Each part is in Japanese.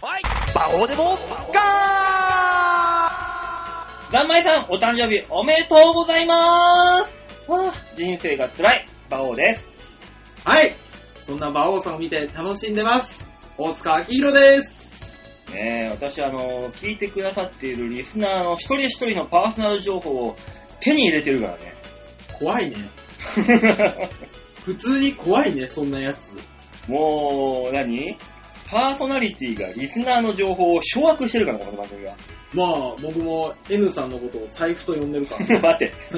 こうでもガーざんまいさん、お誕生日おめでとうございまーすはぁ、人生が辛い、馬王です。はい。そんな馬王さんを見て楽しんでます。大塚明宏です。ねえ、私、あの、聞いてくださっているリスナーの一人一人のパーソナル情報を手に入れてるからね。怖いね。普通に怖いね、そんなやつ。もう、何パーソナリティがリスナーの情報を掌握してるから、この番組は。 まあ、僕も N さんのことを財布と呼んでるか ら。待って。そ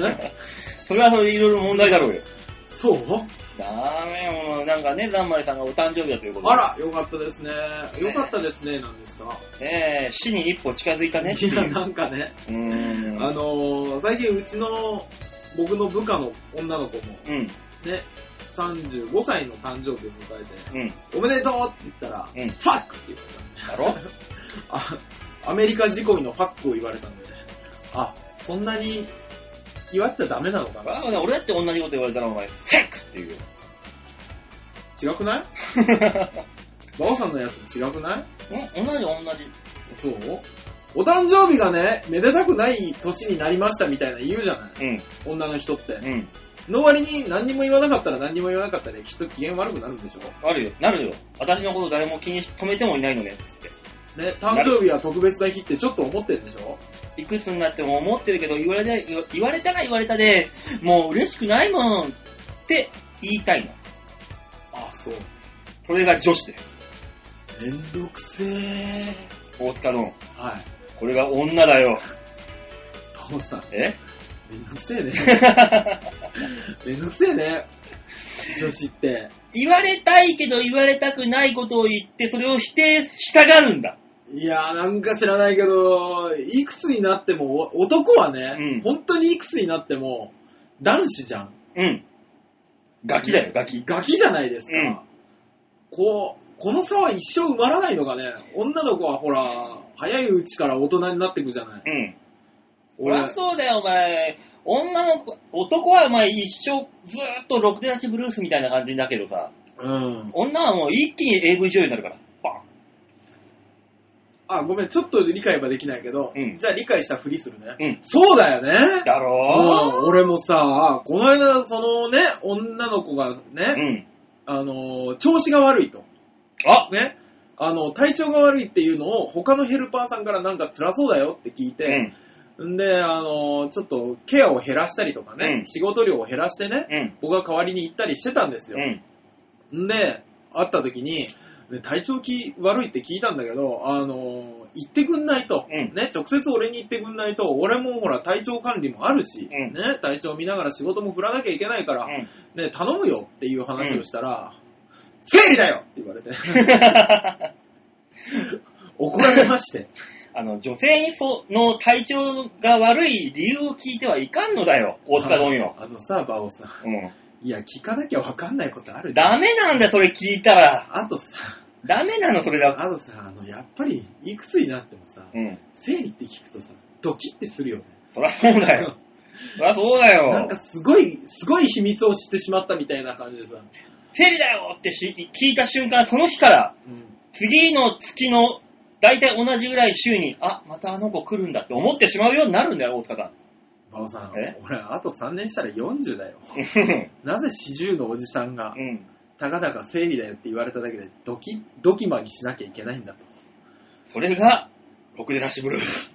れはそれでいろいろ問題だろうよ。そうダメもうなんかね、ざんまいさんがお誕生日だということで。あら、よかったですね。よかったですね、なんですか。ねえ、死に一歩近づいたねっていいう。や、なんかね、うーん。あのー、最近うちの、僕の部下の女の子も、うん、ね、35歳の誕生日を迎えて、うん。おめでとうって言ったら、うんファックって言われた。だろあ、アメリカ事故のファックを言われたんでね。あ、そんなに祝っちゃダメなのかなあ俺だって同じこと言われたらお前、セックスって 言うよ。違くないバオさんのやつ違くないうん同じ同じ。そうお誕生日がね、めでたくない年になりましたみたいな言うじゃないうん、女の人って。うん。の割に何にも言わなかったら何にも言わなかったらきっと機嫌悪くなるんでしょあるよ、なるよ。私のこと誰も気にし止めてもいないのね、つって。ね、誕生日は特別な日ってちょっと思ってるんでしょいくつになっても思ってるけど、言われた言わ言われたら言われたで、もう嬉しくないもんって言いたいの。あ、そう。それが女子です。めんどくせえ。大塚の。はい。これが女だよ。バオさん、え めんどくせえね。 めんどくせえね。女子って。言われたいけど言われたくないことを言って、それを否定したがるんだ。いやーなんか知らないけど、いくつになっても、お男はね、うん本当にいくつになっても、男子じゃん。うん。ガキだよ、ガキ。ガキじゃないですか。うんこう、この差は一生埋まらないのがね、女の子はほら、早いうちから大人になってくじゃない。うん。そり俺ゃ、そうだよ、お前。女の子、男はお前一生ずーっとろくでなしブルースみたいな感じだけどさ、うん。女はもう一気に AV 女優になるから。バあ、ごめん、ちょっと理解はできないけど、うんじゃあ理解したふりするね。うんそうだよねン。。だうんろ俺もさ、この間、そのね、女の子がーね、うん。あの、調子が悪いと。あね、あの、体調が悪いっていうのを他のヘルパーさんからなんか辛そうだよって聞いうて、ん。ん、で、あの、ちょっとケアを減らしたりとかね、うん仕事量を減らしてね、うん。僕が代わりに行ったりしてたんですうよ。ん。んで、会った時に、ね体調き悪いって聞いたんだけど、あの、言ってくんないと、うんね、直接俺に言ってくんないと、俺もほら体調管理もあるし、うんね、体調見ながら仕事も振らなきゃいけないから、うん。ね、頼むよっていう話をしたら、生理だよって言わ れて。怒られまして。あの、女性にその体調が悪い理由を聞いてはいかんのだよ、大塚どんよ。あのさ、バオさん。ういや、聞かなきゃわかんないことあるん。じゃん。ダメなんだ、それ聞いたら。あとさ、ダメなの、それだ。あとさ、あの、やっぱり、いくつになってもさ、うん。生理って聞くとさ、ドキってするよね。そらそうだ よ。そらそうだよ。なんかすごい、すごい秘密を知ってしまったみたいな感じでさ、生理だよってし聞いた瞬間、その日から、うん、次の月の、大体同じぐらい週に、あ、またあの子来るんだって思ってしまうようになるんだよ、大塚さバオさんえ、俺、あと3年したら40だよ。 ん。なぜ40のおじさんがう、ん。たかだか生理だよって言われただけで、ドキ、ドキマギしなきゃいけないんだと。それが、ろくでなしブルース。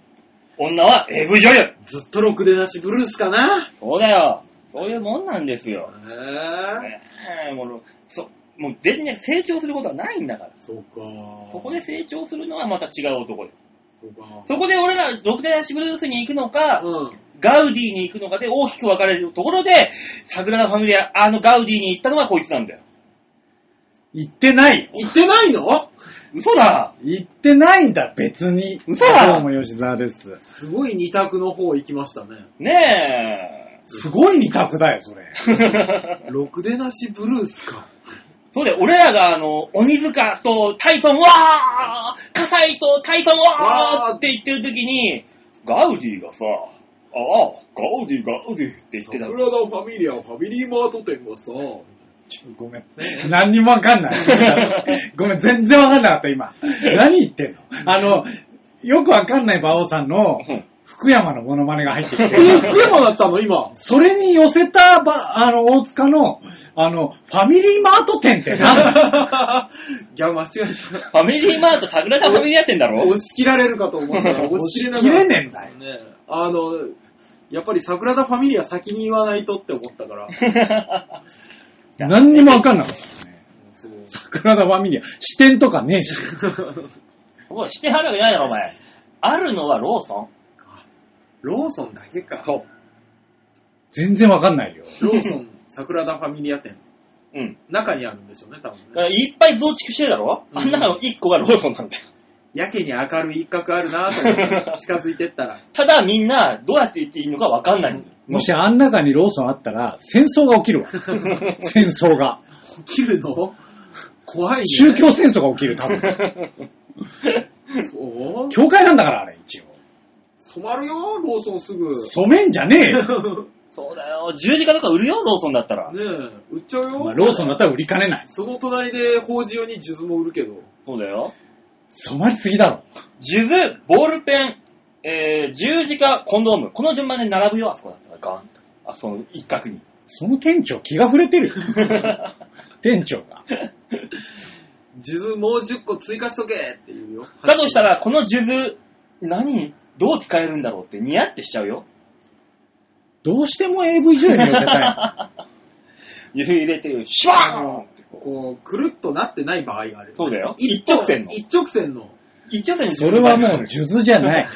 女は AV 女優。ずっとろくでなしブルースかなそうだよ。そういうもんなんですへよ。ぇねえもう、そ、もう全然成長することはないんだから。そうかここで成長するのはまた違う男で。そうかそこで俺ら、ろくでなしブルースに行くのか、うん。ガウディに行くのかで大きく分かれるところで、サグラダ・ファミリア、あのガウディに行ったのがこいつなんだよ。言ってない行ってないの嘘だ言ってないんだ、別に。嘘だどうも吉沢です。すごい二択の方行きましたね。ねえ。すごい二択だよ、そ れ。ろくでなしブルースか。そうだよ、俺らがあの、鬼塚とタイソン、わー火災とタイソン、わーって言ってる時に、ガウディがさ、ああ、ガウディ、ガウディって言ってたラダファミリアファミリーマート店がさ、ちょごめん。何にもわかんない。 ごめん、全然わかんなかった、今。何言ってんのあの、よくわかんない馬王さんのうん福山のモノマネが入ってきえて、ー、でもだったの今。 それに寄せたば、あの、大塚の、あの、ファミリーマート店って何ギャ間違えた。ファミリーマート、桜田ファミリーやってんだろ押し切られるかと思ったら、押押し切しれな切かれっねえんただよ。ね。あの、やっぱり桜田ファミリア先に言わないとって思った から。何にもわかん なかったね。そう桜田ファミリア、支店とかねえし。そこしてはるわけないだろ、お前。あるのはローソン。ローソンだけか。そ全然わかんないよ。ローソン、桜田ファミリア店。う。うん。中にあるんでしょうね、多分だからね。いっぱい増築してるだろ、うんあんなの1個がローソンなんだよ。やけに明るい一角あるなと思 って、近づいてったら。ただみんな、どうやって言っていいのかわかんないんだよ。もしあん中にローソンあったら、戦争が 起きるわ。戦争が。切るの怖いね。宗教戦争が起きる、多分。 そう教会なんだから、あれ、一応。染まるよ、ローソンすぐ。染めんじゃねえよ。 そうだよ。十字架とか売るよ、ローソンだったら。ねえ、売っちゃうよ。まあ、ローソンだったら売りかねない。その隣で法事用に数珠も売るけど。そうだよ。染まりすぎだろ。数珠、ボールペン、えー、十字架、コンドーム。この順番で並ぶよ、あそこだったら。ガーンと。あその一角に。その店長、気が触れて るよ。店長が。数珠もう10個追加しとけって言うよ。だとしたら、この数珠、何、どう使えるんだろうってニヤってしちゃうよ。どうしても AV 女優に寄せたいの。指入れて、シュワーンってこうこう、くるっとなってない場合がある。そうだよ。一直線の。一直線の。一直線にそれはもう、数珠じゃない。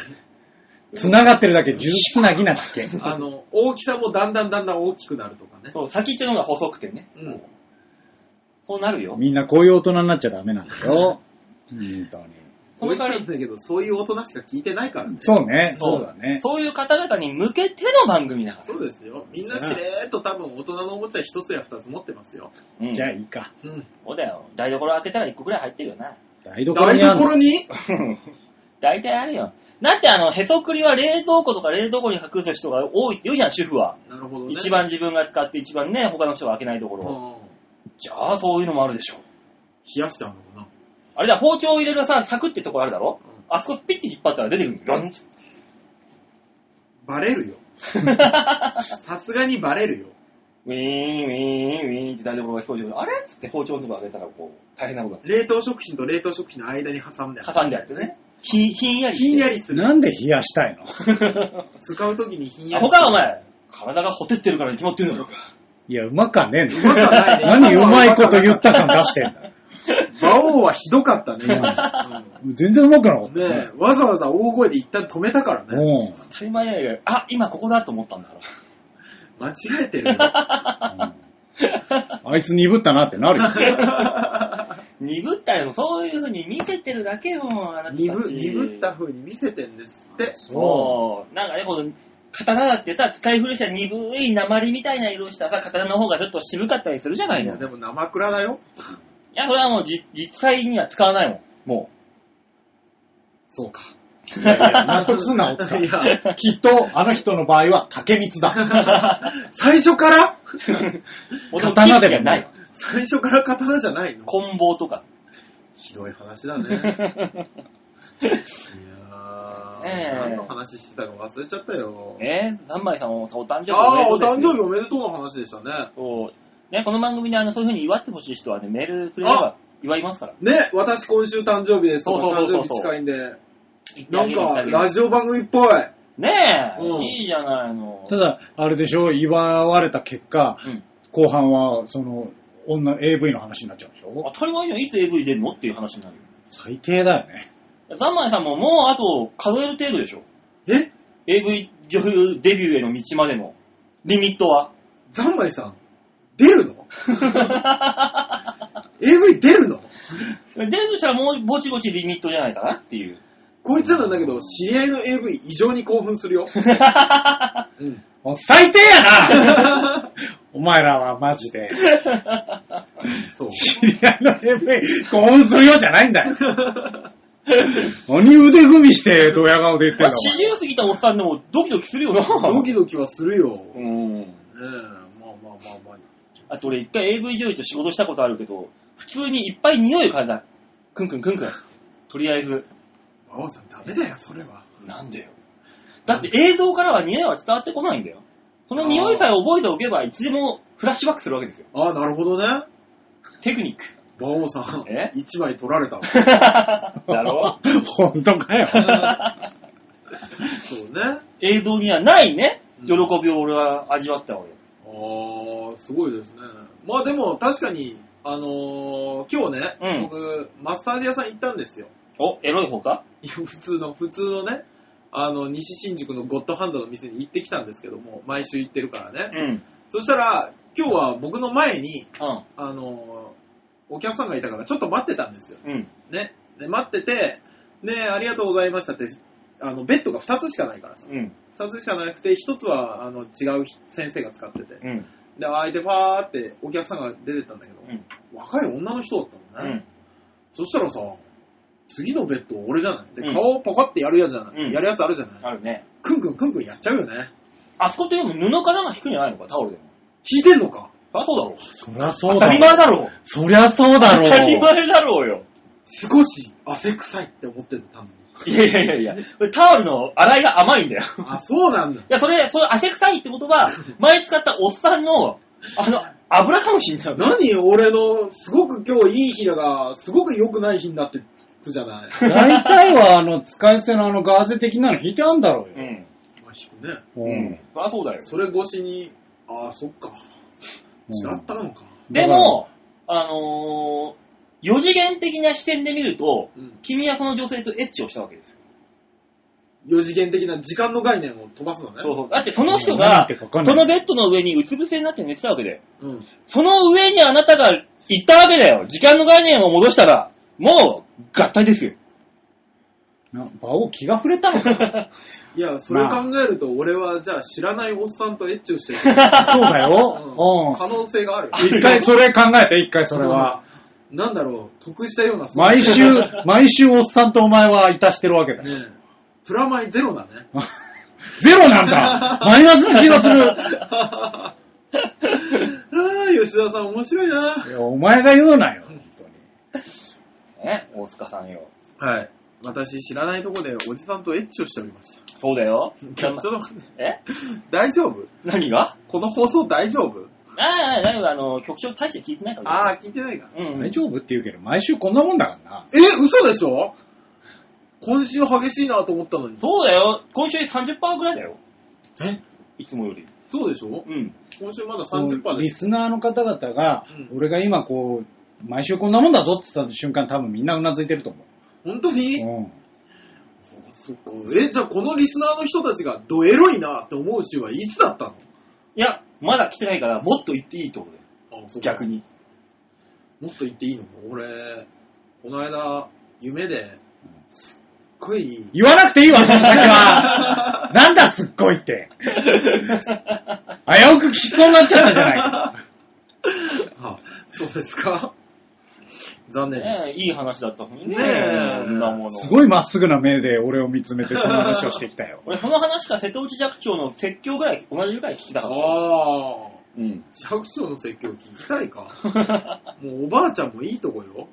繋がってるだけ、数珠つなぎなだけ。あの、大きさもだんだんだんだん大きくなるとかね。そう、先っちょの方が細くてね。うん。こうなるよ。みんなこういう大人になっちゃダメなんだよ。本当に。ここのう代言っわちゃりうんだけど、そういう大人しか聞いてないからね。そうね、そうだね。そういう方々に向けての番組だから。そうですよ。みんなしれーっと多分大人のおもちゃ一つや二つ持ってますよ。うんじゃあいいか。うん。そうだよ。台所開けたら一個ぐらい入ってるよ な。台所台にあるの所に大体あるよ。だってあの、へそくりは冷蔵庫とか冷蔵庫に隠す人が多いって言うじゃん、主婦は。なるほどね。一番自分が使って一番ね、他の人が開けないとこうろ。ん。じゃあ、そういうのもあるでしょ。冷やしてあるのかな。あれだ、包丁を入れるさ、サクってとこあるだろうんあそこピッて引っ張ったら出てくるんだよ。ガンってバレるよ。さすがにバレるよ。ウィーン、ウィーン、ウィーンって台所が掃除あれっつって包丁のとこ開けたらこう、大変なこと冷凍食品と冷凍食品の間に挟んであがる。挟んであってね。ひひんやりして。ひんやりする。なんで冷やした いの使うときにひんやあ、りする。他はお前、体がほてってるからに決まってるんだろうか。いや、うまかねえうまの。くはないね何うまいこと言った感出してんだ。馬王はひどかったね、今全然うまくなかうっんたねえわざわざ大声で一旦止めたからね。うん。当たり前だよ。あ、今ここだと思ったんだから。間違えて るよ。あいつ鈍ったなってなる よ。鈍ったよ。そういう風に見せてるだけよ、あなたたち。鈍鈍った。風に見せてんですって。そう。なんかね、この、刀だってさ、使い古した鈍い鉛みたいな色をしたさ、刀の方がちょっと渋かったりするじゃないの。いでも生蔵だよ。や、それはもうじ実際には使わないもん。もそうか。いやいや納得すんな、大 い塚。や、きっと、あの人の場合は竹光 だ。最初からう。刀でもなないい。最初から刀じゃないの棍棒とか。ひどい話 だね。いやー、ええ何の話してたか忘れちゃったよ。えー、三枚さんもお誕生日ああ、おめでとう誕です生日おめでとうの話でしたね。そう。ね、この番組であの、そういう風に祝ってほしい人はね、メールくれれば祝いますから。ね、私今週誕生日です。そうそうそうそうお誕生日近いんで。言ってなあんげる言ってか、あげるラジオ番組っぽい。ねえ、うんいいじゃないの。ただ、あれでしょ、祝われた結果、うん後半は、その、女 AV の話になっちゃうでしょ当たり前じゃん、いつ AV 出るのっていう話になるよ。最低だよね。ザンマイさんももうあと数える程度でしょ。え AV 女優デビューへの道までのリミットは。ザンマイさん、出る の ?AV 出るの出るとしたらもうぼちぼちリミットじゃないかなっていう。こいつらなんだけど、知り合いの AV 異常に興奮するよ。うん、もう最低やな お前らはマジで、 そう。知り合いの AV 興奮するようじゃないんだよ。何腕組みして、ドヤ顔で言ってんだ、お前四十過ぎたおっさんでもドキドキするよな。ドキドキはするよ。ねうん。え、まあまあまあまあ。あと俺一回 AV 女優と仕事したことあるけど、普通にいっぱい匂い嗅いだ。くんくんくんくん。とりあえず。馬王さんダメだよ、それは。なんでよ。だって映像からは匂いは伝わってこないんだよ。この匂いさえ覚えておけば、いつでもフラッシュバックするわけですよ。ああ、なるほどね。テクニック。馬王さんえ、一枚取 られたわ。だろ本当かよ。そうね。あ映像にはないね、うん喜びを俺は味わったわけ。あ、すごいですね。まあでも、確かに、あのー今日ね、うん僕、マッサージ屋さん行ったんですよ。お、エロい方かいや 普通の、普通のね、あの、西新宿のゴッドハンドの店に行ってきたんですけども、毎週行ってるからうね。ん。そしたら、今日は僕の前に、うん。あのーお客さんがいたから、ちょっと待ってたんですよ。うん。ね。で、待ってて、ね、ありがとうございましたって、あの、ベッドが2つしかないからさ。うん。 2つしかなくて、1つは、あの、違うひ先生が使ってて。うん。で、あいてパーってお客さんが出てったんだけど、うん若い女の人だったのうね。ん。そしたらさ、次のベッド俺じゃないうんで、顔をパカってやるやつじゃない、うんやるやつあるじゃない、あるね。くんくんくんくんやっちゃうよね。あそこってでも布からが引くんじゃないのか、タオルでも。引いてんのかあ、そうだろう。そりゃそう当だたろり前だろう。そりゃそうだ当ろう。たり前だろうよ。少し汗臭いって思ってたのに。いやいやいやいや、これタオルの洗いが甘いんだよ。 あ、そうなんだ。いや、それ、それ汗臭いってことは、前使ったおっさんの、あの、油かもしんない。 何俺の、すごく今日いい日だが、すごく良くない日になってくじゃない。大体はあの、使い捨てのあのガーゼ的なの引いてあんだろううよ。ん。まあ、引くね。ううん。。そりゃそうだよ。それ越しに、ああ、そっか。違ったのか。でも、あのー、四次元的な視点で見ると、うん。君はその女性とエッチをしたわけですよ。 4次元的な時間の概念を飛ばすのね。そうそう。だってその人何言っがて、るか分かんないそのベッドの上にうつ伏せになって寝てたわけで。う。うん。その上にあなたが行ったわけだよ。時間の概念を戻したら、もう、合体ですよ。な馬王気が触れ たのかいや、それ考えると、俺はじゃあ知らないおっさんとエッチをしてる、 そうだうんよ。可能性がある。うん。一回それ考えて、一回それは。うん。なんだろう、得したような。毎週ね、毎週おっさんとお前はいたしてるわけだ。えプラマイゼロだね。 ゼロな んだマイナスの気がする。ああ、吉田さん面白いないやお前が言うなよ、本当に。ね、大塚さんよ。はい。私、知らないとこでおじさんとエッチをしておりました。そうだよ。ちょっと待って、え 大丈夫何がこの放送大丈夫ああ、だいぶあの、局長大して聞いてないから。ああ。あ、聞いてないか。うん。大丈夫って言うけど、毎週こんなもんだからな。え、嘘でしょ今週激しいなと思ったのに。そうだよ。今週30%ぐらいだよ。えいつもより。そうでしょうん。今週まだ30%こうでリす。スナーの方々が、うん俺が今こう、毎週こんなもんだぞって言った瞬間多分みんなうなずいてると思う。本当にうんあそっか。え、じゃあこのリスナーの人たちがドエロいなって思う週はいつだったのいや、まだ来てないから、もっと言っていいと思うよ。あそっか逆。に。もっと言っていいの俺、この間、夢で、すっごい、言わなくていいわ、その先 は。なんだ、すっごいって。危うく聞きそうになっちゃったじゃないか。あ、そうですか残念です。ねえ、いい話だったもんね。ねえこんなもの。すごいまっすぐな目で俺を見つめてその話をしてき たよ。俺、その話か瀬戸内寂聴の説教ぐらい、同じぐらい聞きたかった。ああ、うん。尺長の説教聞きたい かもうおばあちゃんもいいとこよ。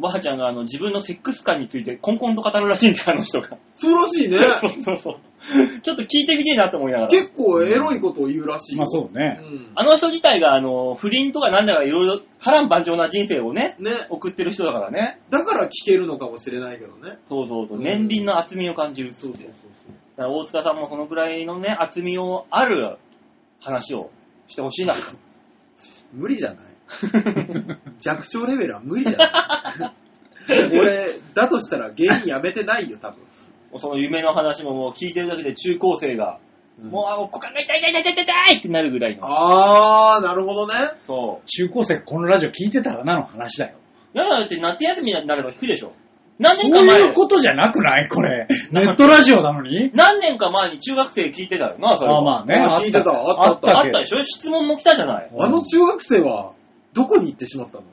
おばあちゃんがあの自分のセックス感について、コンコンと語るらしいんだよ、あの人が。そうらしいね。 そうそうそう。ちょっと聞いてみてえなと思いながら。結構エロいことを言うらしいよ。まあそうね。うん。あの人自体が、あの、不倫とかなんだかいろいろ波乱万丈な人生をね、ね、送ってる人だからね。だから聞けるのかもしれないけどね。そうそうそう。うん年輪の厚みを感じる。そう そうそうそう。だから大塚さんもそのぐらいのね、厚みをある話をしてほしいな。無理じゃない弱小レベルは無理じゃない 俺、だとしたら芸人やめてないよ、多分。その夢の話ももう聞いてるだけで中高生が、もう、あ、股間が痛い痛い痛い痛い痛いってなるぐらいの。あー、なるほどね。そう。中高生がこのラジオ聞いてたらなの話だよ。だからだって夏休みになれば聞くでしょ。何そ年うか前いうことじゃなくないこれ。ネットラジオなのに何年か前に中学生聞いてたよな、それは。あまあね。あ聞いてたあったあけっどたでしょ質問も来たじゃない。うんあの中学生は、どこに行ってしまったの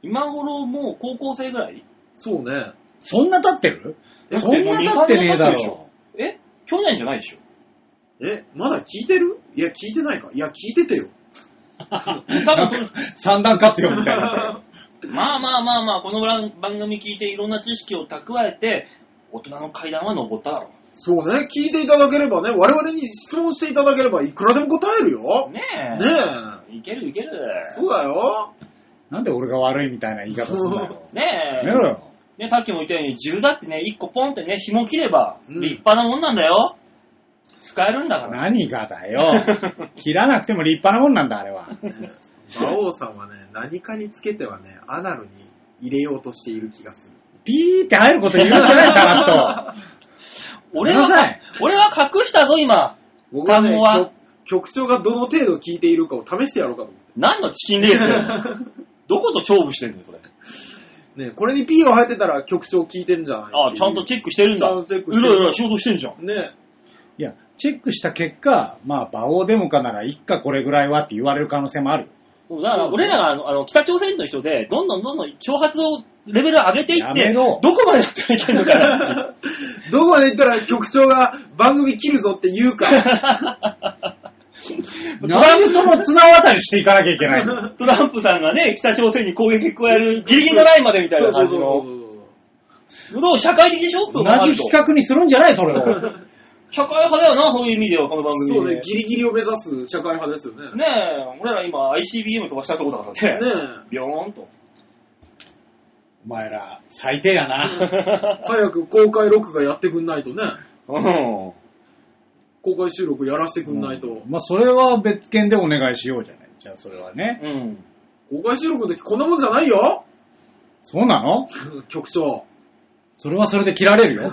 今頃もう高校生ぐらいそうね。そんな経ってるえそんな経ってねえだでもろ。え去年じゃないでしょ え、まだ聞いてるいや、聞いてないか。いや、聞いててよ。多なんか分、三段活用みたい な。まあまあまあまあ、この番組聞いていろんな知識を蓄えて、大人の階段は登っただろそうね、聞いていただければね、我々に質問していただければいくらでも答えるよ。う。ねねえ。え。いけるいける。そうだよ。なんで俺が悪いみたいな言い方すんだよ。ねやえ。めろよ。ね、さっきも言ったように、銃だってね、一個ポンってね、紐切れば、うん立派なもんなんだよ。使えるんだから。何がだよ。切らなくても立派なもんなんだ、あれは。 馬王さんはね、何かにつけてはね、アナルに入れようとしている気がする。ピーって入ること言うんじゃないさら っと。俺はごめんなさい、俺は隠したぞ、今。僕はね、単語は局局長がどの程度聞いているかを試してやろうかと思っ何のチキンレースだ よ。どこと勝負してんのよ、それ。て。ねこれに P を入ってたら局長聞いてんじゃないああ、ちゃんとチェックしてるんだ。ちゃんとチェックしうてろるうろ仕事してんじゃん。ねいや、チェックした結果、まあ、馬王デモカなら、一家これぐらいはって言われる可能性もある。そうだから、俺らがあのあの北朝鮮と一緒で、どんどんどんどん挑発をレベル上げていっやめて、ろどこまでやってはいけんのかな。 どこまで行ったら局長が番組切るぞって言うか。 なんでその綱渡りしていかなきゃいけ ないのトランプさんがね、北朝鮮に攻撃加えるギリギリのラインまでみたいな感じ そうの。そうそうどう社会的ショック同もあるじと企画にするんじゃないそれ を。社会派だよな、そういう意味では、この番組そうそうねね、ギリギリを目指す社会派ですよね。ねえ、俺ら今 ICBM 飛ばしたとこだからね。ねビョーン と。お前ら、最低や な。早く公開録画やってくんないとね。うん。公開収録やらせてくんないと。まあ、それは別件でお願いしようじゃない。じゃあ、それはね。うん。公開収録の時こんなもんじゃないよ そうなの局長。 それはそれで切られるよ。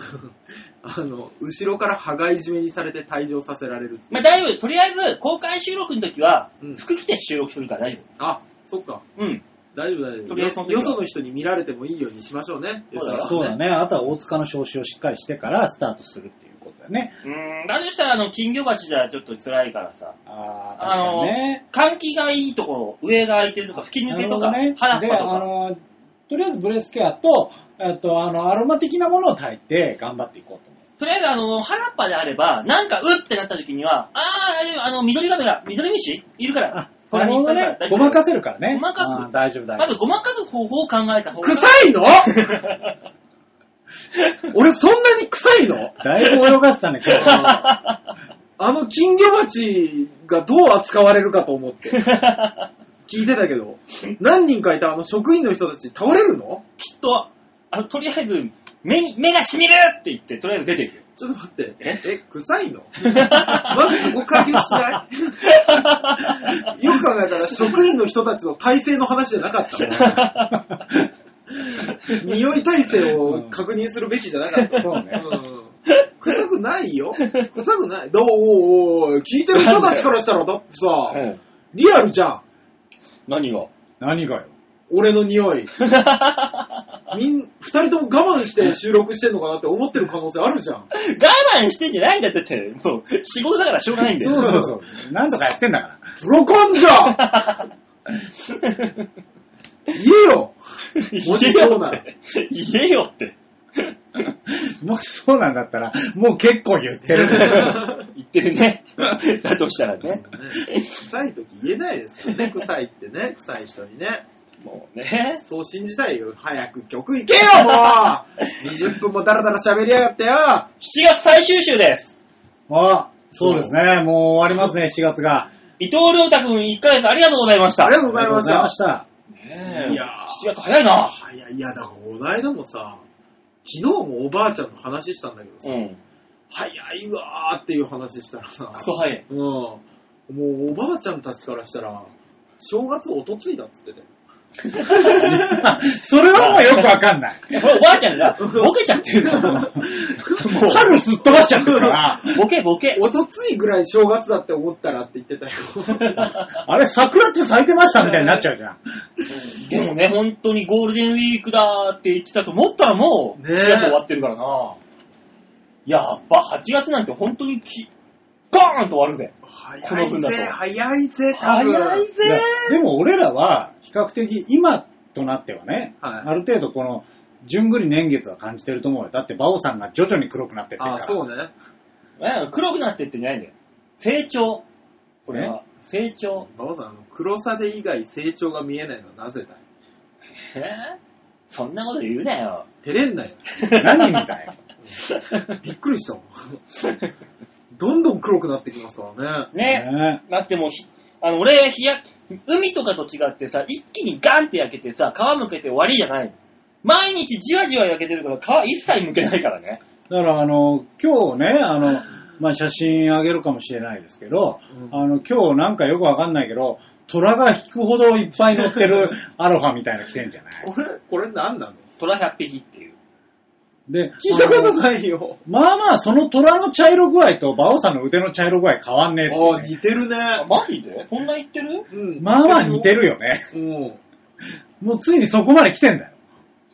あの、後ろから羽がいじめにされて退場させられる。まあ大丈夫。とりあえず、公開収録の時はうん、服着て収録するから大丈あ、そっか。夫。うん。大丈夫大丈と夫。りあえよずその時はよその人に見られてもいいようにしましょうね。そうだよなそうだ。ね。あとは大塚の招集をしっかりしてからスタートするっていうことだね。うん、だとしたら、あの、金魚鉢じゃちょっと辛いからさ、ああ、あ確かのにね。換気がいいところ、上が空いてるとか、吹き抜けとか、なるほ腹っどね。で、ぱとあか。の、とりあえずブレスケアと、えっと、あの、アロマ的なものを炊いて頑張っていこうと思う。とりあえず、あの、腹っぱであれば、なんか、うってなった時には、あー大丈夫、あの、緑亀が、緑虫いるからあ、、ほならるほどね。ごまかせるからね。ごまかすあー大丈夫、大ま丈ずごまかす方法を考えた方が。臭いの 俺そんなに臭いの夫。だいぶ泳がせたね、今日。 あの金魚鉢がどう扱われるかと思 って。聞いてたけど、何人かいたあの職員の人たち倒れるの きっと、あの、とりあえず、目に、目が染みるって言って、とりあえず出ていくよ。ちょっと待って。ええ、臭いのまずそこ解決しない よく考えたら職員の人たちの体制の話じゃなかっ た。匂い体制を確認するべきじゃなかった。そうねうん臭くないよ。臭くない。どうおーおー聞いてる人たちからしたら、だってさ、リアルじゃん。何が何がよ。俺の匂 い。みん、二人とも我慢して収録してんのかなって思ってる可能性あるじゃん。我慢してんじゃないんだってって、もう、仕事だからしょうがないんだよ。そうそ うそう。なんとかやってんだから。プロ根性 言えよもしそうなら言えよって。もしそうなんだったら、もう結構言っ てる。言ってる ね。だとしたらね。臭い時言えないですからね、臭いってね、臭い人にね。もうね。そう信じたいよ。早く曲行けよ、 もう !20 分もダラダラ喋りやがってよ7月最終週です。あ、そうですね。もう終わりますね、7月が。伊藤良太くん1ヶ月ありがとうございました。ありがとあうございましりがたとうございま。した。ねえいやー7月早いな。いや、いや、だからこの間もさ、昨日もおばあちゃんの話したんだけどさ、うん。早いわーっていう話したらさ、クソ早い。うん。もうおばあちゃんたちからしたら、正月おとついだっつってて。 それはもうよくわかんない。これおばあちゃんがボケちゃって るの。も春すっ飛ばしちゃってるから、う、ボケボケ。おとついぐらい正月だって思ったらって言ってたよ。 あれ、桜って咲いてましたみたいになっちゃうじゃん。でもね、本当にゴールデンウィークだーって言ってたと思ったらもう、4ねえ月終わってるからな。やっぱ8月なんて本当にき、ガーンと終わるぜ。こ早のい分だとぜ、早いぜ、多分早いぜいやでも俺らは、比較的今となってはね、はいある程度この、じゅんぐり年月は感じてると思うよ。だって、バオさんが徐々に黒くなってってるから。あ、そうね。ー。ね黒くなってってんじゃないんだよ。成長。これは。成長。馬王さん、あの、黒さで以外成長が見えないのはなぜだいえーそんなこと言うなよ。照れんなよ。何みたいびっくりしたもん。どんどん黒くなってきますからね。ね。 ねだってもうひ、あの、俺、日焼け、海とかと違ってさ、一気にガンって焼けてさ、皮むけて終わりじゃないの。毎日じわじわ焼けてるから皮一切むけないからね。だからあの、今日ね、あの、まあ、写真あげるかもしれないですけど、うんあの、今日なんかよくわかんないけど、虎が引くほどいっぱい乗ってるアロハみたいなの着てんじゃないこれ、これ何なの虎100匹っていう。で、聞いたことないよ。まあまあ、その虎の茶色具合と馬王さんの腕の茶色具合変わんねえっていうああ、ね、似てるね。あ、マジでそんな言ってるうんまあまあ似て。るよね。うん。もうついにそこまで来てんだよ。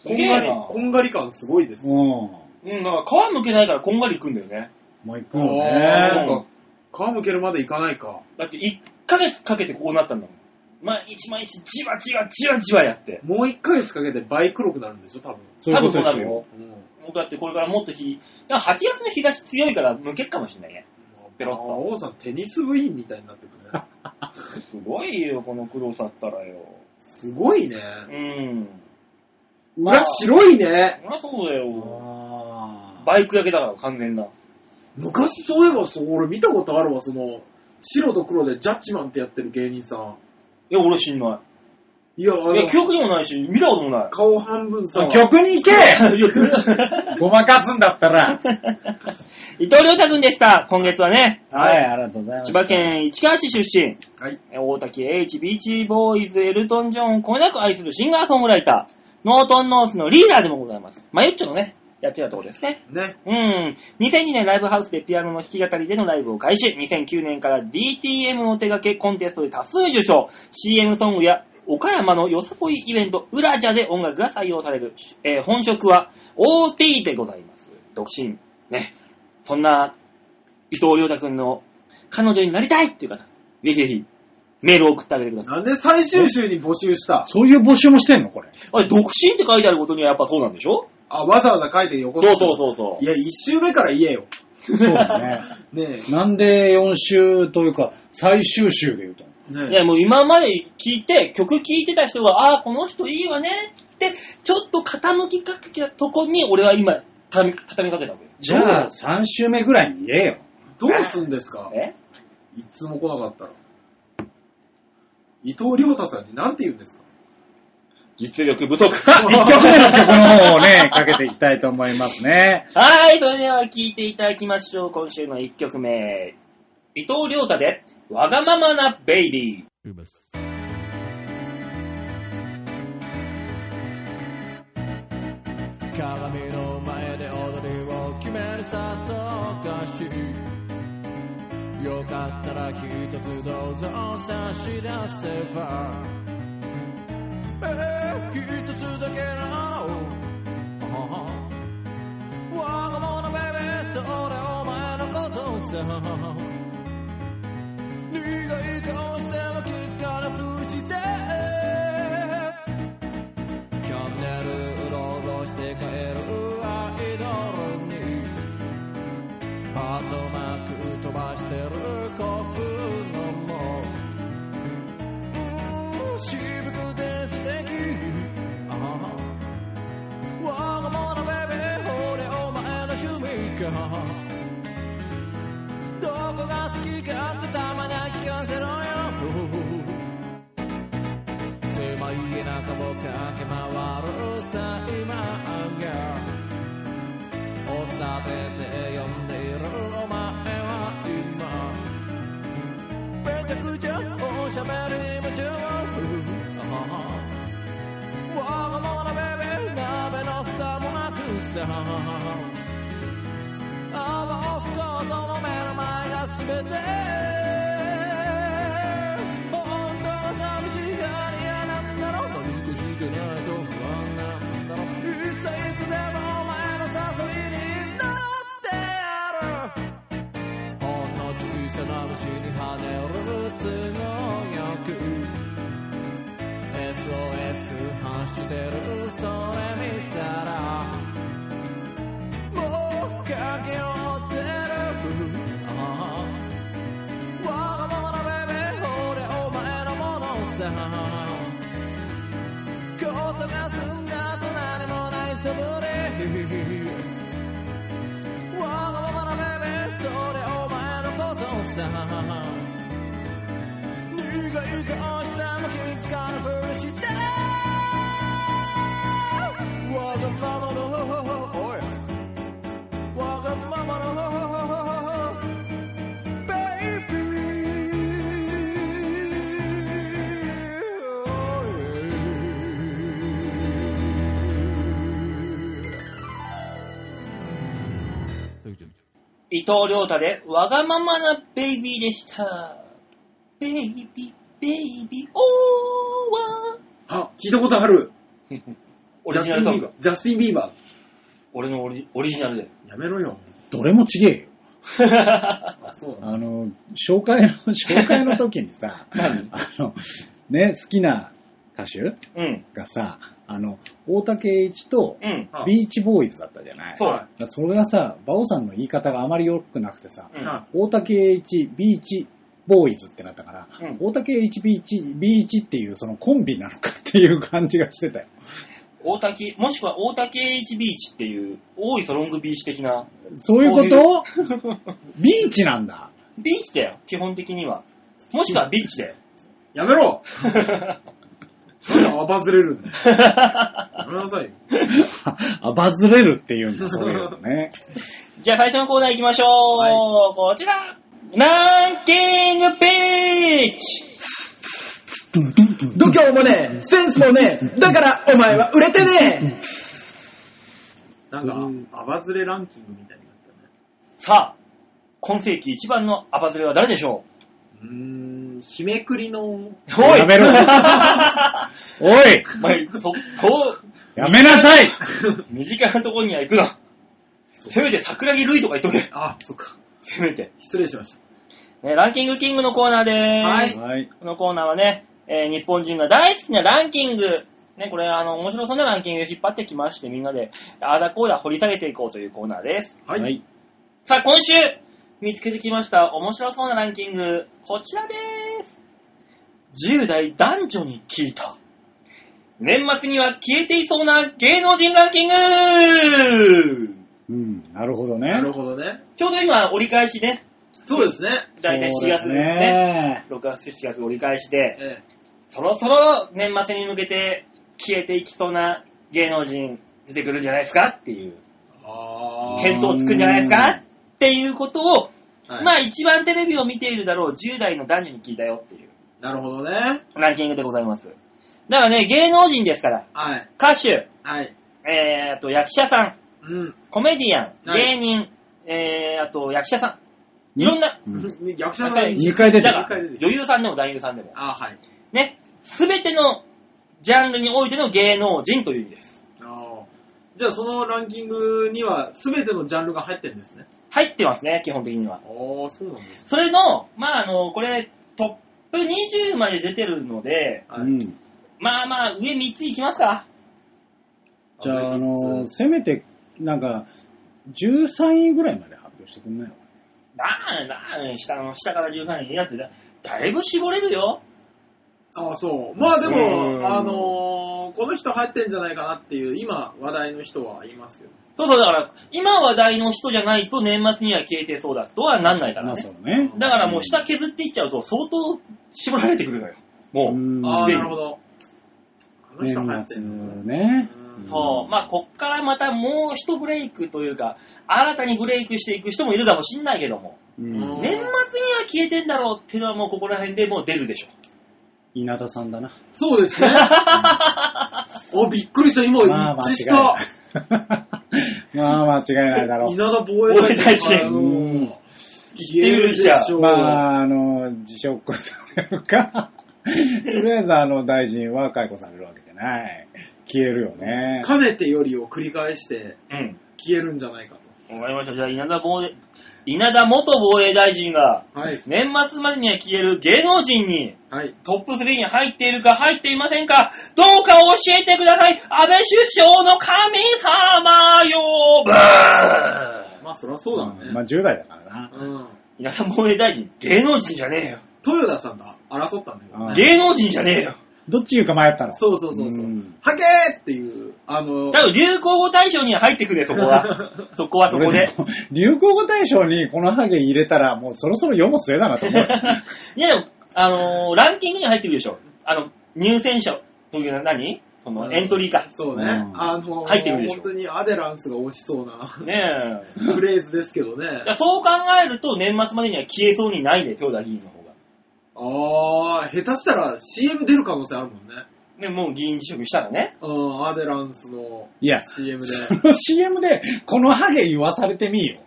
すこんげえがり、なこんがり感すごいです。うん。もうん、なんか皮むけないからこんがりいくんだよね。う行くあよあねー、。なんか、皮むけるまでいかないか。だって1ヶ月かけてこうなったんだもん。毎日毎日じわじわじわじわやって。もう一ヶ月かけて倍黒くなるんでしょ、多分。そういうこと多で分そすうなるよよ。うん。僕だってこれからもっと日、だから8月の日差し強いからむけるかもしれないね。ペロッとあ王さん、テニス部員みたいになってくるね。すごいよ、この黒さったらよ。すごいね。うん。裏白いね。そりゃそうだよ。あーバイク焼けだから、完全な。昔そういえば、そう俺見たことあるわ、その、白と黒でジャッジマンってやってる芸人さん。いや、俺知んないいや、あい。いや、記の、憶にもないし、見たこともない。顔半分そさう、曲に行 けいやくごまかすんだったら。 伊藤良太君でした、今月はね。はい、ありがとうございま千す。葉県市川市出身。はい。大滝栄一、ビーチボーイズ、エルトン・ジョンをこよなく愛するシンガーソングライター、ノートン・ノースのリーダーでもございます。まあゆっちょのね、やってたとこですね。ね。うん。2002年ライブハウスでピアノの弾き語りでのライブを開始。2009年から DTM を手掛け、コンテストで多数受賞。CM ソングや岡山のよさこいイベント、ウラジャで音楽が採用される。えー本職は OT でございます。独身。ね。そんな、伊藤良太くんの彼女になりたいっていう方、ぜひぜひ、メールを送ってあげてください。なんで最終週に募集したそういう募集もしてんのこれ。 あれ、独身って書いてあることにはやっぱそうなんでしょあ、わざわざ書いて横そうそうそうそうい。や、一週目から言えよ。そうだね。ねなんで4週というか、最終週で言うと。え。 ねえ。いや、もう今まで聞いて、曲聴いてた人が、ああ、この人いいわねって、ちょっと傾きかけたとこに、俺は今、畳み畳みかけたわけよ。じゃあ、3週目ぐらいに言え よ。どうすんですかえいつも来なかったら。伊藤亮太さんに何て言うんですか実力不足。さあ、1曲目の曲の方をね、かけていきたいと思いますね。 はい、それでは聴いていただきましょう。今週の1曲目。伊藤亮太で、わがままなベイビー。うまです。鏡の前で踊りを決めるさとおかしいよかったら一つどうぞ差し出せばえー一つだけのわがままベイベーそれお前のことさ苦い顔しても気づかぬふりしてチャンネルうろうろして帰るアイドルにハートマーク飛ばしてる古風のもうーん渋くて素敵ああわがままのベビー俺お前の趣味かどこが好きかってたまには聞かせろよ狭い田舎を駆け回るタイマーが追っ立てて呼んでいるお前は今めちゃくちゃおしゃべりに夢中わがままのベビー鍋の蓋もなくさ泡を吹こうとも目の前が全て本当は寂しいが嫌なんだろう何かしてないと不安なんだろういっそいつでもお前の誘いに乗ってやるほんの小さな虫に跳ねる都合よく SOS 発してるそれ見たらもう駆け寄ってるわがままなベビーないことが済んだ後何もないそぶりわがままなベベそれお前のことさ苦い顔したも気づかぬふりしてわがままのおいわがままのベイビー伊藤亮太で、わがままなベイビーでした。ベイビー、ベイビー、おーわあ、聞いたことある。ー。オリジャスジテナルィン・ソンビーバグー。。ジャスティン・ビーバ俺のオリオリジナルで。ー。やめろよ。どれもちげえよ。あ、そうなのあの、紹介の、 紹介の時にさ、あの、ね、好きな歌手うん、がさ、あの、大竹栄一とうん。あビーチボーイズだったじゃない。そうだからそれがさ、バオさんの言い方があまり良くなくてさ、うんあ大竹栄一、ビーチ、ボーイズってなったから、うん大竹栄一、ビーチ、ビーチっていうそのコンビなのかっていう感じがしてたよ。大滝、もしくは大滝 H ビーチっていう、大磯ロングビーチ的な。そういうことビーチなんだ。ビーチだよ、基本的には。もしくはビーチだよ。やめ ろなんでアバズれるんだよ。やめなさいよ。あ、 バズれるっていうんだ、そういうのね。じゃあ最初のコーナー行きましょう。こちらランキングビーチ度胸もねえ、センスもねえ、だからお前は売れてねえなんか、アバズレランキングみたいになったね。さあ、今世紀一番のアパズレは誰でしょうーん、日めくり の、うやめろおいお前、そ、そう、やめなさい身近なところには行くな。せめて桜木類とか言っとけ。あ、そっか。せめて。失礼しました。ね、ランキングキングのコーナーでーす。はいはい。このコーナーはね、えー日本人が大好きなランキング、ね、これ、あの、面白そうなランキングを引っ張ってきまして、みんなで、あーだこーだ掘り下げていこうというコーナーです。はい。さあ、今週、見つけてきました、面白そうなランキング、こちらです。10代男女に聞いた。年末には消えていそうな芸能人ランキングうん、なるほどなね。るほどね。ちょうど今、折り返しね、そうですね。だいたい4月ですそうね。ね。 6月、7月折り返しで、ええそろそろ年末に向けて消えていきそうな芸能人出てくるんじゃないですかっていう、あー検討つくんじゃないですうかんっていうことを、はいまあ一番テレビを見ているだろう10代の男女に聞いたよっていうなるほどね。ランキングでございます。だからね、芸能人ですから、はい。歌手、はい。えー、あと役者さん、うん。コメディアン、はい芸人、えー、あと役者さん、いろんな、うん役者さんはい二回出てだる。から女優さんでも男優さんでも、あーはい。ね、すべてのジャンルにおいての芸能人という意味です。あーじゃあそのランキングには全てのジャンルが入ってるんですね。入ってますね、基本的には。ああ、そうなんです。それの、まあ、あの、これ、トップ20まで出てるので、はうい。ん。じまあまあ、上3ついきますか。ゃあ、あの上ー、三つせめて、なんか、13位ぐらいまで発表してくんないのなあ、なあ、下の、下から13位になってだ、だいぶ絞れるよ。ああ、そう。まあでうんも、あのーこの人入ってんじゃないかなっていう、今話題の人はいますけど。そうそう、だから、今話題の人じゃないと年末には消えてそうだとはなんないかまらあ、ねそ。うね。だからもう下削っていっちゃうと相当絞られてくるのよ。もう。んああ、でなるほど。あの人入年って末んのね。うんそう。まあ、こっからまたもう一ブレイクというか、新たにブレイクしていく人もいるかもしんないけども、うんうん年末には消えてんだろうっていうのはもうここら辺でもう出るでしょ。稲田さんだな。そうですね。お、びっくりした。今、まあ一致した。 まあ、間違いないだろう稲。田防衛防衛大臣。大臣あうのんー言えるでしょう。まあ、あの、辞職されるか、とりあえずあの大臣は解雇されるわけじゃない。消えるよね。かねてよりを繰り返してうん。消えるんじゃないかわかりました。じゃあ、稲田防衛、稲田元防衛大臣が、と。はい。年末までには消える芸能人に、はい。トップ3に入っているか入っていませんかどうか教えてください安倍首相の神様呼ぶまあ、そりゃそうだろうまあね。 10代だからな。うん。稲田防衛大臣、芸能人じゃねえよ。豊田さんと争ったんだけどうんね。芸能人じゃねえよ。どっち言うか迷ったの。。そうそうそうそううんはけーっていう、あの、多分流行語大賞には入ってくれ、そこ は。そこはそこ俺でで。も流行語大賞にこのハゲ入れたら、もうそろそろ世も末だなと思う。 いやでも、あのーランキングには入ってくるでしょ。あの、入選者というのは何そのエントリーか。 そうね。うんあの、入ってくるでしょ本当にアデランスが惜しそうなねえ。フレーズですけどね。だ からそう考えると、年末までには消えそうにないね、豊田議員の方が。あー、下手したら CM 出る可能性あるもんね。ね、もう議員辞職したらね。うん、アデランスのいや、 CM で。その CM で、このハゲ言わされてみよ。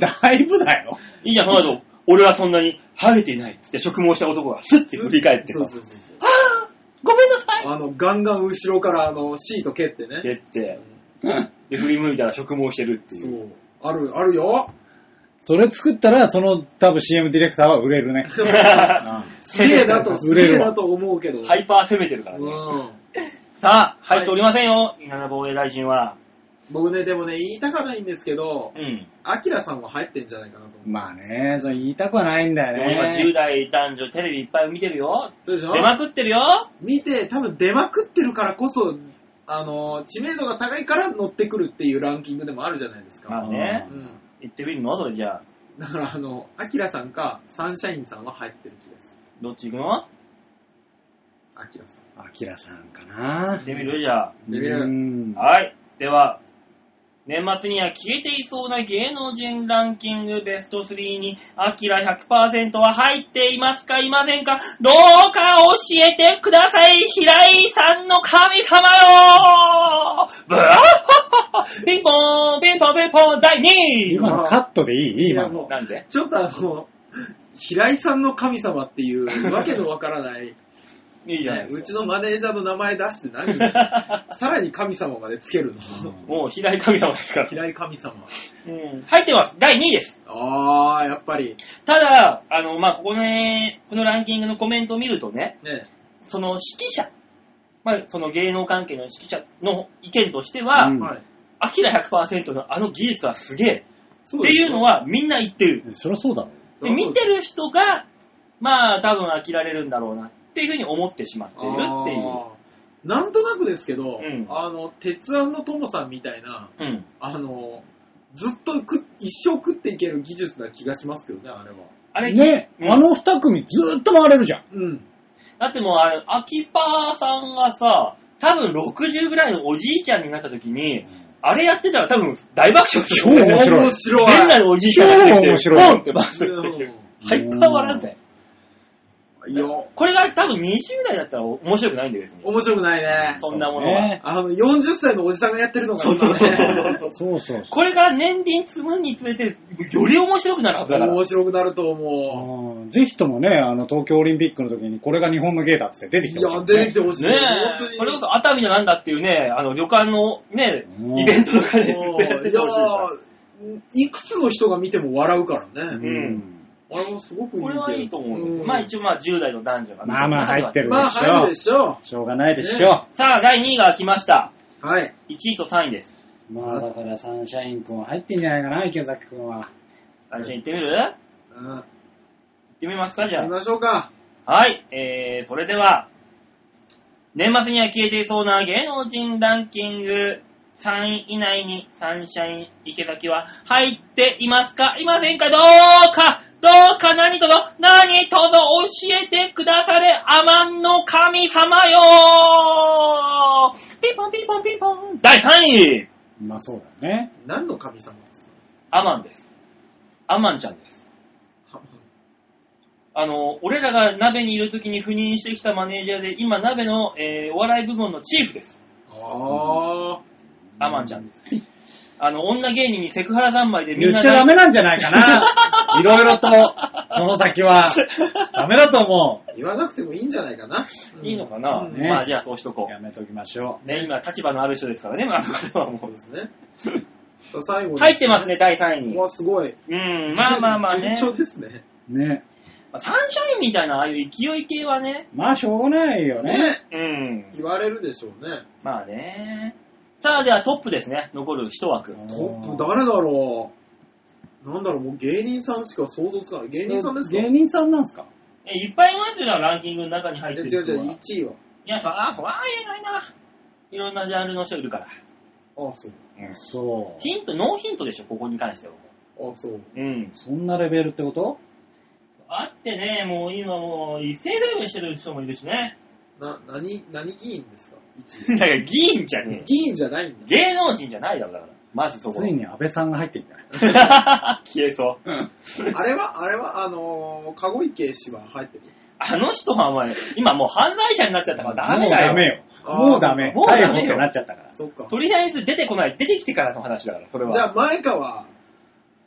だいぶだよ。いいじゃん、その後、俺はそんなにハゲていないっつって、職務した男がスッて振り返ってさそうそうそうそう。ごめんなさいあの、ガンガン後ろからあの、シート蹴ってっね。て言って、で、振り向いたら職務してるってそいう。う。ある、あるよ。それ作ったら、その多分 CM ディレクターは売れるね。 すげえな 売れるわと、すげえなと思うけど。ハイパー攻めてるからね。うん。さあ、入っておりませんよ、稲田防衛大臣は。僕ね、でもね、言いたかないんですけど、うん。アキラさんは入ってんじゃないかなと思う。まあね、それ言いたくはないんだでも今よ10ね。代男女テレビいっぱい見てるよ。そうでしょ出まくってるよ。見て、多分出まくってるからこそ、あの、知名度が高いから乗ってくるっていうランキングでもあるじゃないですまか。あねう。ん。行ってみるのそれじゃあ。だから、あの、アキラさんか、サンシャインさんは入ってる気です。どっち行くのアキラさん。アキラさんかな行っ。てみるじゃあ。レベルうんはい。では、年末には消えていそうな芸能人ランキングベスト3に、アキラ100%は入っていますかいませんかどうか教えてください平井さんの神様よブーッハッハッハピンポンピンポンピンポン第2今のカットでいいいや今もの。位なんでちょっとあの、平井さんの神様っていう、わけのわからない、いいじゃないねでうすちのマネージャーの名前出して何 さらに神様までつけるの。か。 もう平井神様ですから。平井神様。うん入ってます第2位ですあー、やっぱり、ただ、あの、まあ、ここね、このランキングのコメントを見るとね、ね。その指揮者、まあ、その芸能関係の指揮者の意見としては、うんはい。アキラ100%のあの技術はすげえそっていうのはみんな言ってる。うんそりゃそうだろ。で、見てる人が、まあ、多分飽きられるんだろうなっていうふうに思ってしまっているっていう。あーなんとなくですけど、うんあの、鉄腕のトモさんみたいな、うん。あの、ずっと食っ一生食っていける技術な気がしますけどね、あれは。あれ、ね、うんあの二組ずーっと回れるじゃん。うん。だってもうあれ、アキパーさんがさ、多分60ぐらいのおじいちゃんになった時に、あれやってたら多分大爆笑す超るよね。面白い面白い。変なおじいちゃんが出てきて、超面白いポンって爆笑してきてる。ハイパー笑うぜ。いや、面これが多分20代だったら面白くないんだよ、別に。白くないね。そんなものは。 ねあの、40歳のおじさんがやってるのがいいね、そうそうそう。これから年輪積むにつれて、より面白くなるはずだから。面白くなると思うんぜひともね、あの、東京オリンピックの時に、これが日本の芸だっつってう。出ていきてほしいや、ね出てきてほしい。ね本当え、にそれこそ熱海のなんだっていうね、あの旅館のねう、んイベントとかでずっもとやっうていてほしいから。や、いくつの人が見ても笑うからね。うんあれもすごくいいこけど。れはいいと思うんだけどんまあ一応まあ10代の男女が。まあまあ入ってるまあ入るでしょしょうがないでしょさあ、第2位が来ました。う。はい。 1位と3位です。う。まあだからサンシャイン君は入ってんじゃないかな、池崎君は。最初に行ってみる行うん。ってみますか、じゃ行あき。ましょうか。はい、えー、それでは、年末には消えていそうな芸能人ランキング3位以内にサンシャイン池崎は入っていますかいませんかどうかどうか何とぞ何とぞ教えてくだされアマンの神様よピンポンピンポンピンポン第3位まあそうだね。何の神様ですかアマンです。アマンちゃんです。はあの、俺らが鍋にいる時に赴任してきたマネージャーで、今鍋の、えーお笑い部門のチーフです。あアマンちゃんです。あの、女芸人にセクハラ三昧でみん言なっちゃダメなんじゃないか な。いろいろと、この先は。ダメだと思あ、言わなくてもいいんじゃないかな。いいのかな、うんねまあじゃあそうしとこう。やめときましょう。ね、今立場のある人ですからね、まあ、これはそうもですね。さあ、最後う。に入ってますね、第3位にう。わ、すごい。うん、まあまあまあね。順調ですね。う。ね。サンシャインみたいな、ああいう勢い系はね、まあしょうがないよね。ね。うん、言われるでしょうね。まあね。さあ、ではトップですね、残る一枠。トップ誰だろうなんだろう、もう芸人さんしか想像つかない。芸人さんですか芸人さんなんすかえいっぱいいますよ、ランキングの中に入っいてやる違人う違う、は1位は。いや、そら、そら言えないな。いろんなジャンルの人いるから。ああ、そう。そう。ヒント、ノーヒントでしょ、ここに関しては。ああ、そう。うん。そんなレベルってことあってね、もう今もう一斉デビューしてる人もいるしね。な、何、何議員ですか一 だから議員じゃねえ。議員じゃないんだ。芸能人じゃないだろ、だから。まずそこ。つい に安倍さんが入ってきたね。消えそう。あれは、あれは、あのー、籠池氏は入ってる。あの人はお前、今もう犯罪者になっちゃったからダメだよ。もうダメよ。あーもうダメ。もうダメよ逮捕ってなっちゃったから。そっか。とりあえず出てこない。出てきてからの話だから、これじは。ゃあ、前川、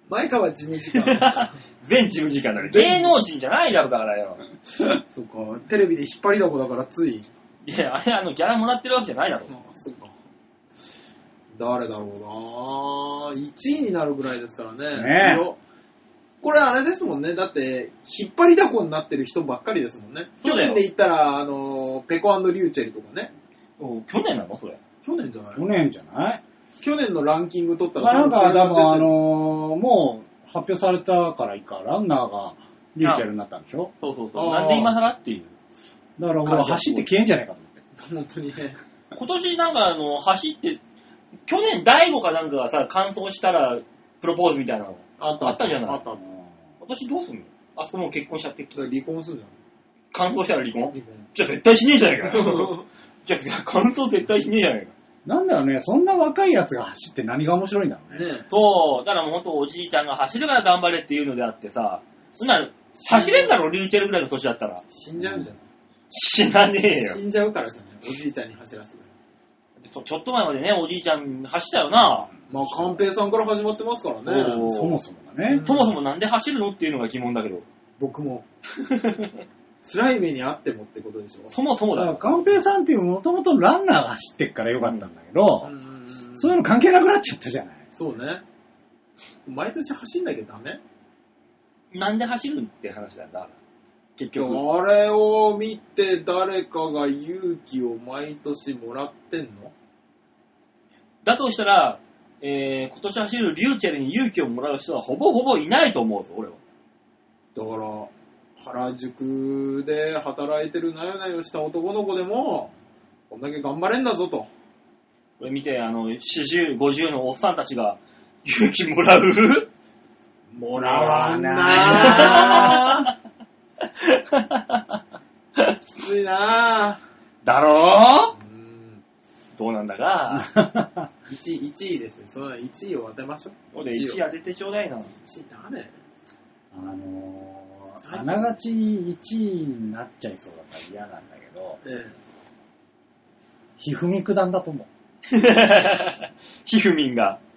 前川事務 次官。全事務次官だね。芸能人じゃないだろ、だからよ。そっか。テレビで引っ張りだこだからつい。いや、あれ、あの、ギャラもらってるわけじゃないだろ。あそっか。誰だろうな1位になるぐらいですからね。ねえよこれあれですもんね。だって、引っ張りだこになってる人ばっかりですもんね。そうだよ去年で言ったら、あのー、ペコリューチェルとかね。お去年なのそれ。去年じゃない去年じゃない去年のランキング取ったまあなんか、で多分これが出も、あてるのー、もう発表されたからいいか、ランナーがリューチェルになったんでしょそうそうあーなんで今更っていう。だから俺走って消えんじゃないかと思って。本当にね。今年なんかあの、走って、去年第5かなんかがさ、完走したら、プロポーズみたいなの。あ あったじゃないあったあった今年どうすんのあそこもう結婚しちゃって、だから離婚するじ完走したら離ゃ婚ん。離 じゃあ絶対しねえじゃないか。婚。 じゃあ完走絶対しねえじゃないか。なんだろうね、そんな若いやつが走って何が面白いんだろうね。ねえ。そう、だからもうほんとおじいちゃんが走るから頑張れっていうのであってさ、そんな、走れんだろ、リューチェルぐらいの年だったら。死んじゃうんじゃない死なねえよ。死んじゃうからじゃないおじいちゃんに走らせる。そうちょっと前までね、おじいちゃん走ったよな。まあ、寛平さんから始まってますからね。おーそもそもがね。そもそもなんで走るのっていうのが疑問だけど。僕も。辛い目にあってもってことでしょ。そもそもだだから、よ。カンペイさんっていうもともとランナーが走ってっからよかったんだけど、うんうんうんそういうの関係なくなっちゃったじゃない。そうね。毎年走んなきゃダメなんで走るって話だよな。結で局。もあれを見て誰かが勇気を毎年もらってんのだとしたら、えー、今年走るリューチェルに勇気をもらう人はほぼほぼいないと思うぞ、俺は。だから、原宿で働いてるなよなよした男の子でも、こんだけ頑張れんだぞと。これ見て、あの、40、50のおっさんたちが勇気もら うもらわななぁ。きついなぁ。だろうーうんどうなんだか。 1位、1位ですよ。その1位を当てましょう。俺1位当ててちょうだいな。 1位誰あのー、あながち1位になっちゃいそうだから嫌なんだけど、えひふみくだんだと思う。ひふみんが。え。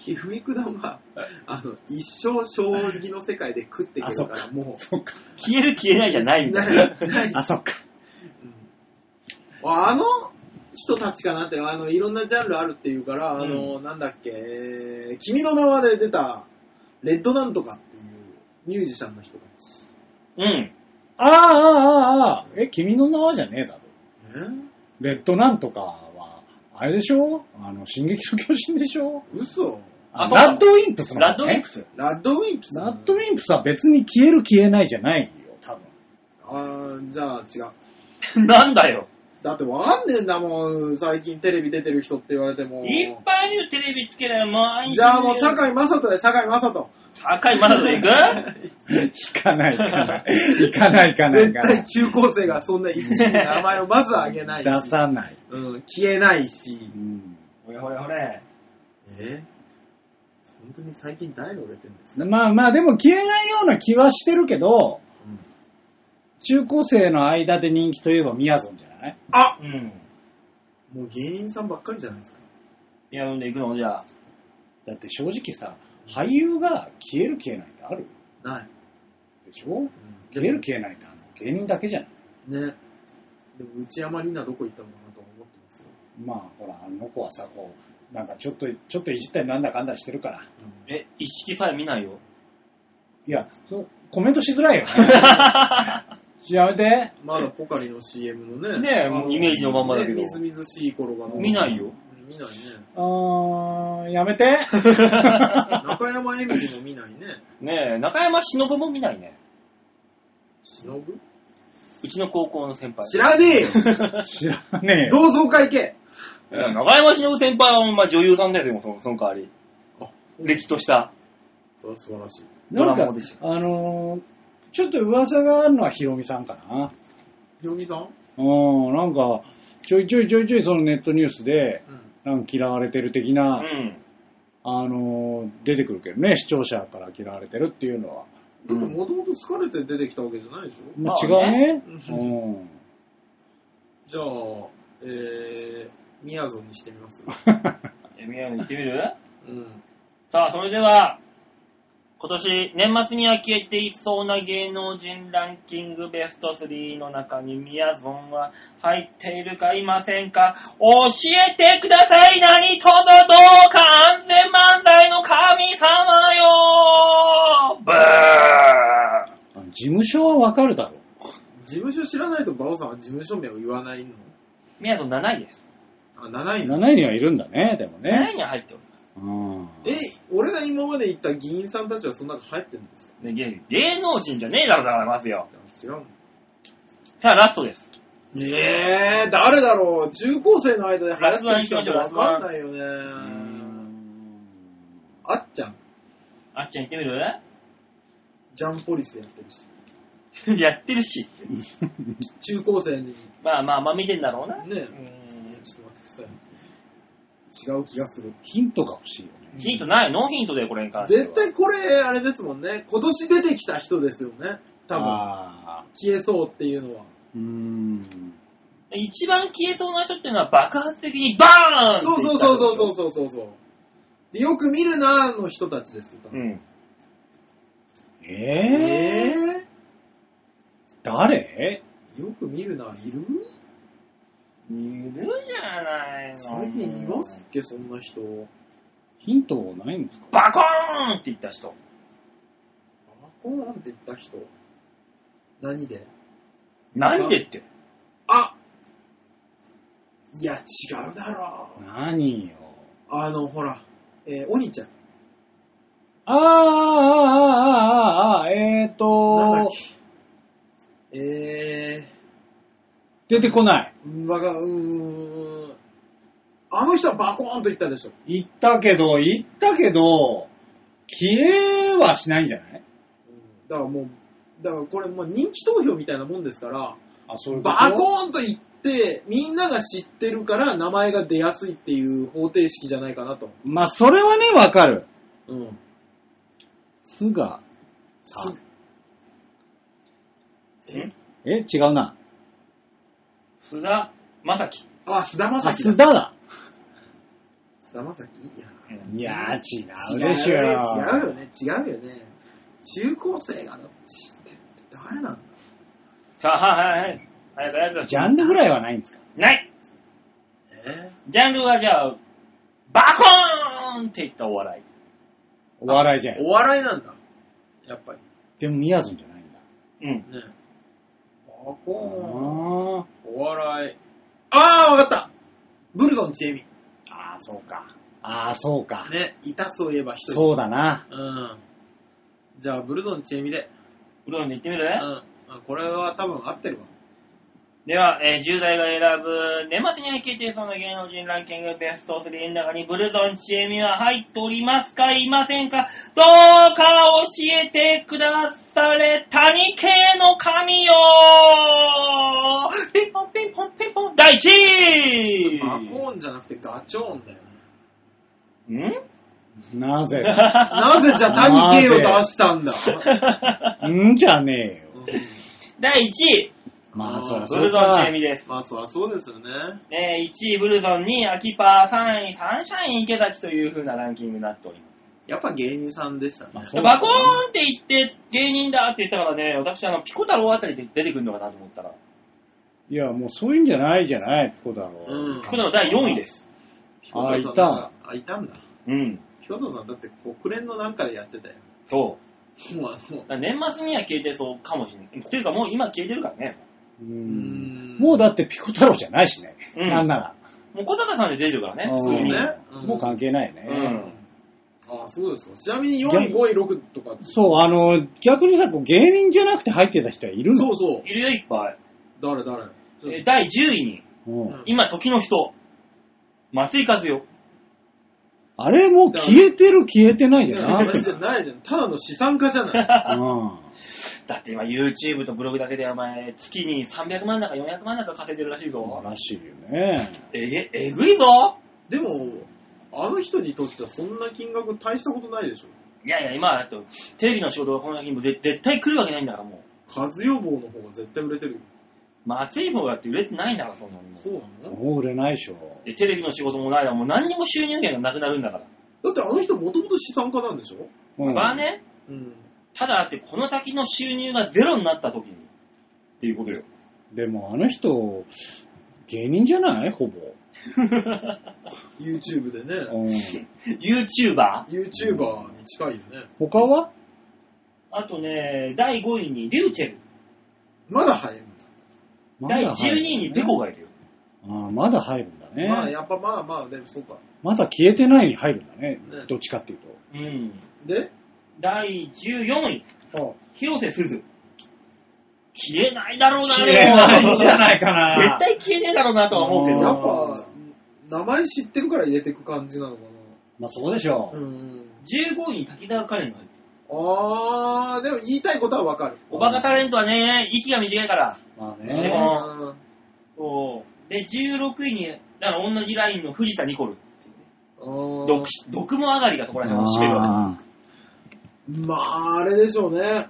ひ ふみくだは、あの、一生将棋の世界で食っていけるから、もそっか。消える消えないじゃなう、いん だない、ないあ、そっか。うんあの人たちかなって、あの、いろんなジャンルあるっていうから、あの、なんだっけ、えー君の名はで出た、レッドなんとかっていうミュージシャンの人たち。うん。ああ、ああ、ああ。え、君の名はじゃねえだろ。えレッドなんとかは、あれでしょあの、進撃の巨人でしょ嘘ああそうラッドウィンプスの、ね。ラッドウィンプス。ラッドウィンプスラッドウィンプスは別に消える消えないじゃないよ、多分。あーじゃあ違う。なんだよ。だってわかんねえんだもん、最近テレビ出てる人って言われても。いっぱい見るテレビつけりゃ毎日。じゃあもう、堺雅人で堺雅人。坂井正人行 く行かない、行かない。行かない、行かない、絶行かな対い。中高生がそんな一位に名前をまずあげないし。出さない。うん、消えないしう。んほれほれほれ。え本当に最近誰が売れてるんですか、まあまあ、でも消えないような気はしてるけど、中高生の間で人気といえばみやぞんじゃないあうん。もう芸人さんばっかりじゃないですか。いや、ほんで行くのじゃあ。だって正直さ、俳優が消える消えないってあるない。でしょうん消える消えないってあの芸人だけじゃないね。でも内山里奈どこ行ったのかなと思ってますよ。まあほら、あの子はさ、こう、なんかちょっと、ちょっといじったりなんだかんだりしてるから。え、一式さえ見ないよ。いや、そうコメントしづ らいよね。やめて。まだポカリの CM のね。ねえあのもうイメージのまんまだけどねみずみずしい頃が。見ないよ。うん。見ないね。 うーん、やめて。中山エミリも見ないね。ねえ、中山忍も見ないね。忍ぶうちの高校の先輩。知ら ねえよ知らねえよ。同窓会系うん中山忍先輩はほんま女優さんだよ、でもそのその代わりあ。歴史とした。それは素晴らしい。ドなんラかマでし、あのーちょっと噂があるのはヒロミさんかな。ひろみさんうん、なんか、ちょいちょいちょいちょいそのネットニュースで、うん。なんか嫌われてる的うな、ん。あのー出てくるけどね、視聴者から嫌われてるっていうのは。でももともと好かれて出てきたわけじゃないでしょままああ、違うね。ううん。じゃあ、えー、みやぞんにしてみ ます。え、みやに行ってみるうん。さあ、それでは、今年年末には消えていそうな芸能人ランキングベスト3の中にみやぞんは入っているかいませんか教えてください何とぞどうか安全漫才の神様よブーあの 事務所はわかるだろ事務所知らないと、バオさんは事務所名を言わないの。みやぞん7位です。あ、7位な。 7位にはいるんだね、でも7位ね。には入っておる。うん。え、俺が今まで言った議員さんたちはそんなの入ってるんですかね芸芸能人じゃねえだろ、だからますよ。違うのさあ、ラストです。えー、誰だろう中高生の間で流行ってる人ってラわスワンか行んきまないよねう。ん。あっちゃん、あっちゃん行ってみるジャンポリスやってるし。 やってるし。中高生に、ね、まあまあまあ見てんだろうな。ちょっと待うってんください。違う気がする。ヒントが欲しいよね。ヒントない、ノーヒントだよ、これに関しては。絶対これ、あれですもんね。今年出てきた人ですよね。多分、あ消えそうっていうのは。ーうーん。一番消えそうな人っていうのは爆発的にバーンってそ言っうたそうそうそうそうそうそうでよく見るなーの人たちですよ。多う分ん。えー、え誰ー、よく見るなーいるいるじゃないの。最近いますっけ、そんな人。ヒントないんですかバコーンって言った人。あこうなんて言った人。何で何でって。あいや、違うだろう。何よ。あの、ほら、えー、お兄ちゃん。あーあーあーあーあーえーなんだっと、け。え出てこない。ー、わが、うーん。あの人はバコーンと言ったでしょ。言ったけど、言ったけど、消えはしないんじゃないうんだからもう、だからこれ、まあ、人気投票みたいなもんですから、あ、そういうことバコーンと言って、みんなが知ってるから名前が出やすいっていう方程式じゃないかなと。まあ、それはね、わかる。うん。すが、すええ、違うな。須田正樹。あ、菅田あ、正樹須だ。田だ。菅田正樹いや。いやー、違う違うでしょ。よね、違うよね、違うよね。中高生がだって知ってるって誰なんださあ、はいはいはい。早く早く。ジャンルぐらいはないんですかないえジャンルはじゃあ、バコーンって言ったお笑い。お笑いじゃん。お笑いなんだ。やっぱり。でも、みやぞんじゃないんだ。うん。ねバあコーーン。お笑い。あー、わかったブルゾンちえみ。あー、そうか。あー、そうか。ね、いたそういえば一人。そうだな。うん。じゃあ、ブルゾンちえみで。うどんで言ってみる、うんあ。これは多分合ってるわ。では、えー10代が選ぶ年末に消えていそうな芸能人ランキングベスト3の中にブルゾンチエミは入っておりますかいませんかどうか教えてくだされ谷系の神よピンポンピンポンピンポン第1位バコーンじゃなくてガチョーンだよね。んな ぜなぜじゃあ谷圭を出した んだ、んじゃねえよ。うん第1位まあ、そりゃブそルうゾンチかエ。ミです。まあ、そりゃそうですよね。えー1位ブルゾン、2位アキパー、3位サンシャイン池崎という風なランキングになっております。やっぱ芸人さんでしたね。まあそうバコーンって言って芸人だって言ったからね、私あの、ピコ太郎あたりで出てくるのかなと思ったら、いや、もうそういうんじゃないじゃない、ピコだろうんピコ太郎第4位です。あヒいョドさんた。あ、いたんだ。うん。ヒョドさんだって国連のなんかでやってたよ。そう。もうあのだ、から年末には消えてそうかもしれない。っていうかもう今消えてるからね。う。うんもうだってピコ太郎じゃないしね。うんなんなもう小坂さんで出てるからら。ね。そうねうんうんもう関係ないね。うんあそうですか。ちなみに4位、5位、6とか。そう、あの、逆にさ、こう芸人じゃなくて入ってた人はいるのそうそう。いるよ、いっぱい。誰誰ちょっとえー第10位に、ん今時の人、松井和代。あれもう消えてる消えてないじゃな話じゃないじゃん。ただの資産家じゃ ない。うん。だって今 YouTube とブログだけでお前、月に300万だか400万だか稼いでるらしい素晴ぞ。らしいよね。えげ、えぐいぞでも、あの人にとってはそんな金額大したことないでしょ。いやいや、今、だってテレビの仕事がこの先も絶絶対来るわけないんだからも数予防の方が絶対売れてるよ。う。松井方だって売れてないんだから、そんなにもうそうなのもう売れないでしょ。で、テレビの仕事もないわ。もう何にも収入源がなくなるんだから。だってあの人もともと資産家なんでしょうんまあね、うん。ただだってこの先の収入がゼロになった時に、っていうことよ。でもあの人、芸人じゃないほぼ。 YouTube でね。うん YouTuber? YouTuber に近いよね。他はあとね、第5位にリューチェル。まだ早いんだ。第12位にペコが。がいるよ。ああまだ入るんだまあね。やっぱまあまあ、でもそうか。まだ消えてないに入るんだねね。どっちかっていうと。うん。で、第14位、あ広瀬すず。消えないだろうな、消え ないんじゃいないか絶な。対消えねえだろうなとは思うけうんやど。っぱ、名前知ってるから入れてく感じなのかまあそうでしょな。うう。ん。 15位に滝沢カレンが入ってる。あー、でも言いたいことはわかる。おバカタレントはね、息が短いから。まあでね。もそう。で、16位に、だから同じラインの藤田ニコル。うん毒、毒も上がりがそこら辺を占めるわけ。あまあ、あれでしょうね。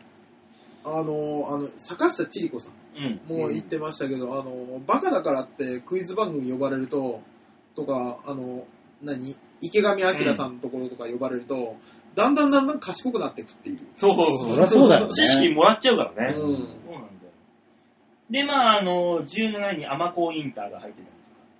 あの、あの、坂下千里子さん。うん。もう言ってましたけど、あの、バカだからってクイズ番組呼ばれると、とか、あの、何池上彰さんのところとか呼ばれると、だんだんだんだん賢くなっていくっていう。そうそうあそうそりゃそうだよね。知識もらっちゃうからね。うそん。うなんだよ。で、まあ、あの、17位にアマコインターが入ってたり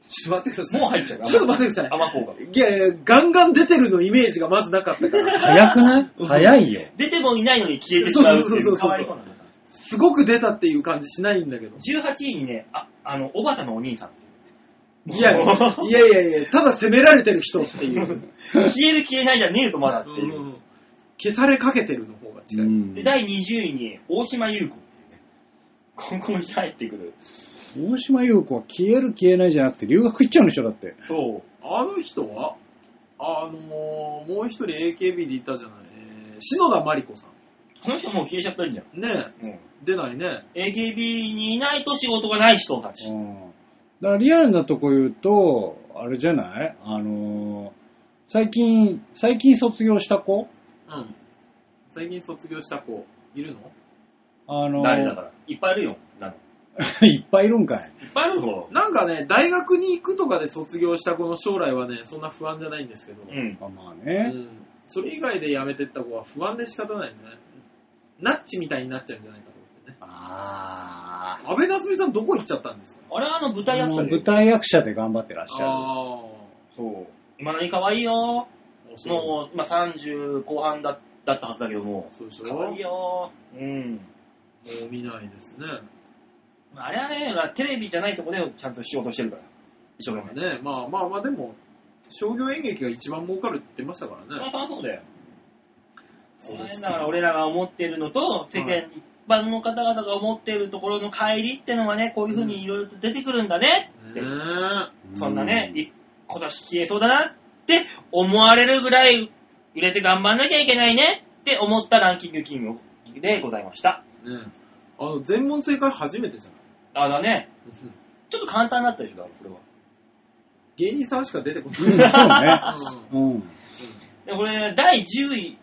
ちょっと待ってくだとかさい。もう入っちゃう。 ちょっと待ってくださアマコが。い。いやいや、ガンガン出てるのイメージがまずなかったから。早くない早いよ。出てもいないのに消えてしまうってい、そううそうそうそうかわいそうなのさ。すごく出たっていう感じしないんだけど。 18位にね、あ、あの、おばたのお兄さんっていう。いやいもうやいやいやいや、ただ責められてる人っていう。消える消えないじゃねえとまだっていうう。ん消されかけてるの方が近い。で、第20位に大島優子っていうね。ここに入ってくる。大島優子は消える消えないじゃなくて留学行っちゃうんでしょだって。そう。あの人は、あのーもう一人 AKB でいたじゃない、えー篠田麻里子さこの人もう消えちゃったんじゃん。ん。ねうん。え、出ないね。 AKB にいないと仕事がない人たち。うんだからリアルなとこ言うと、あれじゃないあのー最近、最近卒業した子うん。最近卒業した子、いるのあのー誰だから。いっぱいいるよ。なんか いっぱいいるんかい。いっぱいあるぞ。なんかね、大学に行くとかで卒業した子の将来はね、そんな不安じゃないんですけど、うん。あまあうね、んそれ以外で辞めてった子は不安で仕方ないね。ナッチみたいになっちゃうんじゃないかと思ってね。あ安倍夏美さんどこ行っちゃったんですかあれはあの舞あ台やってた舞台役者で頑張ってらっしゃあそう。今何可愛いよ。ーそうもう、まあ、30後半だだったはずだけども。そうでしょ可愛いよ。うん。もう見ないですね。まああれはね、まあテレビじゃないとこでちゃんと仕事してるから。一生懸命。ね、まあまあまあでも、商業演劇が一番儲かるって言ってましたからまあ、ね。そりゃそうだよ。そそううだですねから俺らが思ってるのと、世間一般の方々が思ってるところの帰りってのはね、こういう風にいろいろと出てくるんだねって。ねえる。そんなね、うい今年消えそうだなって思われるぐらい売れて頑張んなきゃいけないねって思ったランキングキングでございました。ねえあの、全問正解初めてじゃないあだね、ちょっと簡単だったでしょ、だからこれは。芸人さんしか出てこない。うんうんそうね。うん。で、これ、第10位、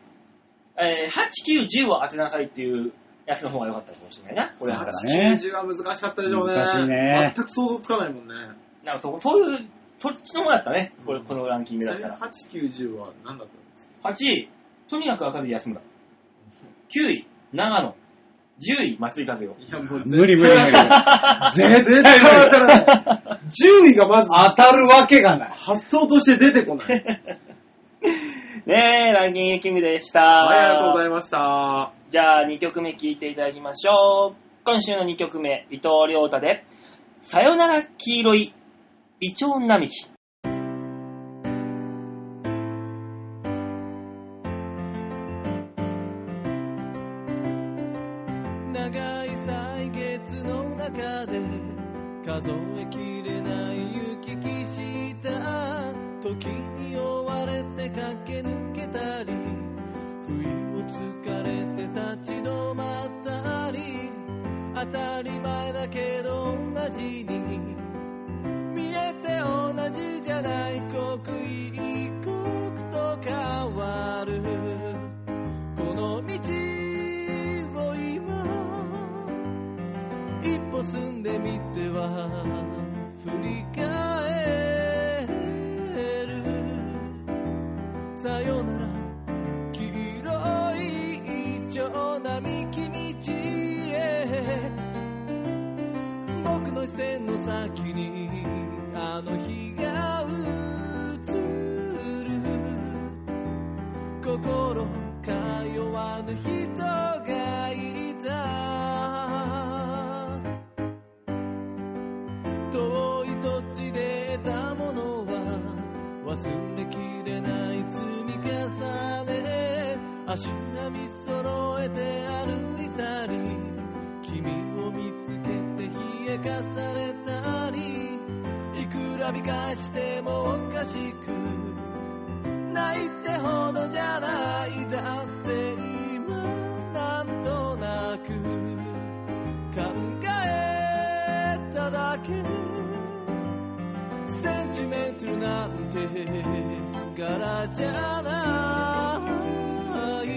えー8、9、10を当てなさいっていうやつの方が良かったかもしれないな。ここれれだか8ら。ね、 90は難しかったでしょうね。難しいね全く想像つかないもんね。なんかそそういう、そっちの方だったね。これ、このランキンちグなだっみたにら。 8、90は何だったんですか8位、とにかく明るい安村。9位、長野。10位、松井和代。いやもう無理無 理無理。絶絶対対無当理。たらない。10位がまず当たるわけがない。発想として出てこない。ねえ、ランキングキングでした。はい、ありがとうございました。じゃあ2曲目聴いていただきましょう。今週の2曲目、伊藤亮太で、さよなら黄色い、イチョウ並木。長い歳月の中で数えきれない行き来した時に追われて駆け抜けたり不意をつかれて立ち止まったり当たり前だけど同じに見えて同じじゃない刻一刻と変わるこの道を今一歩進んでみては振り返るさよなら黄色いイチョウ並木道へ僕の視線の先にあの日が映る心通わぬ人がいた遠い土地で得たものは忘れきれない積み重ね足並み揃えて歩いたり君を見つけて冷えかされたりいくら見返してもおかしくないってほどじゃないだって今なんとなく考えただけセンチメントルなんて柄じゃない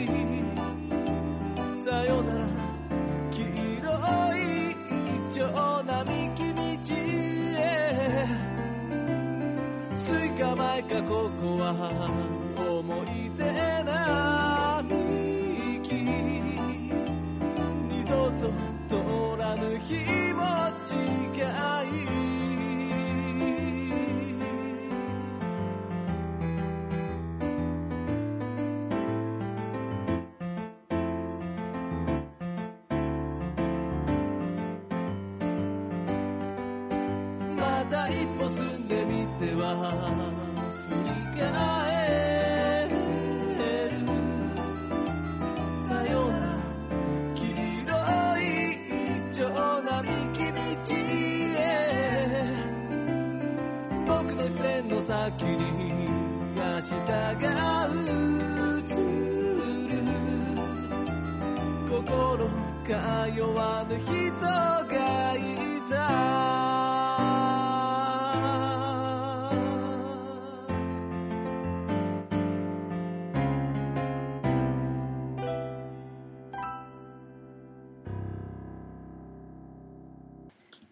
さよなら黄色いイチョウ並木道へスイカ前かここは思い出並木二度と通らぬ日も近いまた一歩進んでみては振り返るさようなら黄色いイチョウ並木道へ僕の視線の先に明日が映る心通わぬ人がいた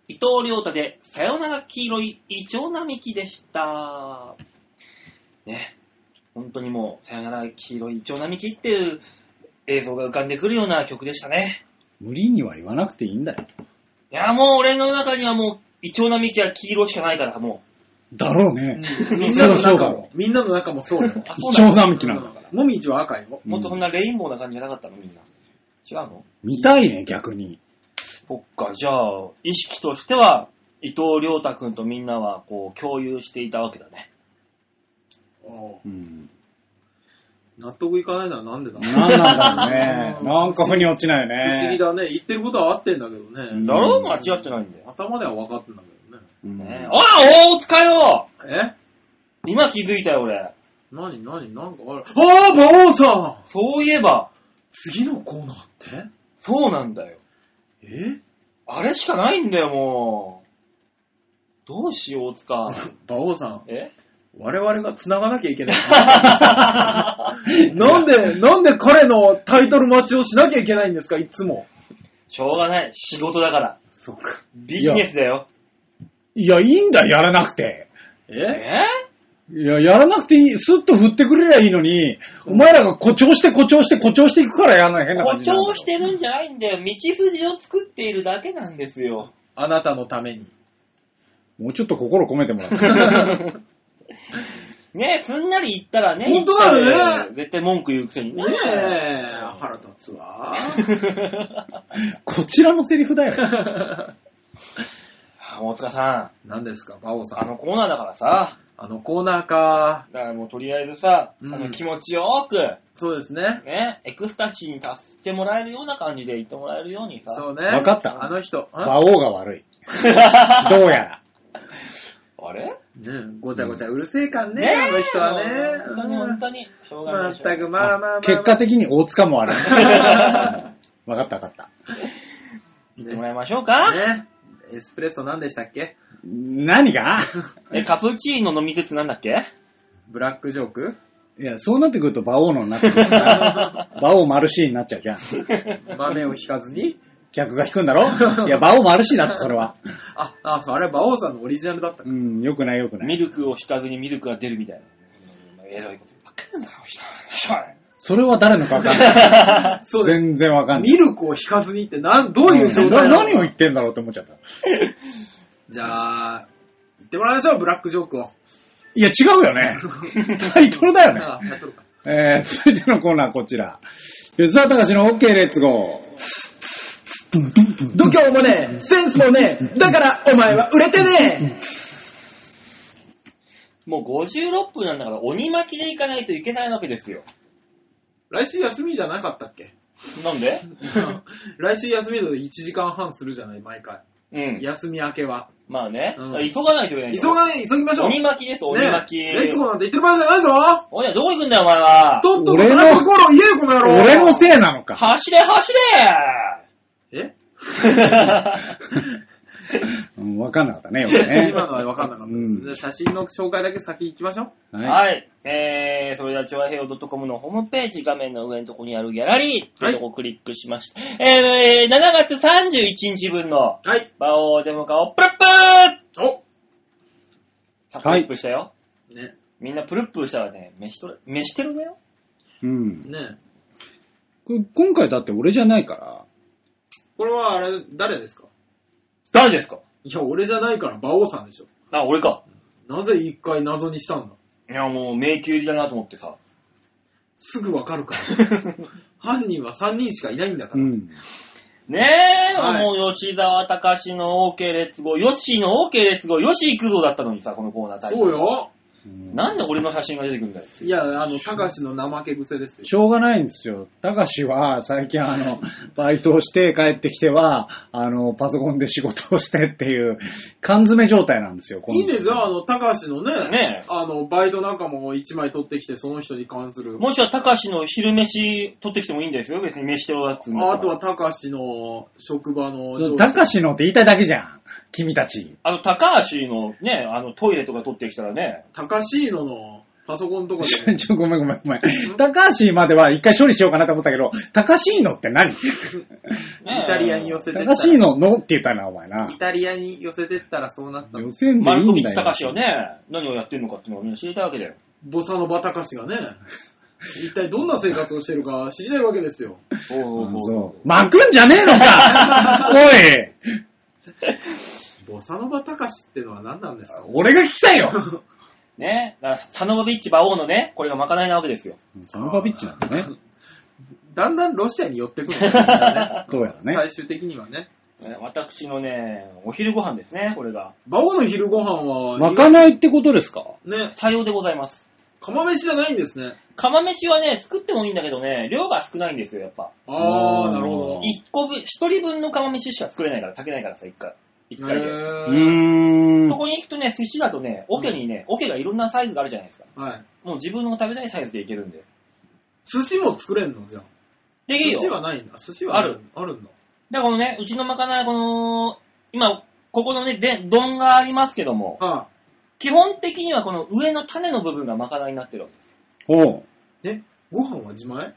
伊藤良太で、さよなら黄色いイチョウ並木でした。ね。本当にもう、さよなら黄色いイチョウ並木っていう映像が浮かんでくるような曲でしたね。無理には言わなくていいんだよ。いや、もう俺の中にはもう、イチョウ並木は黄色しかないから、もだろうね。みんなのそりゃそうだ中もろ、みんなの中も そうよ。一丁並木なんだから。もみじは赤よ。う、もっとそんなレインボーな感じじゃなかったの、みんな。違うの見たいね、逆に。そっか、じゃあ、意識としては、伊藤良太くんとみんなは、こう、共有していたわけだね。おううん。納得いかないのはなんでだなんなん だろうね。なんか腑に落ちないね。不思議だね。言ってることは合ってんだけどうんね。だろう間違ってないんだよ。頭では分かってんだけどね。うんねああ、大塚よえ今気づいたよ、俺。何何なんかある。ああ馬王さんそういえば、次のコーナーってそうなんだよ。えあれしかないんだよ、もう。どうしよう、大 塚。馬王さん、え我々が繋がなきゃいけない。 なんで、なんで彼のタイトル待ちをしなきゃいけないんですか、いつも。しょうがない。仕事だから。そっか。ビジネスだよ。いや、いいんだよ、やらなくて。ええいや、やらなくていい。スッと振ってくれりゃいいのに、お前らが誇張して誇張して誇張していくからやらない変な感誇じなんだよ張してるんじゃないんだよ。道筋を作っているだけなんですよ。あなたのために。もうちょっと心込めてもらって。ねすんなり言ったらね。本当だよね言ったら絶対文句言うくせにねえ、腹立つわ。 こちらのセリフだよ。鴨塚さ何ですか、バオん、さあん。のコーナーだからさ、あのコーナーか。だからもうとりあえずさ、うんあの気持ちよく、そうですね。ね、エクスタシーに達してもらえるような感じで言ってもらえるようにさ。そうね。わかったあの人。ん馬王 が悪い。どうやら。あれねごちゃごちゃうるせえかんね、ねえあの人はね。本当に本当に、しょうがなまいっでしょたく、まあまあまあ。結果的に大塚も 悪い。わかったわかった。言っねてもらいましょうか、ね。エスプレッソ何でしたっけ何がえ、カプチーノの店ってなんだっけブラックジョークいや、そうなってくると馬王のになってくる から、馬王マルシーになっちゃうじゃん。豆を引かずに客が引くん だろいや、馬王マルシーだって、それは。あ、あ、そうあれ、馬王さんのオリジナルだったかうん、よくないよくなミい。ルクを引かずにミルクが出るみたいな。うんエロいことばっかりなんだから、人はしょうがないそれは誰のかわかんない。ら。 そうです。全然わかんない。ミルクを引かずにって、なん、どういう状態ななの何を言ってんだろうって思っちゃった。じゃあ、言ってもらいましょう、ブラックジョークを。いや、違う よね。タイトルだよね。あやっとるかえー、続いてのコーナーはこちら。吉沢隆の OK レッツゴー。度胸もねえ、センスもねえ、だからお前は売れてねもう56分なんだから、鬼巻きでいかないといけないわけですよ。来週休みじゃなかったっけなんで 来週休みだと1時間半するじゃない、毎回。うん。休み明けは。まあね、うん急がないといけない急よがない、急ぎましょう。鬼巻きです、鬼巻き。ねえレッツゴーなんて言ってる場合じゃないぞおい、どこ行くんだよ、お前は。とっとと俺のタバコの言えよ、この野郎俺のせいなのか。走れ、走 えれうん、わかんなかったね、よくね。今のは分かんなかったです。うんじゃあ写真の紹介だけ先行きましょう。はい。はい。えー、それでは、超平洋 .com のホームページ、画面の上のとこにあるギャラリーってとこをクリックしました。えー、7月31日分の、はい。バオーデモカをプルップーおさプルップしたよ。ね、みんなプルップしたらね、飯とれ、飯テロだよ。うん。ねこれ今回だって俺じゃないから。これはあれ、誰ですか誰ですかいや、俺じゃないから、馬王さんでしょ。あ、俺か。なぜ一回謎にしたんだいや、もう迷宮入りだなと思ってさ。すぐわかるから。犯人は3人しかいないんだかうら。ん。 ねえ、はいもう吉沢隆の OK レッツゴー、ヨッシーの OK レッツゴー、ヨッシー行くぞだったのにさ、このコーナータイトルそう。よ。なんで俺の写真が出てくるんだよ。いや、あの、たかしの怠け癖ですよ。しょうがないんですよ。たかしは最近あ の、バイトをして帰ってきては、あの、パソコンで仕事をしてっていう、缶詰状態なんですよ。このいいですよ、あの、たかしのね、ねあの、バイト仲間を1枚取ってきて、その人に関する。もしは隆の昼飯取ってきてもいいんですよ。別に飯テロだっつうんだからああとは、たかしの職場の上司たかしのって言いたいだけじゃん。君たち。 あの、高橋のね、あの、トイレとか取ってきたらね、たかしののパソコンとか で、ちょ、ごめんごめんごめん。高橋までは一回処理しようかなと思ったけど、高橋のっ て何ねイタリアに寄せてった高ら、橋ののって言ったな、お前なイ。タリアに寄せてったらそうなったの予。選でい丸いん富だ市よ。隆はね、何をやってるのかっていうのをみんな知りたいわけだよ。ボサノバたかしが ね、一体どんな生活をしてるか知りたいわけですよ。おあそう。巻くんじゃねえの かおいボサノバたかしってのは何なんですか俺が聞きたいよね、だからサノバビッチ馬王のね、これがまかないなわけですよ。サノバビッチなんだね。 だんだんロシアに寄ってくるんですよねどうやらね最終的にはね。ね私のね、お昼ご飯ですね、これが。バオの昼ご飯は、巻かないってことですかね、採用でございます。釜飯じゃないんですね。釜飯はね、作ってもいいんだけどね、量が少ないんですよ、やっぱ。あうー、んなるほ一個分、一人分の釜飯しか作れないから、炊けないからさ、一回。一ど。回で。うへー。ーんそ。こに行くとね、寿司だとね、桶にね、桶がいろんなサイズがあるじゃないですか。はい。もう自分の食べたいサイズでいけるんで。寿司も作れんのじゃあ。でき寿る司よ。はないんだ。寿司はあるんだ。だからこのね、うちのまかない、この、今、ここのね、で、丼がありますけども、は基本的にはこの上の種の部分がまかないになってるわけです。おうい。ご飯は自前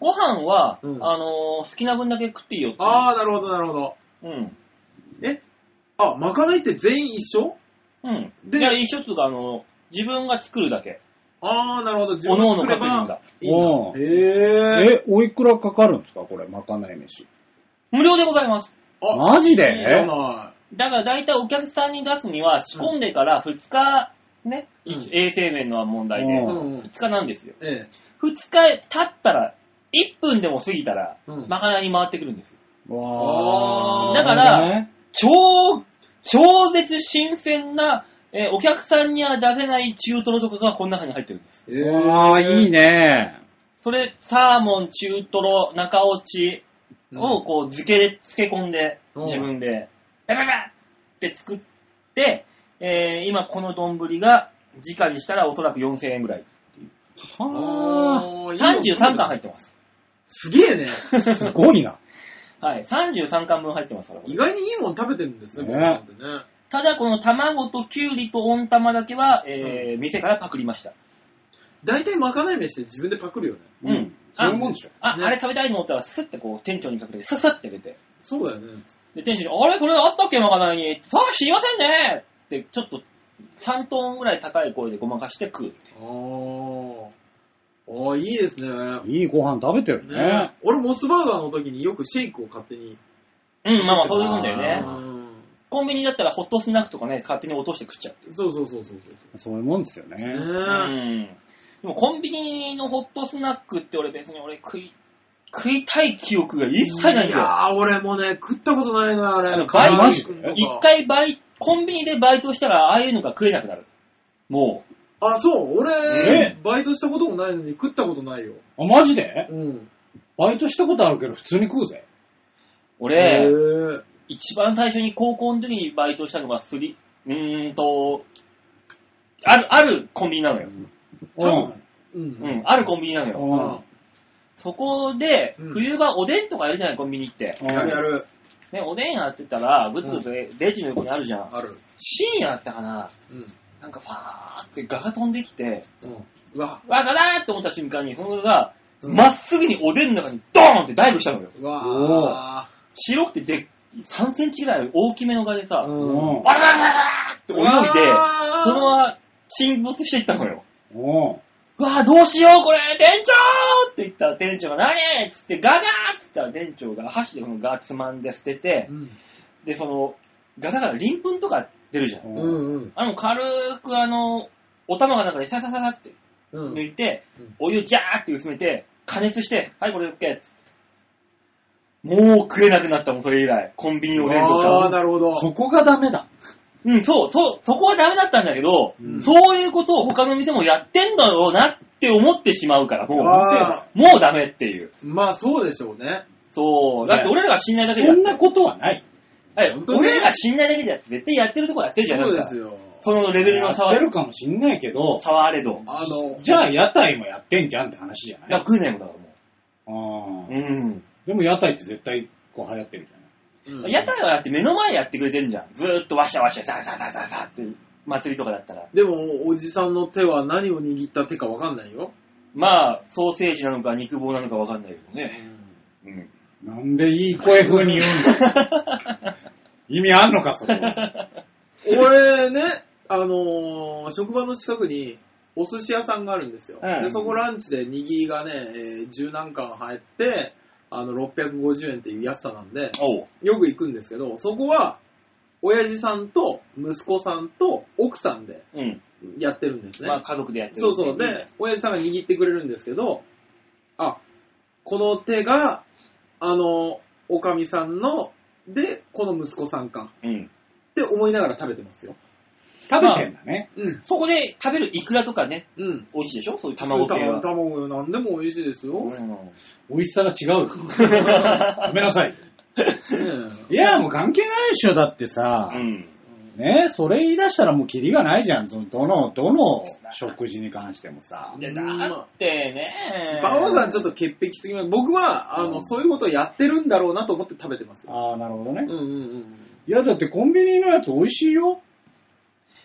ご飯は、うんあのー好きな分だけ食っていいよっていう。あー、なるほど、なるほど。うん。あ、まかないって全員一緒うん。でで、一つが、あの、自分が作るだけ。あー、なるほど。自お分のでおの作れ各ば人が。いいんおだうへー。え、おいくらかかるんですかこれ、まかない飯。無料でございます。あマジでいいじゃなだから大体お客さんに出すには、仕込んでから2日、ね、うん一衛生面の問題で、い。ううんんうん。 2日なんですよ。ええ。 2日経ったら、1分でも過ぎたら、うんまかないに回ってくるんですよ。わーだからなる超、超絶新鮮な、えーお客さんには出せない中トロとかがこの中に入ってるんです。えうわあ、いいね。ね。それ、サーモン、中トロ、中落ちをこう漬けで、漬け込んで、うん自分で、ペペペって作って、えー今この丼が、直にしたらおそらく4000円ぐらい。はあ、おー33巻入ってます。すげえね。すごいな。はい。33巻分入ってますから。意外にいいもん食べてるんですね、ね僕なんてね。ただ、この卵とキュウリと温玉だけは、えー店からパクりました。大体まかない飯って自分でパクるよね。うん。そういうもんでしょ。あ、ねあれ食べたいと思ったら、スッてこう、店長にかけて、スッスッって出て。そうだよね。で、店長に、あれこれあったっけまかないに。さあ、知りませんねって、ちょっと、3トーンぐらい高い声でごまかして食う。ああ。ああ、いいですね。いいご飯食べてるね。ね俺、モスバーガーの時によくシェイクを勝手に。うん、まあまあ、そういうもんだよえねあ。コンビニだったら、ホットスナックとかね、勝手に落として食っちゃう。うんそうそうそうそうそう。そういうもんですよね。ねうん。でも、コンビニのホットスナックって俺別に俺食い、食いたい記憶が一切ないんいだよ。やー、俺もね、食ったことないのよ、ああれ。のバイマジ君とか一回バイ、コンビニでバイトしたら、ああいうのが食えなくなる。もあ、そう、俺え、バイトしたこともないのに食ったことないよ。あ、マジでうん。バイトしたことあるけど普通に食うぜ。う、俺、へー一番最初に高校の時にバイトしたのがスリ、うーんと、ある、あるコンビニなのよ。うん。う。うんん、あるコンビニなのよ。うんそこで、うん冬場おでんとかやるじゃない、コンビニって。やるやる。ね、おでんやってたら、ぐつぐつレジの横にあるじゃん。ある。深夜だったかな、うん。なんかファーってガが飛んできて、うん。うわ、わかだーって思った瞬間に、そのガが、うんまっすぐにおでんの中にドーンってダイブしたのよ。うわ白くてでっ、3センチぐらい大きめのガでさ、ー。ううんん。バラバラバラバラって泳いで、そののまま沈没していったのよ。うん。うわぁ、どうしよう、これ、店長って言ったら店長が何っつって、ガガーっつったら店長が箸でこのガーつまんで捨ててう、んで、その、ガだから鱗粉とか出るじゃん。うん。うんあの、軽くあの、お玉が中でササササってうん。抜いてうん、お湯ジャーって薄めて、加熱して、はい、これ OK っつって。もう食えなくなったもん、それ以来。コンビニおでんとああ、か。なるほど。そこがダメだ。うん、そう、そう、そこはダメだったんだけど、うんそういうことを他の店もやってんだろうなって思ってしまうから、もう、あもうダメっていう。まあ、そうでしょうね。そう。だって俺らが信頼だけでそやっんてなことはない。はい本当にね俺らが信頼だけでやって、絶対やってるとこやってるじゃん。そうなでんかすよ。そのレベルの差やっはて、るかもしんないけど、差はあれど。あの、じゃあ屋台もやってんじゃんって話じゃないいや、食えないもんだからもうんう。うん。でも屋台って絶対こう流行ってるじゃないうん屋台はだって目の前やってくれてんじゃん。ずーっとワシャワシャ、ザーザーザーザーザーって、祭りとかだったら。でも、おじさんの手は何を握った手かわかんないよ。まあ、ソーセージなのか肉棒なのかわかんないけどね。うん。なんでいい声風に言うんだ 意味あんのか、それは。俺ね、あのー職場の近くにお寿司屋さんがあるんですよ。うんで、そこランチで握りがね、えー十何貫入って、あの、650円っていう安さなんで、おう。よく行くんですけど、そこは、親父さんと息子さんと奥さんでうん。やってるんですね。まあ、家族でやってる。そうそう。で、、親父さんが握ってくれるんですけど、あ、この手が、あの、おかみさんの、で、この息子さんか。うん。って思いながら食べてますよ。食べてんだね。うん。そこで食べるイクラとかね、うん。美味しいでしょそういう卵系は。卵よ、なんでも美味しいですよ。ねうん美味しさが違 うよ。ごめんなさい。いや、もう関係ないでしょ、だってさ。うん。ねそれ言い出したらもうキリがないじゃん。そのどの、どの食事に関してもさ。いやだってね。バオさんちょっと潔癖すぎます。僕は、あの、うんそういうことをやってるんだろうなと思って食べてますよ。ああ、なるほどうねん。うんいや、だってコンビニのやつ美味しいよ。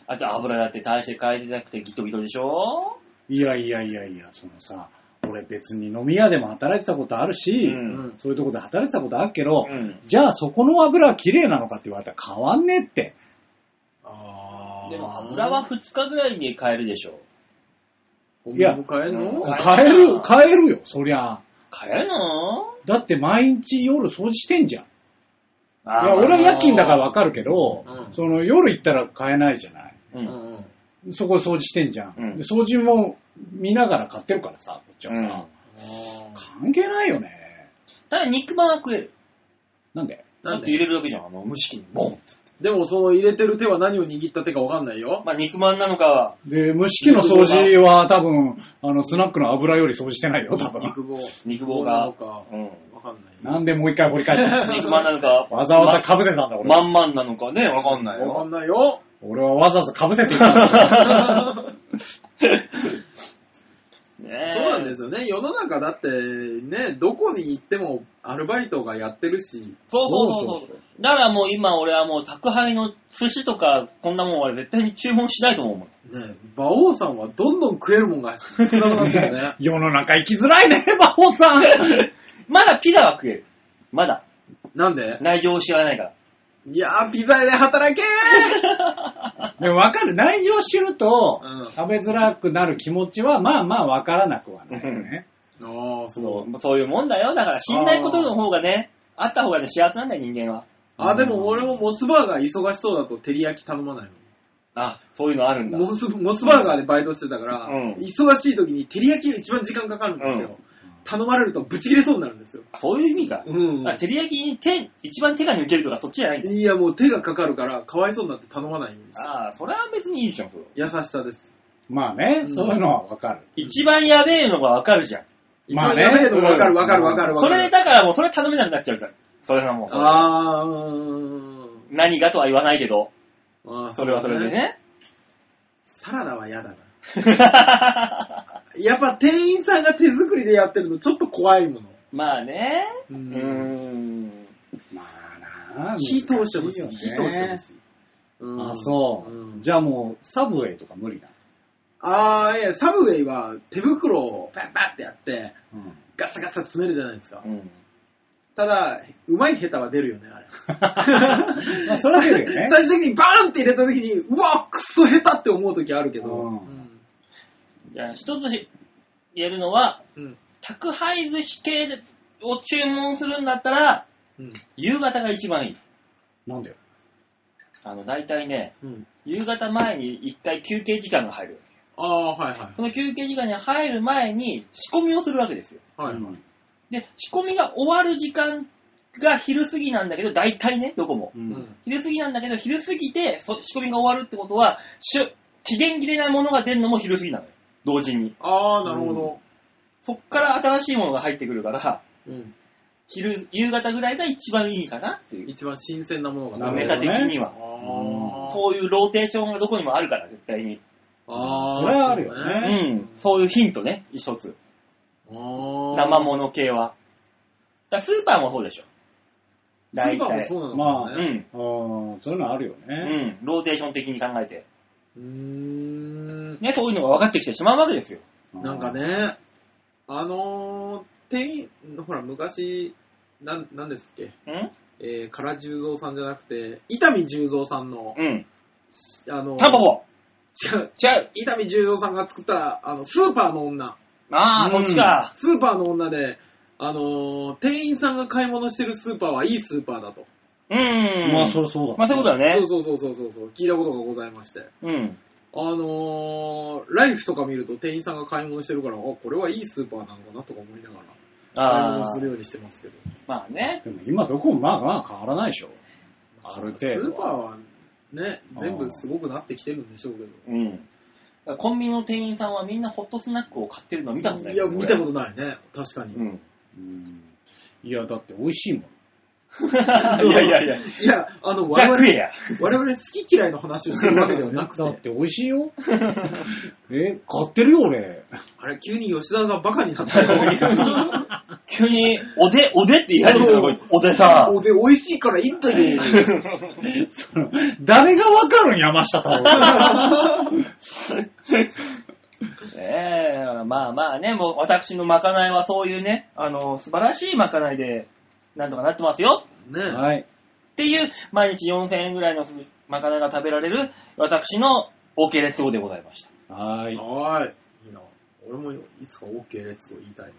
あと油だって大して変えてなくてギトギトでしょいやいやいやいや、そのさ、俺別に飲み屋でも働いてたことあるうし、うんん。うん。そういうとこで働いてたことあるけど、ん。じゃあそこの油は綺麗なのかって言われたら変わんねえって。あーでも油は、2日ぐらいで変えるでしょ。いや、変えんうのん変える、変えるよ、そりゃ。変えるのだって毎日夜掃除してんじゃん。いあーや、俺は夜勤だからわかるけど、うんその夜行ったら変えないじゃない。うんうんうんそこで掃除してんじゃん。うんで掃除も見ながら買ってるからさ、こっちはさ。うん関係ないよね。ただ肉まんは食える。なんでなだんってで入れるだけじゃん。あの、蒸し器にボンっつって。でもその入れてる手は何を握った手かわかんないよ。まあ、肉まんなのか、で、蒸し器の掃除は多分、あの、スナックの油より掃除してないよ、多分。肉棒。肉棒ながの、か。 うん。わかんない。なんでもう一回掘り返し たの肉まんなのか、わざわざ被せたんだ、俺。まんまんなのかね、わかんないわかよ。んない よ。俺はわざわざ被せていたんだ。。ねえそうなんですよね。世の中だって、ね、どこに行ってもアルバイトがやってるし、そうそうそうそう。だからもう今俺はもう宅配の寿司とかこんなもんは絶対に注文しないと 思うもん。ね、馬王さんはどんどん食えるもんが少なくなってる ね 世の中生きづらいね、馬王 さん。まだピザは食える。まだ。なんで内情を知らないから。いやー、ピザ屋で働けーでもわかる。内情知るとうん、食べづらくなる気持ちは、まあまあわからなくはないよね。 ああ、そう。そうそういうもんだよ。だから知んないことの方がね、あった方がね、幸せなんだよ、人間は。あ、でも俺もモスバーガー忙しそうだと照り焼き頼まないあ、そういうのあるんだの。。モス、モスバーガーでバイトしてたから、うん忙しい時に照り焼きが一番時間かかるんですよ。うん頼まれるとブチ切れそうになるんですよ。そういう意味か。うんあ照り焼きに手、一番手が抜けるとかそっちじゃないんだ。いや、もう手がかかるから、かわいそうになって頼まないようにしてるああ、それは別にいいじゃん、それは。優しさです。まあね、うんそういうのはわかる。一番やべえのがわかるじゃん。まあね一番やべえとこわかるわかるわかるわそかる。れだからもうそれ頼めなくなっちゃうじゃん。それはもう。あーうーん何がとは言わないけど、あー、それはそれでね。サラダは嫌だな。やっぱ店員さんが手作りでやってるのちょっと怖いもの。 まあね。ううんん。まあなあ火通してほしい。難火しいよね通してほしい。うんあ、そう、うんじゃあもう、サブウェイとか無理だ。あーいや、サブウェイは手袋をパッパッってやって、ガサガサ詰めるじゃないですかう。ん。ただ、うまい下手は出るよね、あ れ。まあ、それは出るよ ね。最終的にバーンって入れた時に、うわ、クソ下手って思う時あるけど、うんうんじゃあ、一つし言えるのは、うん宅配寿司系でを注文するんだったら、うん夕方が一番いい。なんだよ。あの、大体ね、うん夕方前に一回休憩時間が入る。ああ、はいはその休憩時間に入る前に仕込みをするわけですよ。い。はい、うんで、仕込みが終わる時間が昼過ぎなんだけど、大体ね、どこも。うんうん昼過ぎなんだけど、昼過ぎてそ仕込みが終わるってことは、しゅ期限切れなものが出るのも昼過ぎなのよ。同時に。ああ、なるほど。そっから新しいものが入ってくるから、うん昼、夕方ぐらいが一番いいかなっていう。一番新鮮なものがなるほネどタ的にあは。ーこういうローテーションがどこにもあるから、絶対に。あーそれはあるよねそううえん。そういうヒントね、一つ。あー生物系は。だスーパーもそうでしょ。スーパーもそうなのまあかうもねん。あーそういうのあるようね。ん。ローテーション的に考えて。うーん。ね、そういうのが分かってきてしまうわけですよ。なんか。ね、あのー、店員、ほら、昔、なん、なんですっけ、うんえー、唐十三さんじゃなくて、伊丹十三さんの、うん。あのー、タンポポ違う、違う 伊丹十三さんが作った、あの、スーパーの女。ああ、そっちか。スーパーの女で、あのー、店員さんが買い物してるスーパーはいいスーパーだと。うん。まあ、そりゃそうだ。まあそういうことだね。そうそうそうそうそう、聞いたことがございまして。うん。あのー、ライフとか見ると店員さんが買い物してるから、あ、これはいいスーパーなのかなとか思いながら、買いあ物あす、るようにしてますけど。まあね。でも今どこもまあまあ変わらないでしょ。あるス程ー度パーは。はね、全部すごくなってきてるんでしょうけど。うん。だからコンビニの店員さんはみんなホットスナックを買ってるの見たことないいでや、すね。見たことないね。確かに。うん。うんいや、だって美味しいもん。 いやいやいや。じいや、あ の、ゃあ我食々、えや。我々好き嫌いの話をしてるわけではなく、だってて美味しいよ。 え、買ってるよ、俺。 あれ、急に吉沢がバカになったよ。急に、おで、おでって言い始めたそのう、おでさ。おで、美味しいからいいんだよ。その誰がわかるん、山下太 郎。ええまあまあね、もう私のまかないはそういうね、あの、素晴らしいまかないで、なんとかなってますよねはい。っていう、毎日4000円ぐらいのまかないが食べられる、私の OK レッツゴーでございました。はい。はーい。いいな。俺もいつか OK 列を言いたいな。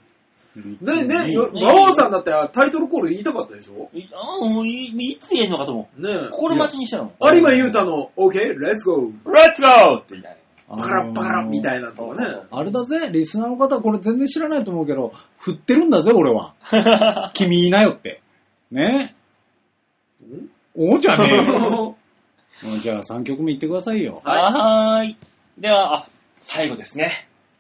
ねねね、よね馬王さんだったらタイトルコール言いたかったでしょいあもういいつ言えんのかと思ねう。心待ちにしてたの。有馬優太の OK、レッツゴーレッツゴーって言いたい。あのバーカラバカラみたいなのがね。あれだぜ、リスナーの方、これ全然知らないと思うけど、振ってるんだぜ、俺 は。君いなよって。ねん おじゃねえよ。もうじゃあ3曲目いってくださいよ。はーい。では、あ、最後ですね。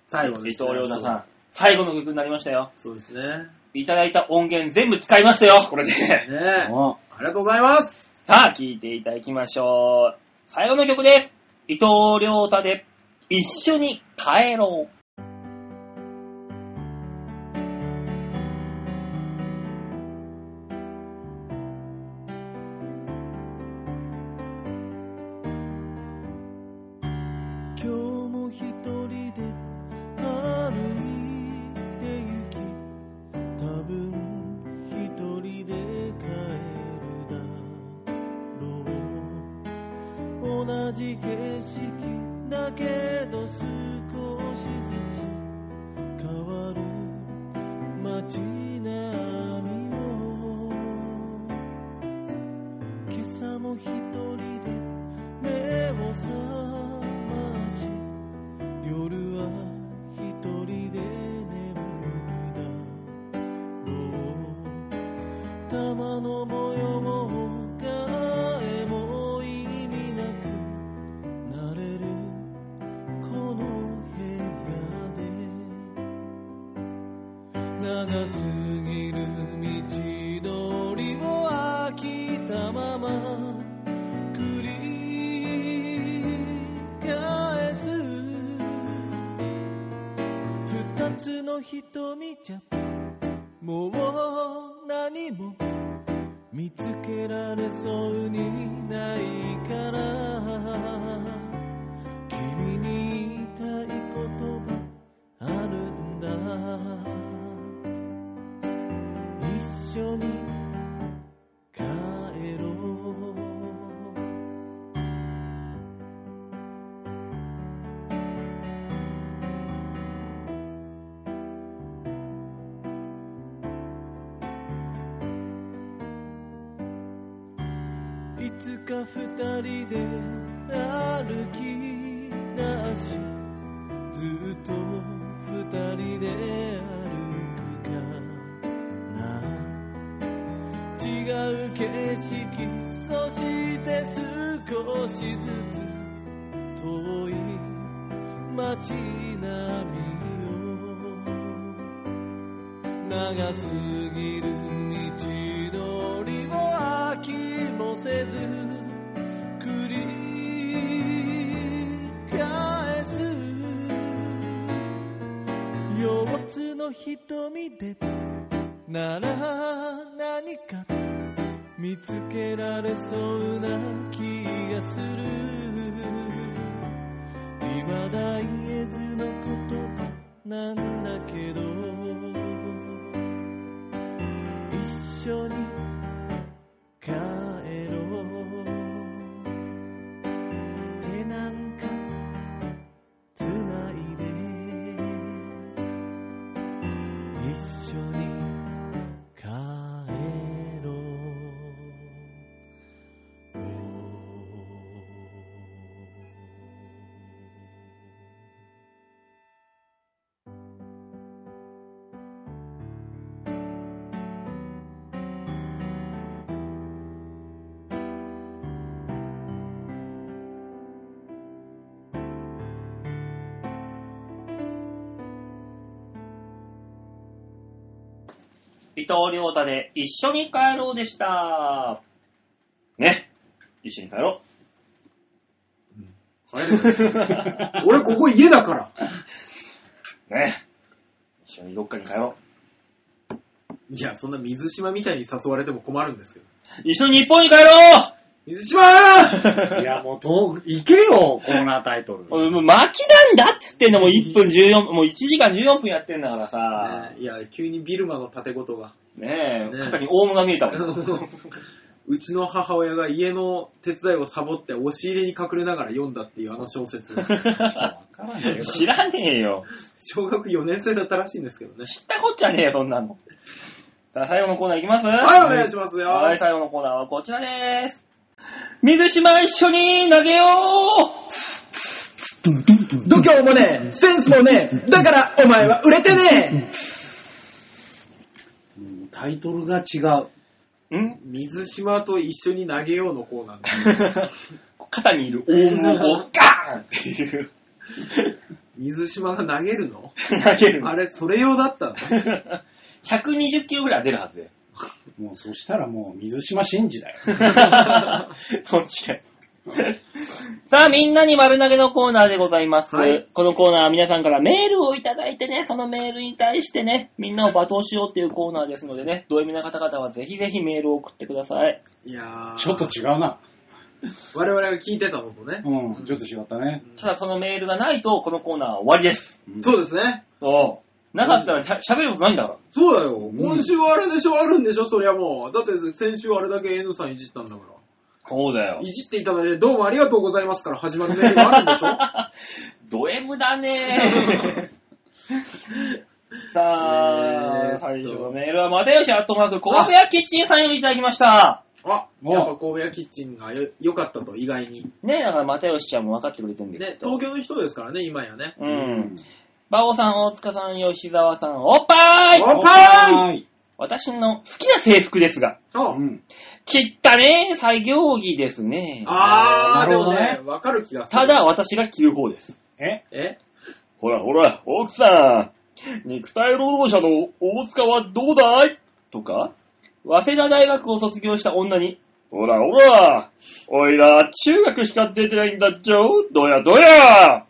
最後ですね伊藤洋太さん。最後の曲になりましたよ。そうですね。いただいた音源全部使いましたよ、これで。ねえ。あありがとうござい ます。さあ、聴いていただきましょう。最後の曲です。伊藤良太で、一緒に帰ろう。今日も一人で歩いて行き多分一人で帰るだろう同じ景色だけど少しずつ変わる街並みを今朝も一人で目を覚まし夜は一人で眠るだろう玉の模様を変えも意味なくなれるこの部屋で長すぎる道通りを飽きたまま繰り返す二つの瞳じゃもう何も見つけられそうにないから君に言いたいことがあるんだ一緒に帰ろういつか二人で歩き出しずっと二人で歩くかな違う景色そして少しずつ遠い街並みを長すぎる道のりを飽きもせず繰り返す四つの瞳でなら何か見つけられそうな気がする未だ言えずの言葉なんだけど一緒に帰ろう手なんかつないで一緒に帰ろう伊藤良太で、一緒に帰ろうでした。ね。一緒に帰ろう。俺ここ家だから。ね。一緒にどっかに帰ろう。いや、そんな水島みたいに誘われても困るんですけど。一緒に日本に帰ろう水 島ーいや、もう遠く、行けよ、コーナータイ トル。俺もう巻きなんだっつってんのもう1分14、もう1時間14分やってんだからさね。いや、急にビルマの盾事が。 ねえ、ねえ肩にオウムが見えたもん。うちの母親が家の手伝いをサボって押し入れに隠れながら読んだっていうあの小説。わからんけど 知らねえよ。小学4年生だったらしいんですけどね。知ったこっちゃねえよ、そんなの。さあ、最後のコーナーいきますはい、お願いしますよ。はい、最後のコーナーはこちらでーす。水島一緒に投げよう度胸もねえ、センスもねえ、だからお前は売れてねうんタイトルが違う。ん 水島と一緒に投げようのコーナーです。変肩にいる大物をガーンっていう、水島が投げるの投げるのあれ、それ用だったの120キロぐらいは出るはずで。もうそしたらもう水島真司だよ。 そっちかい。さあ、みんなに丸投げのコーナーでございます。はいこのコーナーは皆さんからメールをいただいてね、そのメールに対してね、みんなを罵倒しようっていうコーナーですのでね、ド M な方々はぜひぜひメールを送ってください。いやー、ちょっと違うな。我々が聞いてたのとね。うん、ちょっと違ったね。ただそのメールがないと、このコーナーは終わりです。そうですね。そう。なかったらしゃ喋ることないんだから。そうだよ。ん今週はあれでしょ、あるんでしょ、そりゃもう。だって先週あれだけ N さんいじったんだから。そうだよいじっていただいて、どうもありがとうございますから始まるメー ルがあるんでしょド M だ ねーさあ、えーっと最初のメールは、又吉アットマーク、小部屋キッチンさんよりいただきました。あ、おやっぱ神戸屋キッチンがよ良かったと、意外に。ねえ、だから又吉ちゃんも分かってくれてるんだけね、ど。東京の人ですからね、今やね。う。。うん馬王さん、大塚さん、吉沢さん、おっぱいおっぱはーい私の好きな制服ですが、あ、うん。切ったねえ作業着ですね。あー、なでるほもどねね、わかる気がする。ただ、、私が着る方です。ええほらほら、奥さん、肉体労働者の大塚はどうだいとか、早稲田大学を卒業した女に、ほらほら、おいら中学しか出てないんだっちょ、どやどや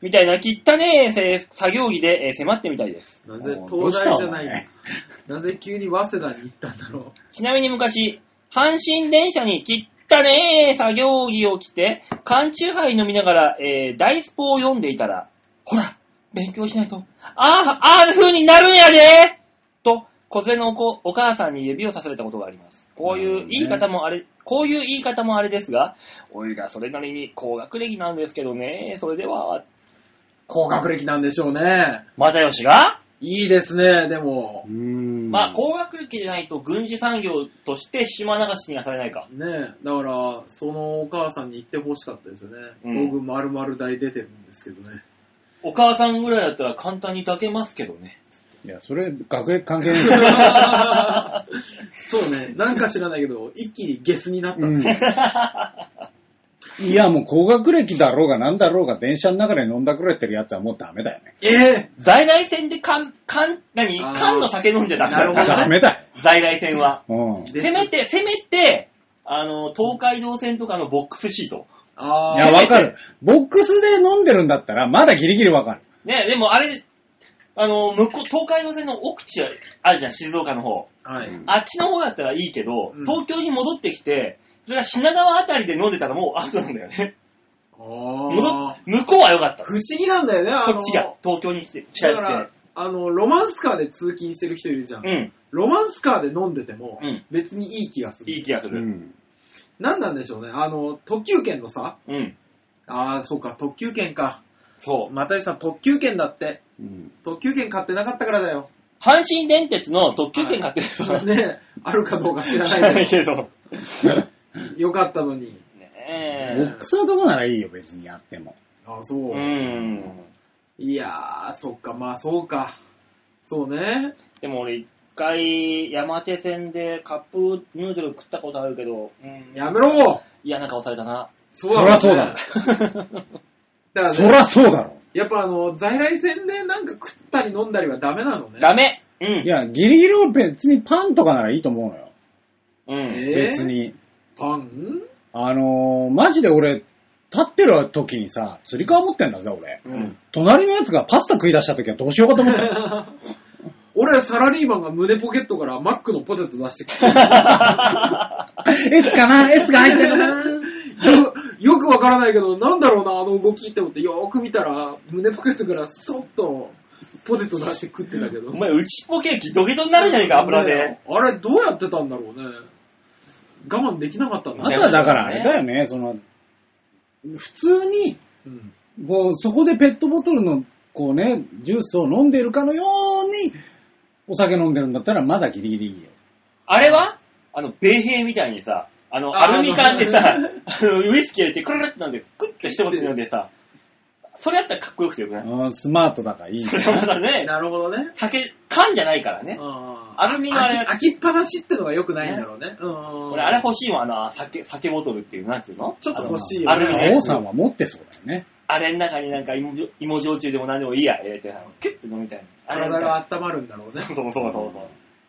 みたいな汚ねえ制服作業着でえー迫ってみたいです。なぜおどう東し大たじゃおない前 なぜ急に早稲田に行ったんだろちなみに昔、阪神電車に汚ねえ作業着を着て、缶チューハイ飲みながら、えー、大スポを読んでいたら、ほら、勉強しないと、ああ、ああいう風になるんやでと、小連れのお子お母さんに指をさされたことがあります。こういう言い方もあれ、こういう言い方もあれですが、おいらそれなりに高学歴なんですけどね、それでは、う。高学歴なんでしょうね。又吉が、いいですね、でもう。ん。まあ、高学歴でないと軍事産業として島流しにはされないか。ねだから、そのお母さんに行ってほしかったですよね。うん僕、丸々大出てるんですけど ね。お母さんぐらいだったら簡単に抱けますけどね。いや、それ、学歴関係ないから。そうね、なんか知らないけど、一気にゲスになったね。うん。いや、もう高学歴だろうが何だろうが電車の中で飲んだくれてるやつはもうダメだよね。え在来線で缶、缶、何あー缶の酒飲んじゃダメだなるほどダメだ在来線は。よ。うん。ー、せめて、せめて、あの、東海道線とかのボックスシート。あいーや、わかる。ボックスで飲んでるんだったら、まだギリギリわかる。ね、でもあれ、あの、向こう、東海道線の奥地あるじゃん、静岡の方。はい。あっちの方だったらいいけど、うん東京に戻ってきて、それが品川あたりで飲んでたらもうアウトなんだよね。戻あっー向こうは良かった。不思議なんだよね、あの、こっちが東京に来て、近だかづいらて。、あの、ロマンスカーで通勤してる人いるじゃん。うん、ロマンスカーで飲んでても、うん別にいい気がする。いい気がすうる。ん。なんなんでしょうね。あの、特急券のさ、うん、ああ、そうか、特急券か。そう。又吉さん、特急券だって。うん。特急券買ってなかったからだよ。阪神電鉄の特急券買ってる人は ねあるかどうか知ら知ならいないけけど。ど。よかったのに。ボねックスのとこならいいよ、別にやっても。ああ、そう。え。うん。いやー、そっか、まあそうか。そうね。でも俺一回山手線でカップヌードル食ったことあるけど、うん、やめろ嫌な顔された な。そそらそうだ。だからそね、らそうだろ。やっぱあの、在来線でなんか食ったり飲んだりはダメなのね。ダメういん。や、ギリギリを別にパンとかならいいと思うのよ。うん。えー、別。に。パンあのー、マジで俺、立ってる時にさ、釣り革持ってんだぜ、俺。うん。隣のやつがパスタ食い出した時はどうしようかと思ったよ。俺はサラリーマンが胸ポケットからマックのポテト出してきて S かな ?S が入ってるかなよよくわからないけど、なんだろうな、あの動きって思って、よーく見たら、胸ポケットからそっとポテト出して食ってたけど。お前、うちっぽケーキドキドキになるじゃねえか、油でね。えあれ、どうやってたんだろうね。我慢できなかったんだ あね。とはだからあれだよね、その、普通に、うんこう、そこでペットボトルの、こうね、ジュースを飲んでいるかのように、お酒飲んでるんだったらまだギリギリいいよ。あれはあの、米兵みたいにさ、あの、あーアルミ缶でさ、あの、ウイスキー入れて、クルルって飲んで、クッて一言飲んでさ、それやったらかっこよくてよくない うんスマートだからいいんそだれよはまな。だね、なるほどね。酒、缶じゃないからね。あアルミのあれ飽き、飽きっぱなしってのが良くないんだろうね。うんうんうん。俺あれ欲しいわ、あの、酒、酒ボトルっていう、なんつうのちょっと欲しいあよのあれね。ね王さんは持ってそうだよね。あれの中になんか芋じょ芋焼酎でも何でもいいや、入れて、あのキュッて飲みたいな。あれ体なんかが温まるんだろうね。そうそうそうそう。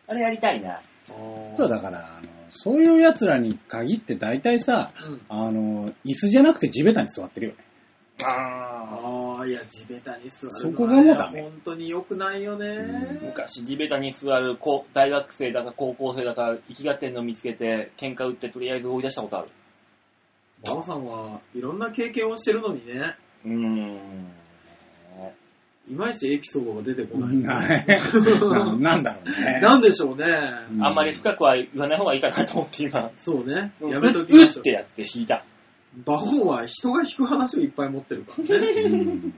あれやりたいな。そうだから、あのそういう奴らに限って大体さ、うんあの、椅子じゃなくて地べたに座ってるよね。あああ、いや、地べたに座る。そこがもうダメ本当に良くないよね。昔、地べたに座る子大学生だか高校生だか、生きがってんの見つけて、喧嘩売ってとりあえず追い出したことある。馬場さんはいろんな経験をしてるのにね、うーん。いまいちエピソードが出てこない。ない。な なんだろうね。なんでしょうね。うあんまり深くは言わない方がいいかなと思って今、そうね。うやめときまうっしょてやって引いた。う。馬王は人が引く話をいっぱい持ってるから ね。うん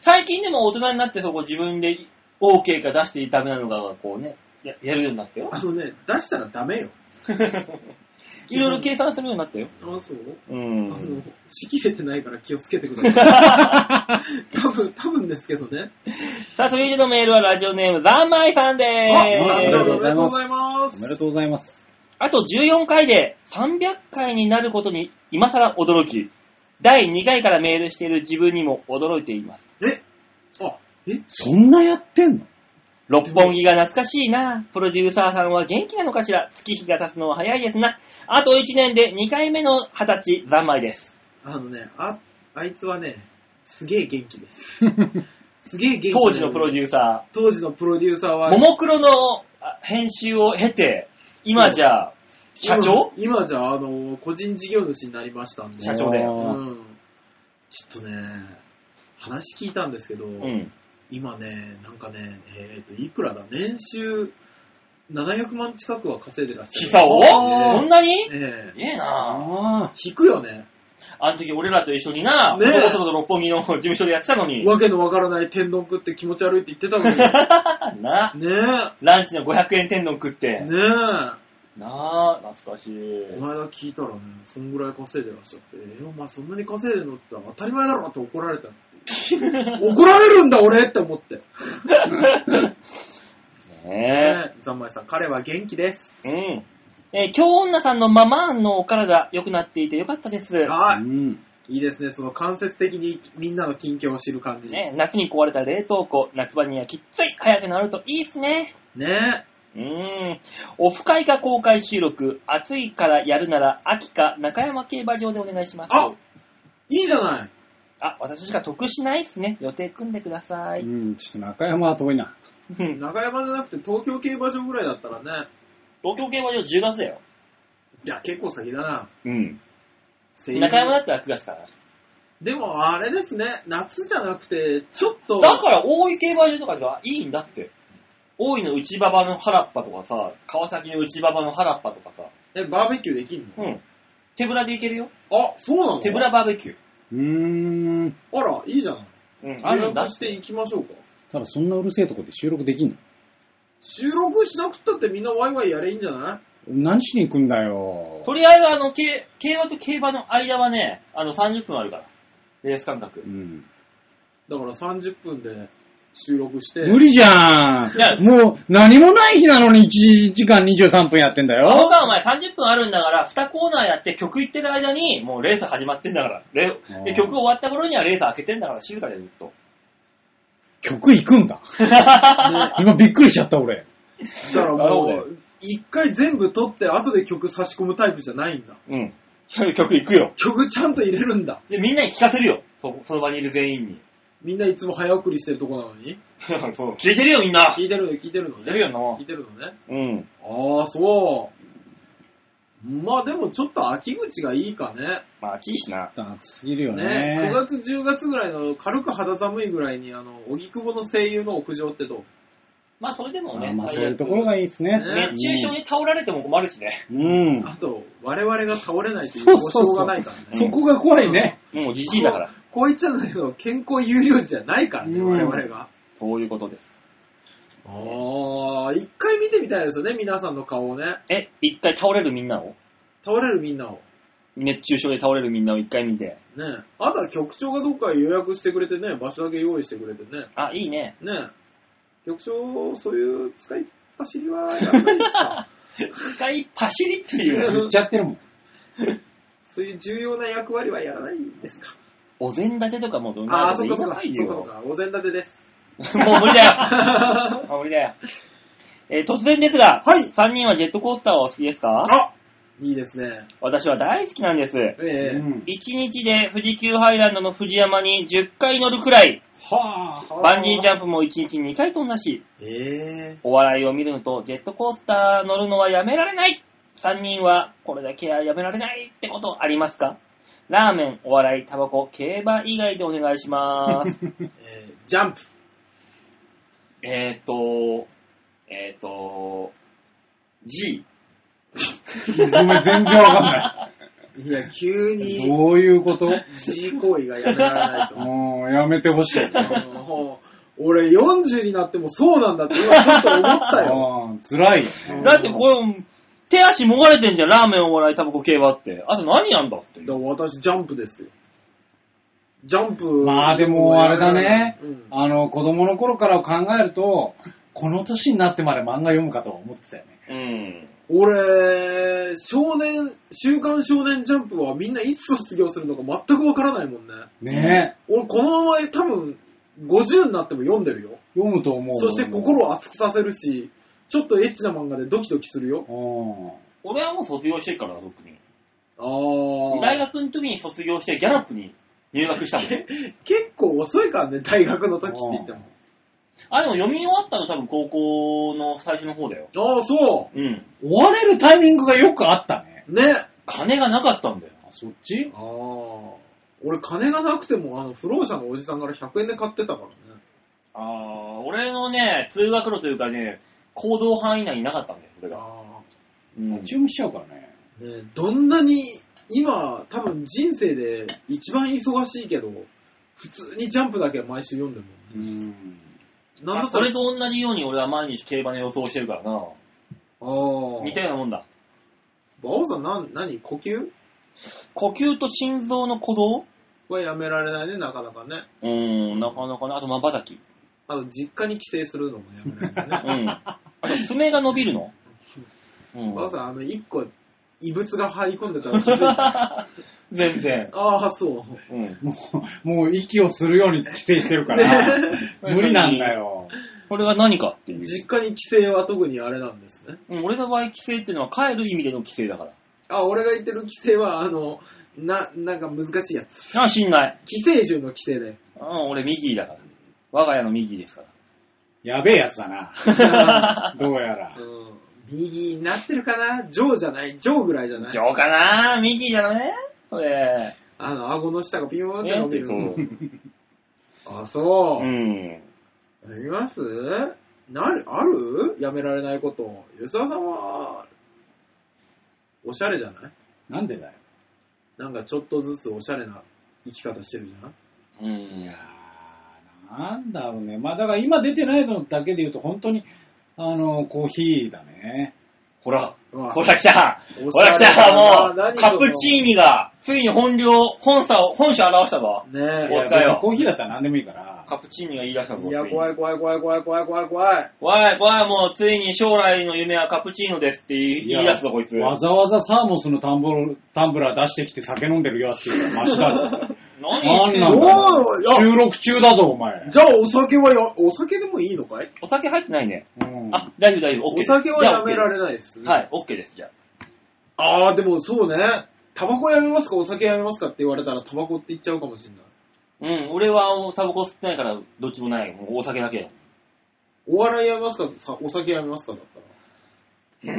最近でも大人になってそこ自分で OK か出してダメなのかがこうね、ややるようになったよ。あのね、出したらダメよ。いろいろ計算するようになったよ。あ、そううあのん。、仕切れてないから気をつけてください。多分、多分ですけどね。 さあ、続いてのメールはラジオネーム、ざんまいさんであ誕り生が日とうおごす。めざでいとうごますざいまおす。めでとうございます。あと14回で300回になることに今更驚き、第2回からメールしている自分にも驚いています。えあ、えそんなやってんの六本木が懐かしいな。プロデューサーさんは元気なのかしら月日が経つのは早いですな。あと1年で2回目の20歳、ざんまいです。あのね、あ、あいつはね、すげえ元 気です。すげえ元気。当時のプロデューサー。当時のプロデューサーは、ももクロのあ編集を経て、今じゃあ、社長今今じゃ、あの、個人事業主になりましたんで。社長だよあうーん。ちょっとね、話聞いたんですけど、うん。今ね、なんかね、えっ、と、いくらだ、年収700万近くは稼いでらっしゃる。久男ねそんなにええええなぁ。あ引くよね。あの時俺らと一緒にな、ねえとこと六本木の 事務所でやってたのに、わけのわからない天丼食って気持ち悪いって言ってたのに。ね な、え。ランチの500円天丼食って、ねえ。なぁ、懐かしい。この間聞いたらね、そんぐらい稼いでらっしゃって、えお前そんなに稼いでんのって言ったら当たり前だろって怒られたっ ていう。怒られるんだ俺って思って。ねねえ、ざんまいさん、彼は元気です。え。うん。えー京女さんのママのお体良くなっていてよかったです。あ。はうん。い。いいですね、その間接的にみんなの近況を知る感じ。ねね、夏に壊れた冷凍庫、夏場にはきっつい、早くなるといいっすね。え。うーん。オフ会か公開収録、暑いからやるなら秋か中山競馬場でお願いします。あいいじゃない。あ私しか得しないっすね。予定組んでください。うん、ちょっと中山は遠いな。東中山じゃなくて東京競馬場ぐらいだったらね。京競馬場10月だよ。いや、結構先だな。うん。声優中山だったら9月から。でもあれですね、夏じゃなくて、ちょっと。だから大井競馬場とかではいいんだって。大井の内馬場の原っぱとかさ、川崎の内馬場の原っぱとかさ。え、バーベキューできんのうん。手ぶらで行けるよ。あ、そうなの手ぶらバーベキュー。うーん。あら、いいじゃない。うん。ああるれんだ出っ。してていきましょうか。ただそんなうるせえとこで収録できんの収録しなくったってみんなワイワイやれいいんじゃな何しに行くんだよ。とりあえずあの、競競馬と競馬の間はね、あの30分あるから。レース間隔。うん。いだから30分で収録して。無理じゃいやん。もう何もない日なのに1時間23分やってんあだのよ。間お前30分あるんだから、2コーナーやって曲行ってる間に、もうレース始まってんだから。レあーで曲終わった頃にはレース開けてんだから、静かでずっと。曲行くんだ。今びっくりしちゃった俺。だからもなるほう、一回全部撮って後で曲差し込むタイプじゃないんだ。うん。曲行くよ。曲ちゃんと入れるんだ。で、みんなに聞かせるよ。そその場にいる全員に。 みんないつも早送りしてるとこなのに。そう、聞いてるよみんな。聞いてるの聞いてるの聞いてるね。よな聞いてるのね。。うん。ああ、そう。まあでもちょっと秋口がいいかね。まあ、いいしな。暑すぎるよねね。 9月10月ぐらいの軽く肌寒いぐらいに、あの、荻窪の声優の屋上ってどうまあ、それでもあね、まあ最そう悪いうところがいいですね。ね熱中症に倒られても困るしね。うん。うんあと、我々が倒れないという保証がないからね。そこが怖いね。もうじじいだから。こう言っちゃうんだけど、健康有料児じゃないからね、うん我々が。そういうことです。ああ、一回見てみたいですよね、皆さんの顔をね。え、一回倒れるみんなを倒れるみんなを。熱中症で倒れるみんなを一回見て。ねあとは局長がどっか予約してくれてね、場所だけ用意してくれてね。あ、いいね。ね局長、そういう使い走りはやらない ですか 一回パシリっていう。言っちゃってるもん。そういう重要な役割はやらないですかお膳立てとかもうどんあなあ、そっいかいじゃそっかな。いそっかそよ。っか。お膳立てです。 もう無理だ よ。もう無理だよ。えー突然ですが、はい3人はジェットコースターはお好きですかあいいですね。私は大好きなんです。ええうん1日で富士急ハイランドの富士山に10回乗るくらい、はあ。バンジージャンプも1日2回飛んだし、ええお笑いを見るのとジェットコースター乗るのはやめられない !3 人はこれだけはやめられないってことありますかラーメン、お笑い、タバコ、競馬以外でお願いし ます。ええジャンプ。えーっと、えーっと、G。 ごめん、全然わかんないや、急い。にどういうこと G 行為がやめられないと。もう、やめてほしい。 もう俺40になってもそうなんだって今ちょっと思った よ。うん辛いよね。だってこれ、手足もがれてんじゃん、ラーメン、お笑い、タバコ、競馬って。あと何やんだってだ。から私ジャンプですよ。ジャンプ。まあでもあれだねうん、あの子供の頃からを考えると、この年になってまで漫画読むかとは思ってたよね。うん。俺、少年、週刊少年ジャンプはみんないつ卒業するのか全くわからないもんね。ね俺このまま多分50になっても読んでるよ。え、読むと思う。そして心を熱くさせるし、ちょっとエッチな漫画でドキドキするよ。を。俺はもう卒業してるから、特に。ああ大学の時に卒業してギャラップに入学したもん。結構遅いからね、大学の時って言っても。あ、でも読み終わったの多分高校の最初の方だよ。ああ、そうん。うん。追われるタイミングがよくあったね。う。ね。金がなかったんだよ。あ、そっちああ。俺、金がなくても、あの、不老者のおじさんから100円で買ってたからね。ああ、俺のね、通学路というかね、行動範囲内になかったんだよ、それが。ああ。うん注目しちゃうからね。ねどんなに、今、多分人生で一番忙しいけど、普通にジャンプだけは毎週読んでるもんうね。ん。なんだあそれと同じように俺は毎日競馬の予想をしてるからな。ああ。似たようなもんだ。バオさん、なん、何呼吸呼吸と心臓の鼓動はやめられないね、なかなかね。うーん、なかなかね。あと瞬き。あと、実家に帰省するのもやめられなう いね。ん。あと爪が伸びるの。うんバ。オさん、あの、一個、異物が入り込んでたら気づい た。全然。ああ、そう。うん。もう、もう息をするように規制してるから、無理なんだよ。これは何かっていう。実家に帰省は特にあれなんですね。うん、俺の場合、規制っていうのは帰る意味での規制だから。あ、俺が言ってる規制は、あの、な、なんか難しいやつ。ああ、知んない。寄生獣の規制で。うん、俺、右だから。我が家の右ですから。やべえやつ だな。どうやらう。ん。右になってるかなジョーじゃないジョーぐらいじゃない一応かな右だろねそれ。あの、顎の下がピヨーンって伸びるの。ねあ、そうう。ん。ありますなる、あるやめられないこと。吉沢さんは、おしゃれじゃないなんでだよ。なんかちょっとずつおしゃれな生き方してるじゃんういんや。ーなんだろうね。まあだから今出てないのだけで言うと本当に、あの、コーヒーだね。ほら、うわほら来たおほしゃられ来たもだなう、カプチーニが、ついに本領、本社を、本社表したぞ。ねおい疲やれよコーヒーだったら何でもいいから。カプチーニが言い出したぞ。え。いや、つに怖い怖い怖い怖い怖い怖い怖い。怖い、怖い、もう、ついに将来の夢はカプチーノですって言い言い出すぞ、こいつ。わざわざサーモスのタンボルタンブラー出してきて酒飲んでるやつよりマシだろ。何言っなてんんなのんだよおーいや収録中だぞ、お前。じゃあお酒はや、お酒でもいいのかいお酒入ってないね。うんあ、大丈夫、大丈夫、OK おです。酒はやめられれないですね。はい、OK です、じゃあ。ああ、でもそうね。タバコやめますかお酒やめますかって言われたらタバコって言っちゃうかもしれない。うん、俺はタバコ吸ってないから、どっちもない。もうお酒だけ。お笑いやめますかさお酒やめますかだったら。考え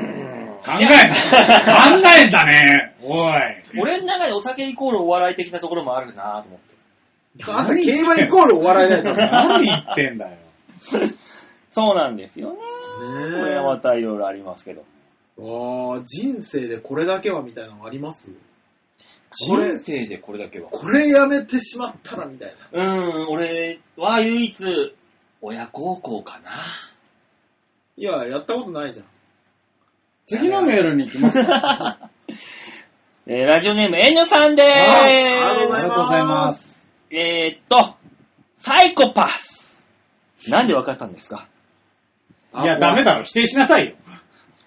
んな考えんだねおい。 俺の中でお酒イコールお笑い的なところもあるなと思って。あんた競馬イコールお笑いだよ。ね 何言ってんだよ。そうなんですよね。これはまえ。たいろいろありますけど。ああ、人生でこれだけはみたいなのありますこれ人生でこれだけは。これやめてしまったらみたいな。うーん、俺は唯一、親孝行かな。いや、やったことないじゃん。次のメールに行きますか。。えーラジオネーム N さんでーす。りがとうございますえーっと、サイコパス。なんでわかったんですかいや、ダメだろ、否定しなさいよ。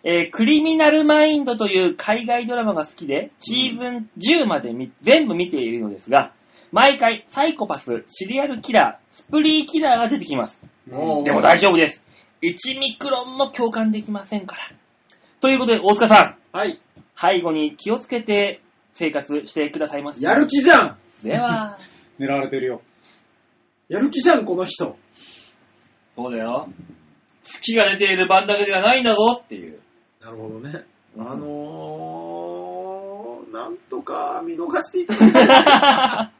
えークリミナルマインドという海外ドラマが好きで、シーズン10までみ全部見ているのですが、毎回サイコパス、シリアルキラー、スプリーキラーが出てきます。おーでも大丈夫です。1ミクロンも共感できませんから。ということで、大塚さん、はい。背後に気をつけて生活してくださいます。やる気じゃんでは、狙われてるよ。やる気じゃん、この人。そうだよ。月が出ている番だけではないんだぞって いう。なるほどね。うんあのー、なんとか見逃していただきたい。あ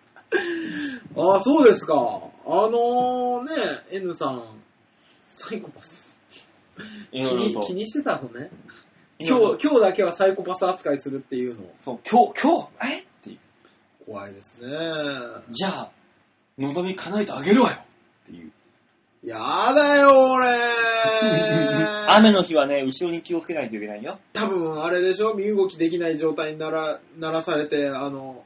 あ、そうですか。あのー、ね、N さん、サイコパス。い気ろいにろと気にしてたのね。いろいろと今日、今日だけはサイコパス扱いするっていうの、そう、今日、今日、えっていう。怖いですね。じゃあ、望み叶えてあげるわよっていう。。やだよ、 俺雨の日はね、後ろに気をつけないといけないよ。多分あれでしょ身動きできない状態にならならされてあの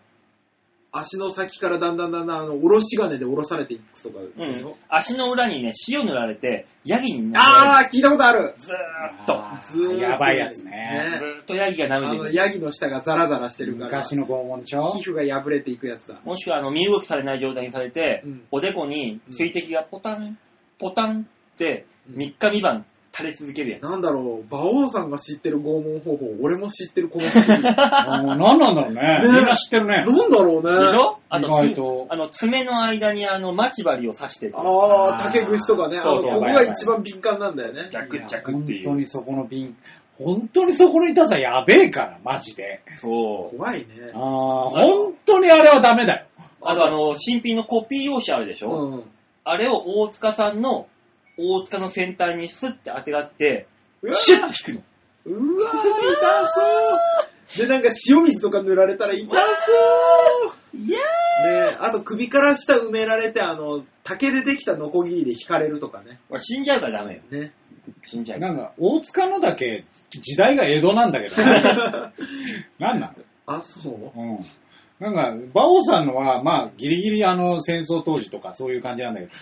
足の先からだんだんだんだんあのおろし金でおろされていくとかうでしょ、ん。足の裏にね、塩塗られて、ヤギになああ聞いたことあるずーっと、あずーっとやばいやつね。ずーっとヤギがあ舐めのていヤギの下がザラザラしてるから昔皮の拷問でしょ膚が破れていくやつだく。もしくは、あの、身動きされない状態にされて、うんおでこに水滴がポタン、ポタンって、う3ん日3晩垂れ続けるやつ。なんだろう馬王さんが知ってる拷問方法俺も知ってるこの不思議 なあの何なんだろうね。ねみんな知ってるね。んだろうねでしょあと意外とあの、爪の間にあの、待ち針を刺してる。ああ竹串とかねあそうのそうここやばがいやばい一番敏感なんだよねジャクジャク本ってい当う。にそこの瓶、本当にそこの痛さやべえから、マジで。そう。怖いねああ、本当にあれはダメだよ。あとあの、新品のコピー用紙あるでしょ、うんあれを大塚さんの、大塚の先端にスッて当てがって、うわーシュッて引くの。うわー、痛そう。で、なんか塩水とか塗られたら痛そう。いやねえあと首から下埋められて、あの、竹でできたノコギリで引かれるとかね。俺死んじゃうからダメよ。ね。死んじゃうかなら。んか、大塚のだけ、時代が江戸なんだけど、なんなあ、そうのうん。なんか、馬王さんのは、まあ、ギリギリあの、戦争当時とかそういう感じなんだけど、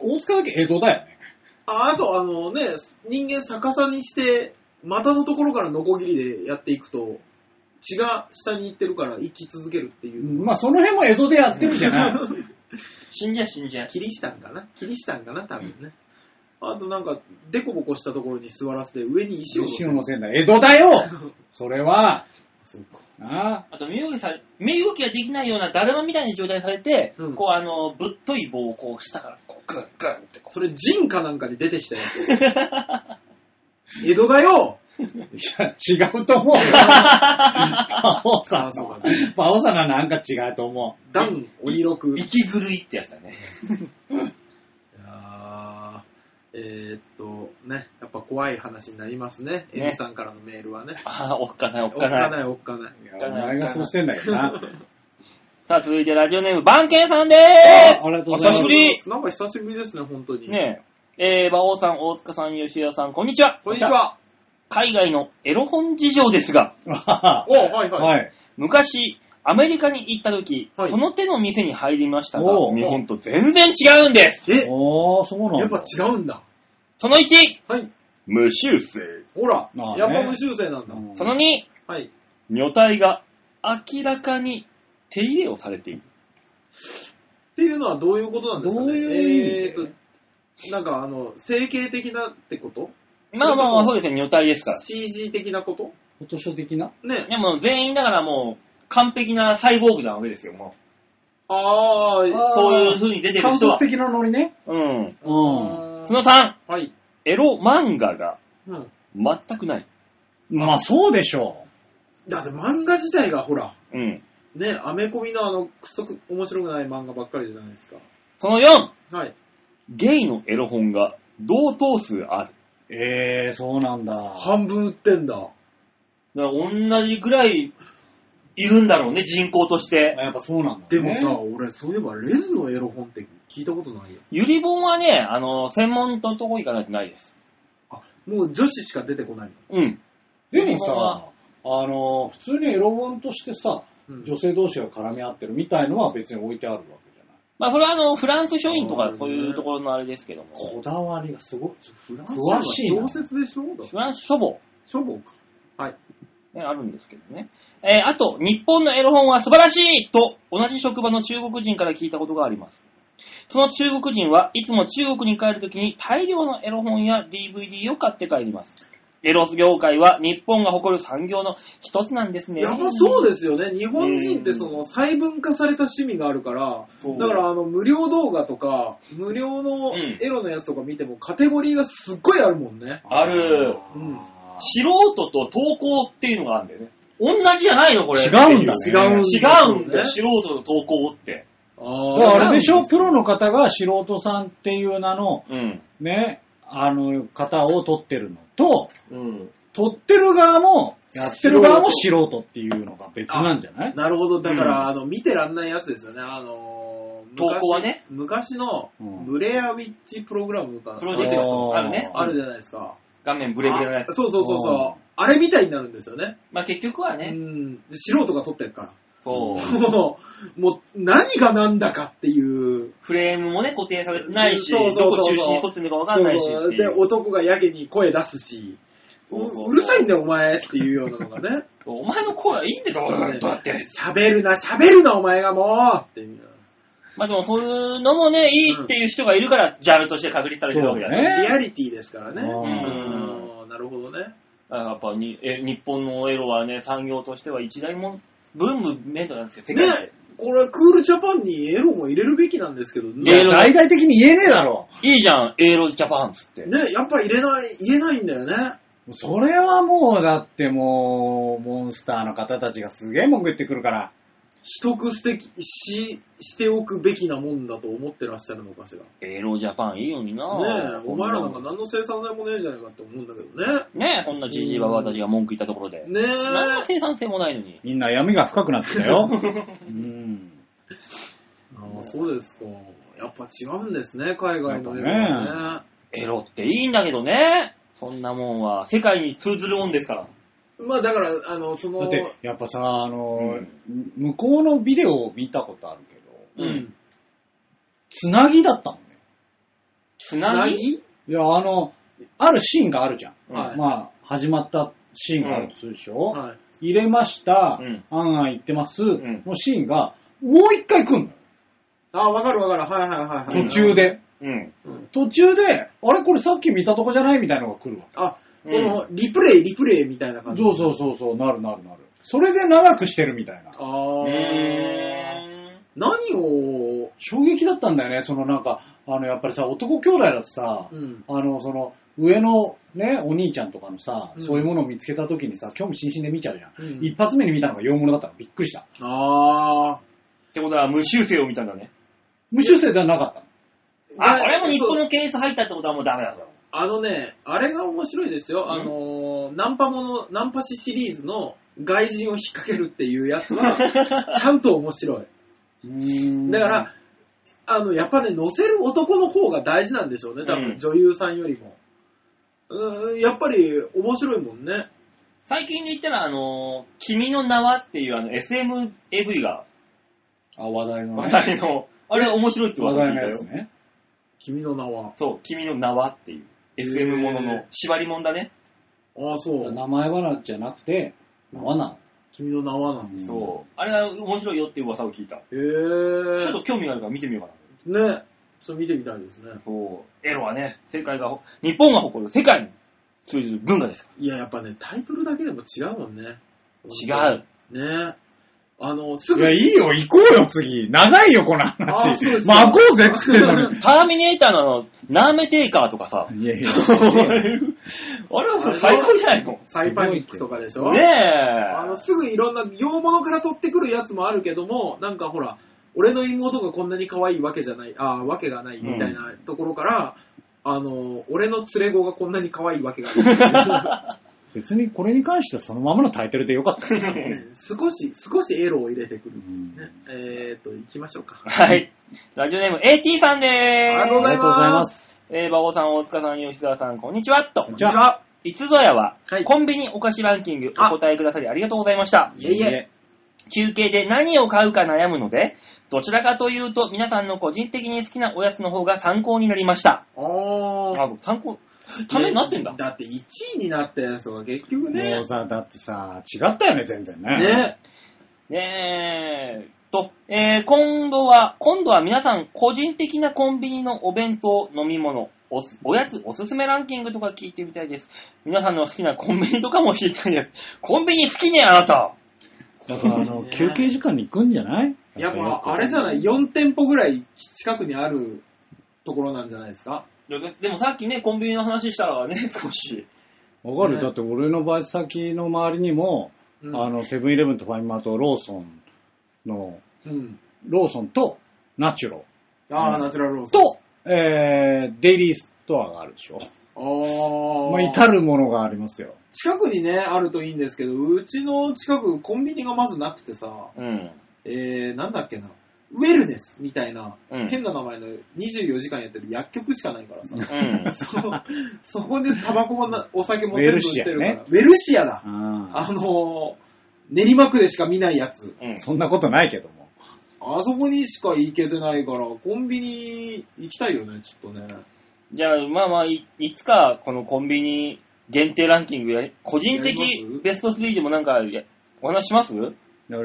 大塚だけ江戸だよね。ああと、あのね、人間逆さにして、股のところからノコギリでやっていくと、血が下に行ってるから生き続けるっていう。まあ、その辺も江戸でやってるじゃない。死んじゃう死んじゃう。キリシタンかなキリシタンかな多分ね。あとなんか、デコボコしたところに座らせて、上に石を乗せ石るを乗せんだ。江戸だよそれは、そうか。なあ。あと、身動きされ、身動きができないような、だるまみたいな状態にされて、うんこう、あの、ぶっとい棒をこう、下から、こう、グッグッってこそれ、ジンかなんかに出てきたやつ。江戸だよいや、違うと思うよ。馬王さんあ そうのかね。馬王さんのはなんか違うと思う。ダン、鬼六。う、い息狂いってやつだね。やーえーっと、ね、やっぱ怖い話になりますねね。N さんからのメールはね。ああ、おっかない、おっおっかかない。ない、おっかない。いやお前がそうしてんだよな。さあ、続いてラジオネーム、番犬さんであありがとうごすざい久ますしぶりなんか久しぶりですね、本当に。ねえ、えー、馬王さん、大塚さん、吉田さん、こんにちは。こんにち。は。海外のエロ本事情ですが、はおはいはい。 はい。昔、アメリカに行った時、はいその手の店に入りましたがお、う日本と全然違うんです。え、おー、そうなんだ。やっぱ違うんだ。その1、はい。無修正。ほら、まあねやっぱ無修正なんだ。うんその2、はい。女体が明らかに手入れをされている。っていうのはどういうことなんですかね。どういう意味えーっと、なんかあの、整形的なってことまあまあまあ、そうですね、女体ですから。 ?CG 的なことフォトショー的なね。でも全員だからもう、完璧なサイボーグなわけですよ、もあう。あ、あーそういう風に出てる感人は覚。的なノリね。うん。うその3、はい。エロ漫画がうん。全くない。ん。まあ、そうでしょだって漫画自体がほら、うん。ね、アメコミのあの、くそく面白くない漫画ばっかりじゃないですか。その4、はい。ゲイのエロ本が同等数ある。う。ええー、そうなんだ。半分売ってんだ。だから同じぐらいいるんだろうね、人口として。やっぱそうなんだ、ね。でもさ、俺、そういえばレズのエロ本って聞いたことないよ。ゆりぼんはね、あの、専門のとこ行かないとないです。あ、もう女子しか出てこないうの。ん。でもここはさ、あの、普通にエロ本としてさ、うん女性同士が絡み合ってるみたいのは別に置いてあるわけじゃない。まあ、それはあの、フランス書院とかそういうところのあれですけども、こだわりがすごい。フランスは詳しいな小説でしょだフランス書房、書房か。ね、あるんですけどね。えーあと、日本のエロ本は素晴らしいと、同じ職場の中国人から聞いたことがあります。その中国人はいつも中国に帰るときに大量のエロ本や DVD を買って帰ります。エロス業界は日本が誇る産業の一つなんですね。やっぱそううですよね。日本人ってその細分化された趣味があるから、だからあの無料動画とか、無料のうんエロのやつとか見てもカテゴリーがすっごいあるもんね。ある。うん素人と投稿っていうのがあるんだよね。同じじゃないのこれ。違うんだね。違う違んうんだよ、素人の投稿って。あだからあれでしょプロの。の方が素人さんっていう名の、うん。ね、あの、方を撮ってるのと、うん。撮ってる側も、やってる側も素人っていうのが別なんじゃないなるほど。だかうんら、あの、見てらんないやつですよね。あのー、投稿はね昔昔のうんブレアウィッチプログラムか、プロジェクあトーあるね。あるじゃないですか。画面ブレブレのやつあ。そうそうそううんそう。あれみたいになるんですよね。まあ結局はうね、ん。で素人が撮ってるから。そう。もう、 もう何が何だかっていう。フレームもね、固定されてないし、どそうそうこそうそう中心に撮ってるのかわかんないしってそうそういで、う。男がやけに声出すし、うそうそうそううるさいんだよお前っていうようなのが ね。お前の声はいいんだよ、どうやって。喋るな、喋るなお前がもうっていう。まあでもそういうのもね、いいっていう人がいるから、ジャルとして確立されてるわけだそうね。ねえーリアリティですからね。うんうんなるほどね。あやっぱにえ、日本のエロはね、産業としては一大も、ブームメントなんですよ、世ね界で。、これクールジャパンにエロも入れるべきなんですけど、いやエロね、大々的に言えねえだろ。いいじゃん、エロジャパンっつって。ねやっぱ入れない、言えないんだよね。それはもう、だってもう、モンスターの方たちがすげえ文句言ってくるから。取得してきし、しておくべきなもんだと思ってらっしゃるのかしら。エロジャパンいいよになねえ、こおな前らなんか何の生産性もねえじゃないかって思うんだけどね。ねえ、こんなじじいばばあたちが文句言ったところで。ね何のえ。生産性もないのに。みんな闇が深くなってき たよ。うん。ああそうですか。やっぱ違うんですね、海外の映画やっはね。エロっていいんだけどね。そんなもんは、世界に通ずるもんですから。まあだから、あの、そだのっ、て、やっぱさ、あの、うん向こうのビデオを見たことあるけど、ううんん。つなぎだったのね。つなぎいや、あの、あるシーンがあるじゃん。はいまあ、始まったシーンがあるとするでしょ、はい。入れました、うんあんあん言ってます、んのシーンが、もう一回来んのよ。ああ、わかるわかる。はいはいはいはい。途中で。うん。うん。途中で、あれこれさっき見たとこじゃないみたいなのが来るわあ、こうんの、リプレイ、リプレイみたいな感け。じ。そうそうそうそう、なるなるなる。それで長くしてるみたいな。あうあ。何を、衝撃だったんだよね、そのなんか、あの、やっぱりさ、男兄弟だとさ、うん。あの、その、上のね、お兄ちゃんとかのさ、うんそういうものを見つけた時にさ、興味津々で見ちゃうじゃん。うん一発目に見たのが洋物だったの。びっくりした。ああ。ってことは、無修正を見たんだね。無修正ではなかったの。あ、でこれも日本そうのケース入ったってことはもうダメだぞ。あのね、あれが面白いですよ。んあのー、ナンパもの、ナンパ師シリーズの外人を引っ掛けるっていうや つは、ちゃんと面白い。だから、あの、やっぱね、乗せる男の方が大事なんでしょうね、多うん分、女優さんよりも。うーん、やっぱり面白いもんね。最近で言ったら、あのー、君の名はっていうあの SMAV があ、話題の話ね。題の、あれ面白いって話噂聞題いのたやよつ。ね。君の名は。そう、君の名はっていう。SM ものの縛りもんだね。ああ、そう。名前花じゃなくて、花なの。君の名はなんです。そう。あれが面白いよっていう噂を聞いた。へえちょっーと。興味があるから見てみようかな。ね。ちょっと見てみたいですね。そう。エロはね、世界が、日本が誇る世界に通じる文化ですかいや、やっぱね、タイトルだけでも違うもんね。ら。違う。う。ね。あの、すいぐや、いいよ、行こうよ、次。長いよ、このあそうで話。すか巻こうぜっつってんの に。ターミネーターのあの、ナーメテイカーとかさ、いやいや、あれは最高じゃないの サイパニックとかでしょねあの、え。すぐいろんな洋物から取ってくるやつもあるけども、なんかほら、俺の妹がこんなに可愛いわけじゃない、ああ、わけがないみたいなところから、あの、俺の連れ子がこんなに可愛いわけがな別にこれに関してはそのままのタイトルでよか った。い。ね少し、少しエロを入れてくるう。んね、えーっと、行きましょうか。はい。ラジオネーム AT さんでありがとうごーざす。います。えー、馬王さん、大塚さん、吉沢さん、こんにちは。と。こんにじちゃはあ、いつぞやは、はいコンビニお菓子ランキングお答えくださりありがとうございました。いえいえ。休憩で何を買うか悩むので、どちらかというと皆さんの個人的に好きなおやつの方が参考になりました。ああ。あ、参考、ためになってんだ。だって1位になったやつは結局もねう。さ、だってさ、違ったよね、全然ね。ね。ねえ。と、えー今度は、今度は皆さん、個人的なコンビニのお弁当、飲み物、おすおやつ、おすすめランキングとか聞いてみたいです。皆さんの好きなコンビニとかも聞いたいです。 コンビニ好きね、あなただから、あの、ね休憩時間に行くんじゃないやっよぱ、くあれじゃない、4店舗ぐらい近くにあるところなんじゃないですかでもさっきね、コンビニの話したらね、少し。わかる、ねだって俺のバイト先の周りにも、うんあの、セブンイレブンとファミマとローソンの、うん。ローソンとナチュロああ、ナチュラルローソン。と、えー、デイリーストアがあるでしょ。ああ。もう至るものがありますよ。近くにね、あるといいんですけど、うちの近くコンビニがまずなくてさ、うん。えー、なんだっけな。ウェルネスみたいな、うん変な名前の24時間やってる薬局しかないからさ。うん。 そそこでタバコもなお酒も全部売ってるから。ウェルシアねウェルシアだ。ああのー、練馬区でしか見ないやつ。うんそんなことないけども。あそこにしか行けてないから、コンビニ行きたいよね、ちょっとね。じゃあ、まあまあ、いいつか、このコンビニ限定ランキングやり、個人や的りますベスト3でもなんか、やお話しますやり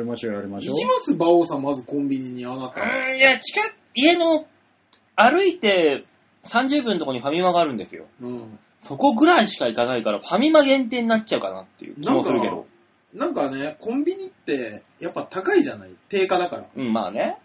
ましょう、やりまし行ょうき。ます馬王さん、まずコンビニにあなた。うん、いや、近く、家の、歩いて30分のとこにファミマがあるんですよ。うん。そこぐらいしか行かないから、ファミマ限定になっちゃうかなっていう気なんもかするけど。、なんかね、コンビニって、やっぱ高いじゃない定価だから。うん、まあね。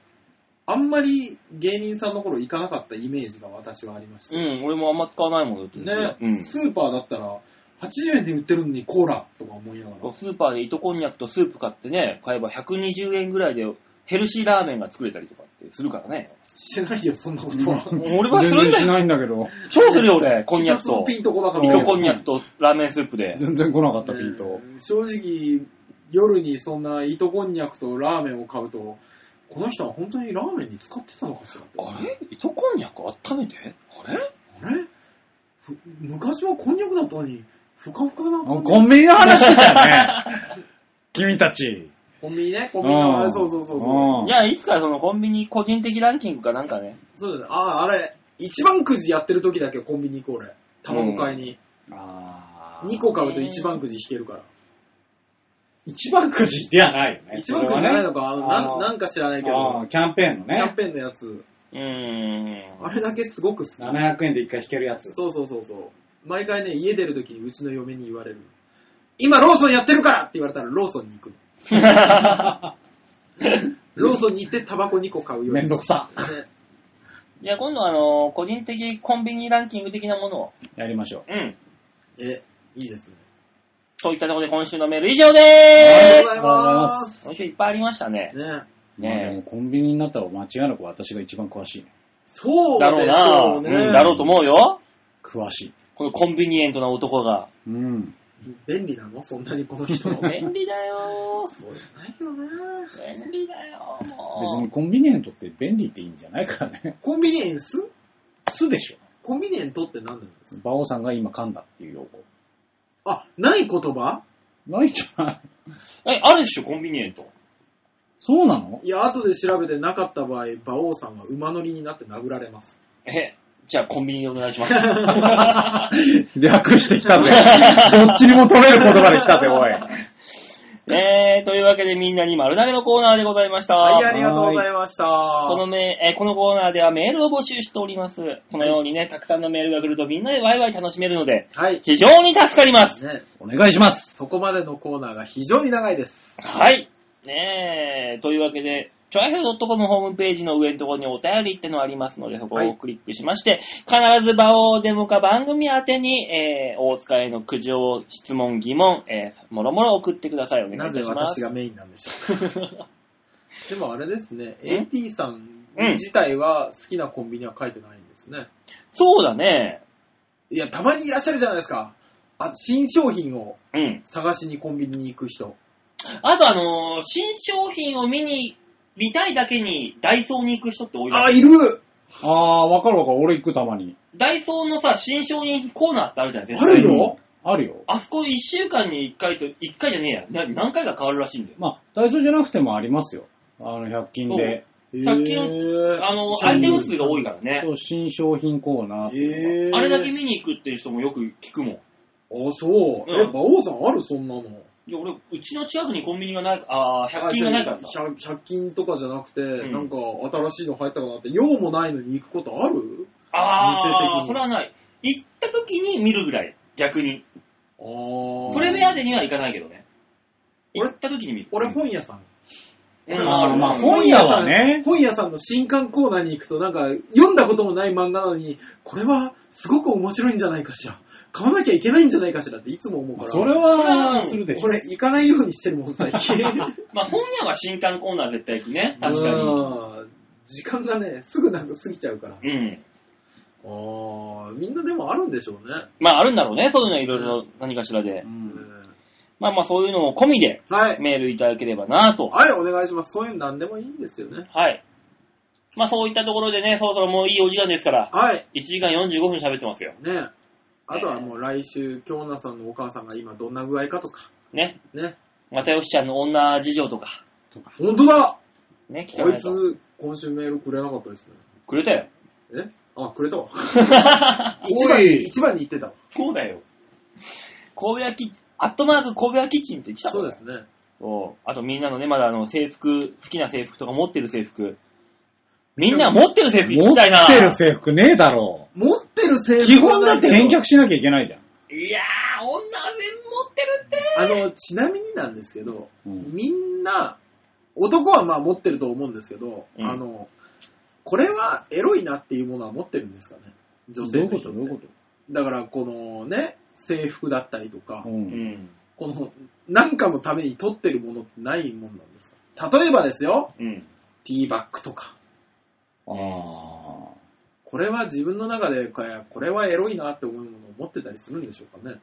あんまり芸人さんの頃行かなかったイメージが私はありまうした。ん、俺もあんま使わないものだと思ね、うんですよ。スーパーだったら、80円で売ってるのにコーラとか思いながうん。ら。スーパーで糸こんにゃくとスープ買ってね、買えば120円ぐらいでヘルシーラーメンが作れたりとかってするからね。してないよ、そんなことは。俺はするん全然だしよ。ないんだけど、超するよ俺、こんにゃ一くつもと。ピンとこなかったけ一つど。糸こんにゃくとラーメンスープで。全然来なかった、ピンと。ね正直、夜にそんな糸こんにゃくとラーメンを買うと、この人は本当にラーメンに使ってたのかしらってあれ糸こんにゃく温めてあれあれふ昔はこんにゃくだったのに、ふかふかなあ感じコンビニの話だよね。君たち。コンビニね、コうンビニのんそうそうそうそう。うんじゃあ、いつかそのコンビニ個人的ランキングかなんかね。そうだね。ああ、あれ、一番くじやってる時だけコンビニ行こう、俺。卵買いに。あー2個買うと一番くじ引けるから。一番くじではないよね。一番くじじゃないのか、あのなあんーなんか知らないけあどー、キャンペーンのキャンね。ペーンのやつ、うーん。あれだけすごく好き。 700円で一回引けるや つ。そうそうそうそう。毎回ね、家出る時にうちの嫁に言われる。今ローソンやってるからって言われたらローソンに行くの。ローソンに行ってタバコ2個買うよめんどくさ。ねじゃあ今度はあの、個人的コンビニランキング的なものを。やりましょうん。え、いいですね。といったところで今週のメール以上あでーすりがとうございま今週いっぱいありましたね。ね。う。ねえまあでもコンビニになったら間違いなく私が一番詳しいね。そうだろうでしなょうね。うん、だろうと思うよ。詳しい。このコンビニエントな男が。うん。便利なのそんなにこの人。 便利だよそうじゃないよね。ー。便利だよー。別も。にコンビニエントって便利っていいんじゃないからね。コンビニエンスすでしょ。コンビニエントって何なんですか馬王さんが今噛んだっていう用語。あ、ない言葉ないんじゃないうえ、あるでしょ、コンビニエント。そうなのいや、後で調べてなかった場合、馬王さんは馬乗りになって殴られます。え、じゃあコンビニでお願いし ます。略してきたぜ。どっちにも取れる言葉で来たぜ、おい。えー、というわけでみんなに丸投げのコーナーでございました。はい、ありがとうございました。このめ、えーこのコーナーではメールを募集しております。このようにね、たくさんのメールが来るとみんなでワイワイ楽しめるので、はい。非常に助かります。ね、お願いします。そこまでのコーナーが非常に長いです。はい。ねえ、というわけで、ちょいへドッ .com ホームページの上のところにお便りってのありますので、そこをクリックしまして、必ず場をデモか番組宛てに、えー、大塚への苦情、質問、疑問、えー、もろもろ送ってください。お願いいなたしぜま私す。がメインなんでしょうか。でもあれですね、AT さんうん自体は好きなコンビニは書いてないんですね。そうだね。いや、たまにいらっしゃるじゃないですか。あ新商品をうん。探しにコンビニに行く人。あとあのー新商品を見に、見たいだけにダイソーに行く人って多いらしいあ、いるあー、わかるわかる。俺行くたまに。ダイソーのさ、新商品コーナーってあるじゃないですあるよああるよ。あそこ1週間に1回と、1回じゃねえや。な何回か変わるらしいんだよ。まあ、ダイソーじゃなくてもありますよ。あの、100均で。 100均えあの、そうアイテム数が多いからね。そう新商品コーナー。えー、あれだけ見に行くっていう人もよく聞くもん。あ、そう。え、うん馬王さんあるそんなの。いや、俺、うちの近くにコンビニがない、ああ、100均がないからさ。 100, 100均とかじゃなくて、んなんか新しいの入ったかなって、用もないのに行くことあるあ店的あ、にそれはない。行った時に見るぐらい、逆に。あーそれ目当てには行かないけどね。行俺った時に見る。俺本屋さん。うんあーるまあ本屋はね本屋さん。本屋さんの新刊コーナーに行くと、なんか、読んだこともない漫画なのに、これはすごく面白いんじゃないかしら。買わなきゃいけないんじゃないかしらっていつも思うかまあら。それそれはは、するでしょこ。れ、行かないようにしてるもん、最 近。まあ本屋は新刊コーナー絶対行くね。確かに。うん時間がね、すぐなんか過ぎちゃうから。うん。ああ、みんなでもあるんでしょうね。まああるんだろうね。そういうのいろいろ何かしらでう。うんんまあまあそういうのも込みではい。メールいただければなと。はい、お願いします。そういうの何でもいいんですよね。はい。まあそういったところでね、そろそろもういいお時間ですから、はい。 1時間45分喋ってますよ。ねあとはもう来週、京奈さんのお母さんが今どんな具合かとか。ね。ね。またよしちゃんの女事情とか、本当だね、聞かこないいと。つ、今週メールくれなかったですね。くれたよ。えあ、くれたわ。 一お番に、い一番に言ってたわ。そうだよ。神戸屋キッチン、アットマーク神戸屋キッチンって来たそうですね。おうあとみんなのね、まだあの制服、好きな制服とか持ってる制服。みんな持ってる制服聞持きったいな。てる制服ねえだろ持ってる制う。服基本だって返却却。しなきゃいけないじゃん。いやー、女は全部持ってるって。あの、ちなみになんですけど、うんみんな、男はまあ持ってると思うんですけど、うんあの、これはエロいなっていうものは持ってるんですかね女どう性いうのこ人とっどういうこて。だから、このね、制服だったりとかと、ううんん。この、なんかのために取ってるものってないもんなんですか例えばですよ、うん。ティーバッグとか。あこれは自分の中で、これこれはエロいなって思うものを持ってたりするんでしょうかね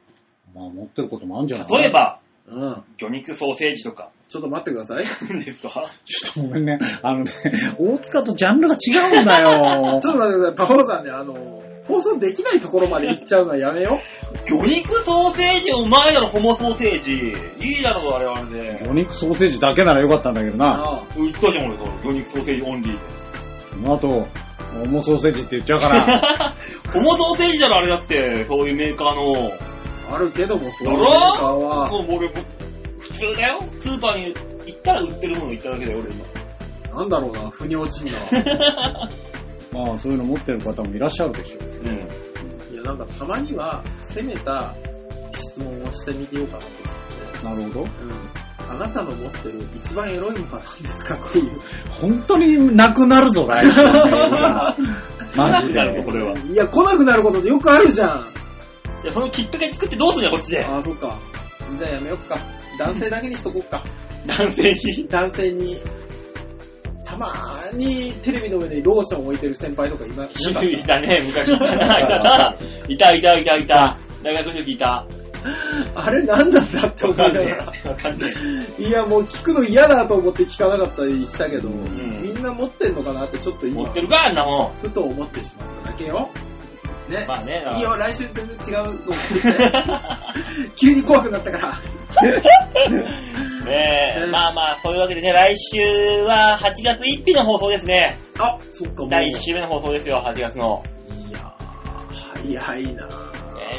あ。まあ持ってることもあるんじゃない例え。ば、うん。魚肉ソーセージとか。 ちょっと待ってください。何ですかちょっとごめんね。あのね、大塚とジャンルが違うんだよ。 ちょっと待ってください。パオさんね、あの、放送できないところまで行っちゃうのはやめよう。魚肉ソーセージうまいだろ、ホモソーセージ。いいだろ、あれはあれで。お肉ソーセージだけならよかったんだけどな。ああ言ったじゃん、俺、その魚肉ソーセージオンリー。その後、重ソーセージって言っちゃうから。ホモソーセージだろ、あれだって。そういうメーカーの。あるけども、そうだいうろメーカーは、もう俺、普通だよ。スーパーに行ったら売ってるもの行っただけだよ、俺今。なんだろうな、腑に落ちんな。まあそういうの持ってる方もいらっしゃるでしょう。うん。いや、なんかたまには、攻めた質問をしてみてようかなと思って。なるほど。うん。あなたの持ってる一番エロいのかなんですかっていう。本当になくなるぞ、来週のメールが マジなるで。ほどこれは。いや、来なくなることってよくあるじゃん。いや、そのきっかけ作ってどうすんだよ、こっちで。ああ、そっか。じゃあやめよっか。男性だけにしとこっか。男性に。 男性に、たまーにテレビの上にローション置いてる先輩とかいな いなかったいたね、昔。いたな、いたな。いた、いた、いた、いた。大学の時いた。あれ何なんだって思わいかなんねがえ ら。。わかんねいや、もう聞くの嫌だと思って聞かなかったりしたけど、んみんな持ってんのかなってちょっとえ。持今っ、てるか、あんなもん。ふと思ってしまっただけよ。ね。まあね、いいよ、来週全然違うの送ってき て急に怖くなったから。ねえ、まあまあ、そういうわけでね、来週は8月1日の放送ですね。あ、そっか、もう。第1週目の放送ですよ、8月の。いやー、早いなね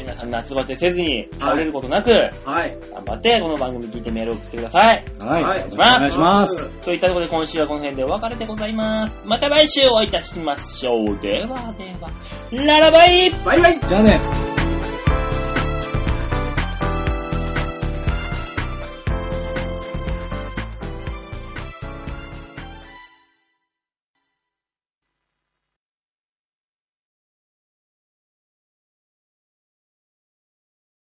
え皆さん夏バテせずに、倒れることなく、はい。頑張って、この番組聞いてメールを送ってください。はい。はいお願いします。といったところで今週はこの辺でお別れでございます。また来週お会いいたしましょう。ではでは、ララバイバイバイじゃあね。